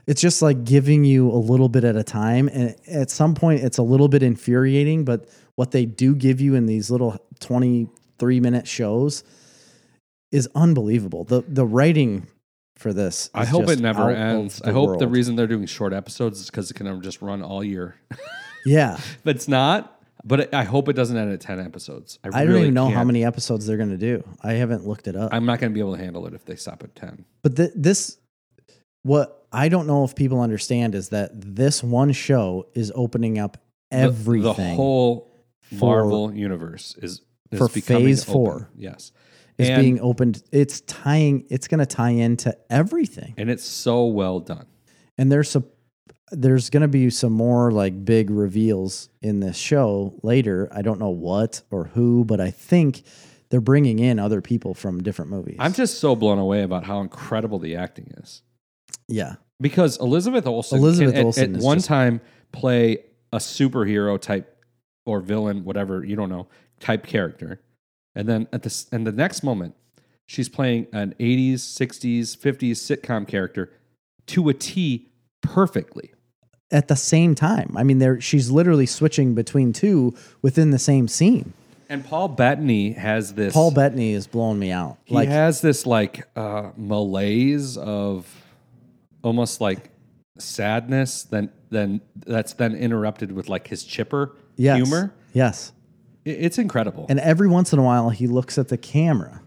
B: It's just like giving you a little bit at a time, and at some point it's a little bit infuriating. But what they do give you in these little 20, three minute shows is unbelievable. The the writing for this.
A: I
B: is
A: hope it
B: just
A: never
B: out of
A: ends.
B: the
A: I hope the
B: world.
A: reason they're doing short episodes is because it can just run all year.
B: Yeah,
A: but it's not. But it, I hope it doesn't end at ten episodes. I,
B: I don't
A: really
B: even know how
A: can't.
B: many episodes they're going to do. I haven't looked it up.
A: I'm not going to be able to handle it if they stop at ten.
B: But th- this, what I don't know if people understand is that this one show is opening up
A: The-
B: everything.
A: the, whole
B: for-
A: Marvel universe is, is
B: for
A: becoming
B: phase
A: open.
B: four.
A: Yes,
B: is
A: and,
B: being opened. It's tying. It's going to tie into everything,
A: and it's so well done.
B: and there's some. There's going to be some more like big reveals in this show later. I don't know what or who, but I think they're bringing in other people from different movies.
A: I'm just so blown away about how incredible the acting is
B: yeah,
A: because Elizabeth Olsen
B: Elizabeth
A: can at-
B: Olsen
A: at,
B: is
A: one
B: just-
A: time play a superhero type or villain, whatever you don't know type character, and then at this and the next moment she's playing an 80s, 60s, 50s sitcom character to a T perfectly.
B: at the same time. I mean, there she's literally switching between two within the same scene.
A: And Paul Bettany has this
B: Paul Bettany is blowing me out.
A: he
B: like
A: has this like uh malaise of almost like sadness then then that's then interrupted with like his chipper
B: yes,
A: humor
B: Yes.
A: I- it's incredible
B: And every once in a while, he looks at the camera,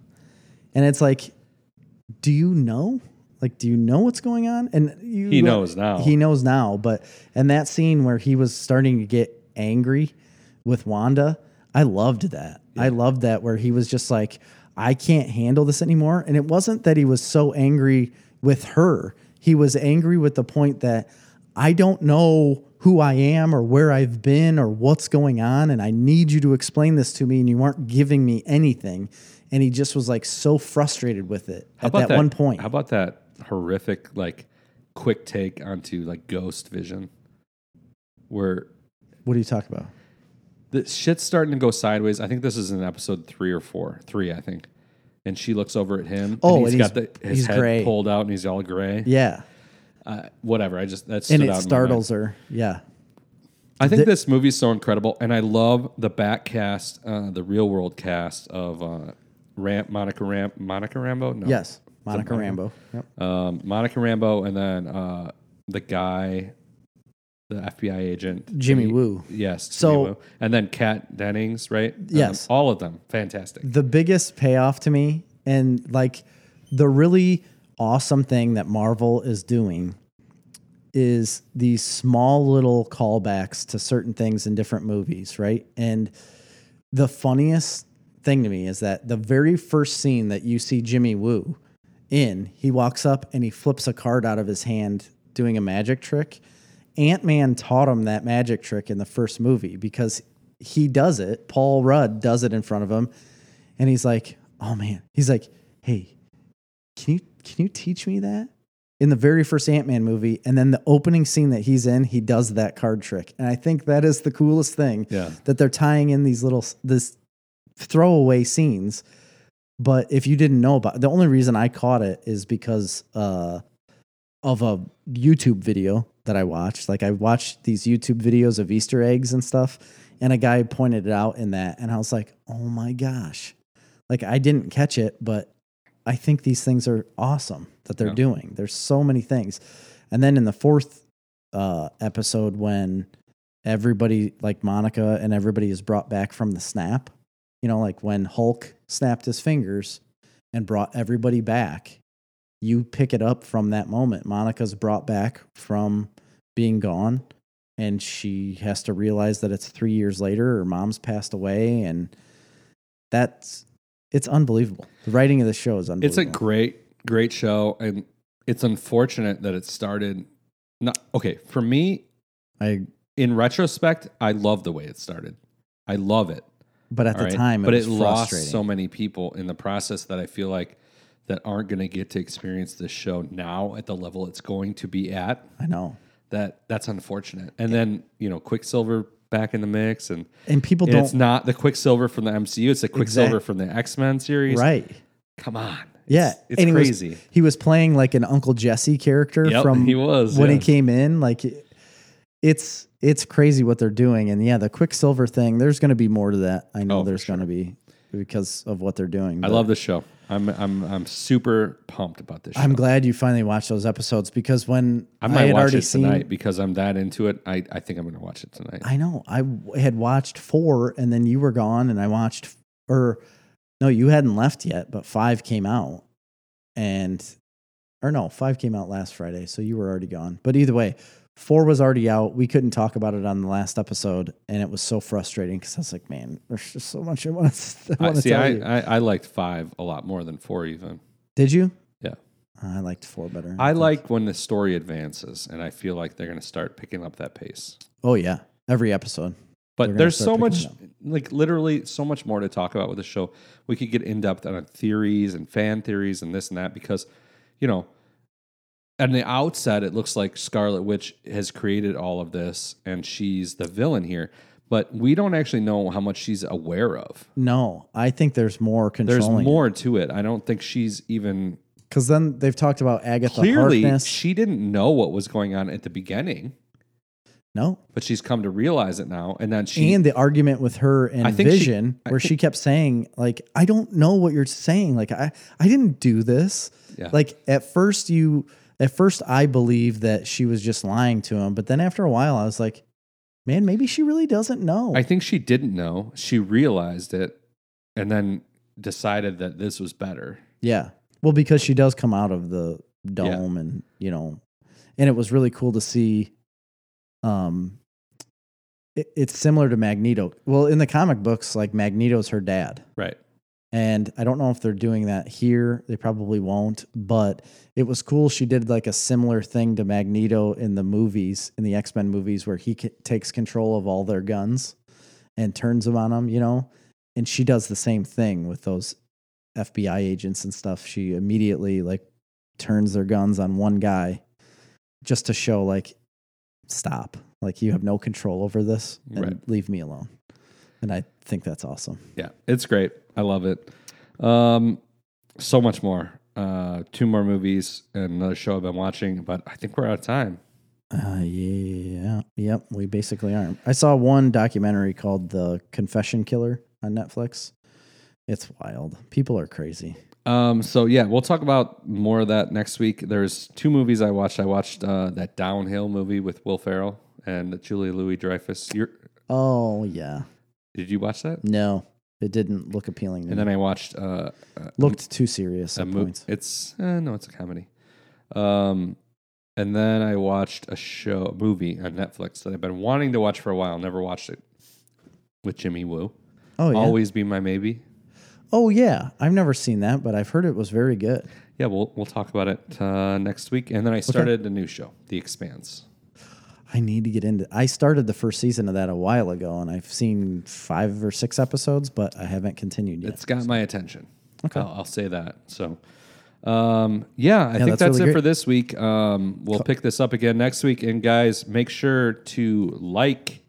B: and it's like, "Do you know? Like, do you know what's going on?" And you,
A: He knows now.
B: He knows now. But and that scene where he was starting to get angry with Wanda, I loved that. I loved that where he was just like, "I can't handle this anymore." And it wasn't that he was so angry with her; he was angry with the point that I don't know who I am or where I've been or what's going on. And I need you to explain this to me. And you aren't giving me anything. And he just was like so frustrated with it
A: How
B: at that, one point.
A: how about that horrific like quick take onto like ghost vision where
B: what do you talk about?
A: the shit's starting to go sideways i think this is in episode three or four three i think and she looks over at him
B: Oh,
A: and
B: and
A: got
B: he's-
A: the his
B: he's
A: head
B: gray.
A: pulled out and he's all gray
B: Yeah.
A: uh, whatever i just that stood
B: And
A: out in
B: it
A: my mind.
B: startles her. Yeah.
A: I think this movie's so incredible, and I love the back cast, uh, the real world cast of uh, Ramp, Monica Ramp, Monica Rambo. No.
B: Yes. Monica Rambo. Yep.
A: um, Monica Rambo, and then uh, the guy, the FBI agent,
B: Jimmy
A: He-
B: Woo.
A: Yes, Jimmy
B: So-
A: Woo. and then Kat Dennings, right?
B: Yes.
A: Um, all of them, fantastic.
B: the biggest payoff to me and like the really awesome thing that Marvel is doing is these small little callbacks to certain things in different movies, right? And the funniest thing to me is that the very first scene that you see Jimmy Woo in, he walks up and he flips a card out of his hand doing a magic trick. Ant Man taught him that magic trick in the first movie because he does it. Paul Rudd does it in front of him. And he's like, oh man. He's like, hey, can you can you teach me that? In the very first Ant Man movie, and then the opening scene that he's in, he does that card trick, and I think that is the coolest thing
A: Yeah.
B: that they're tying in these little s- this throwaway scenes. But if you didn't know about, the only reason I caught it is because uh, of a YouTube video that I watched. Like I watched these YouTube videos of Easter eggs and stuff, and a guy pointed it out in that, and I was like, oh my gosh! Like I didn't catch it, but I think these things are awesome that they're
A: Yeah.
B: doing. There's so many things, and then in the fourth uh, episode when everybody like Monica and everybody is brought back from the snap. You know, like when Hulk snapped his fingers and brought everybody back, you pick it up from that moment. Monica's brought back from being gone and she has to realize that it's 3 years later her mom's passed away and that's it's unbelievable. The writing of the show
A: It's
B: is
A: a
B: unbelievable.
A: great, great show, and it's unfortunate that it started. Not okay for me.
B: I
A: In retrospect, I love the way it started. I love it.
B: but at the
A: All right.
B: time it
A: but
B: was
A: it lost
B: frustrating.
A: so many people in the process that I feel like that aren't going to get to experience this show now at the level it's going to be at.
B: I know.
A: That that's unfortunate. And then you know, Quicksilver back in the mix, and,
B: And people
A: and
B: don't
A: it's not the Quicksilver from the MCU; it's the Quicksilver from the X Men series.
B: right.
A: Come on,
B: Yeah,
A: it's, it's
B: and he was-
A: crazy.
B: He was, playing like an Uncle Jesse character
A: Yep,
B: from
A: he was,
B: when he
A: yeah.
B: came in. Like, it- it's it's crazy what they're doing, and yeah, the Quicksilver thing. There's going to be more to that. I know
A: Oh, for
B: there's going to be because of what they're doing.
A: I
B: but-
A: love this show. I'm I'm I'm super pumped about this show.
B: I'm glad you finally watched those episodes because when
A: I
B: I,
A: might
B: had
A: watch
B: already
A: it
B: seen,
A: tonight because I'm that into it. I, I think I'm going to watch it tonight.
B: I know I w- had watched four, and then you were gone, and I watched, or no, you hadn't left yet, but five came out, and or no, five came out last Friday, so you were already gone. But either way, four was already out. We couldn't talk about it on the last episode, and it was so frustrating because I was like, man, there's just so much <laughs> I want to
A: I,
B: want to
A: see,
B: tell
A: I,
B: you.
A: I, I liked five a lot more than four, even.
B: Did you? Oh,
A: Yeah.
B: I liked four better.
A: I
B: think.
A: like when the story advances, and I feel like they're going to start picking up that pace.
B: Oh yeah, every episode. They're
A: But
B: gonna
A: there's
B: start
A: so much,
B: picking
A: like literally, so much more to talk about with the show. We could get in depth on theories and fan theories and this and that because, you know, on the outset, it looks like Scarlet Witch has created all of this and she's the villain here. But we don't actually know how much she's aware of.
B: No, I think there's more
A: There's
B: controlling.
A: more to it. I don't think she's even
B: Because then they've talked about Agatha
A: clearly
B: Harkness.
A: she didn't know what was going on at the beginning,
B: no,
A: but she's come to realize it now. And then she
B: and the argument with her and
A: I think she-
B: Vision,
A: I
B: where she kept saying, "Like I don't know what you're saying. Like I I didn't do this.
A: Yeah.
B: Like at first you, at first I believed that she was just lying to him, but then after a while I was like, man, maybe she really doesn't know.
A: I think she didn't know. She realized it and then decided that this was better.
B: Yeah. Well, because she does come out of the dome and, you know, and it was really cool to see um it, it's similar to Magneto. Well, in the comic books like Magneto's her dad.
A: Right.
B: And I don't know if they're doing that here. They probably won't, but it was cool she did like a similar thing to Magneto in the movies, in the X-Men movies where he c- takes control of all their guns and turns them on them, you know. And she does the same thing with those FBI agents and stuff. She immediately like turns their guns on one guy just to show like stop. Like you have no control over this and
A: Right.
B: leave me alone. And I think that's awesome.
A: Yeah. It's great. I love it. Um, so much more. Uh, two more movies and another show I've been watching, but I think we're out of time.
B: Uh, yeah. Yep. We basically aren't. I saw one documentary called The Confession Killer on Netflix. It's wild. People are crazy.
A: Um, so yeah, we'll talk about more of that next week. There's two movies I watched. I watched uh, that downhill movie with Will Ferrell and Julia Louis Dreyfus. You're,
B: Oh, yeah.
A: did you watch that?
B: No, it didn't look appealing to
A: And
B: me.
A: then I watched uh, a-
B: Looked too serious
A: a
B: at
A: movie.
B: points.
A: It's uh, no, it's a comedy. Um, and then I watched a show, a movie on Netflix that I've been wanting to watch for a while, never watched it. With Jimmy Woo,
B: Oh, yeah.
A: always be my maybe.
B: Oh, yeah. I've never seen that, but I've heard it was very good.
A: Yeah, we'll we'll talk about it uh, next week. And then I started a new show, The Expanse.
B: I need to get into I started the first season of that a while ago, and I've seen five or six episodes, but I haven't continued yet.
A: It's got my attention. Okay, I'll, I'll say that. So, um, yeah, I think
B: that's
A: that's,
B: really
A: it
B: great.
A: for this week. Um, we'll pick this up again next week. And guys, make sure to like,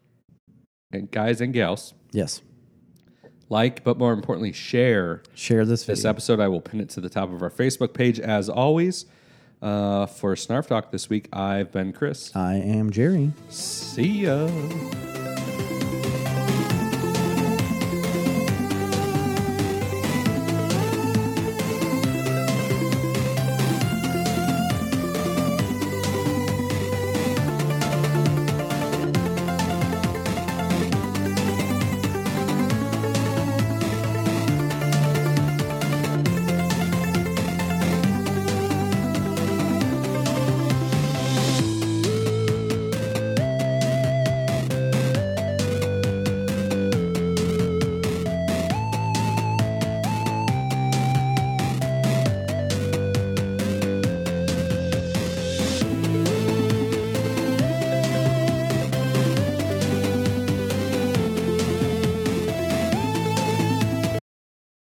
A: and guys and gals,
B: yes.
A: like, but more importantly, share
B: Share this video.
A: this episode. I will pin it to the top of our Facebook page as always. Uh, for Snarf Talk this week, I've been Chris.
B: I am Jerry.
A: See ya.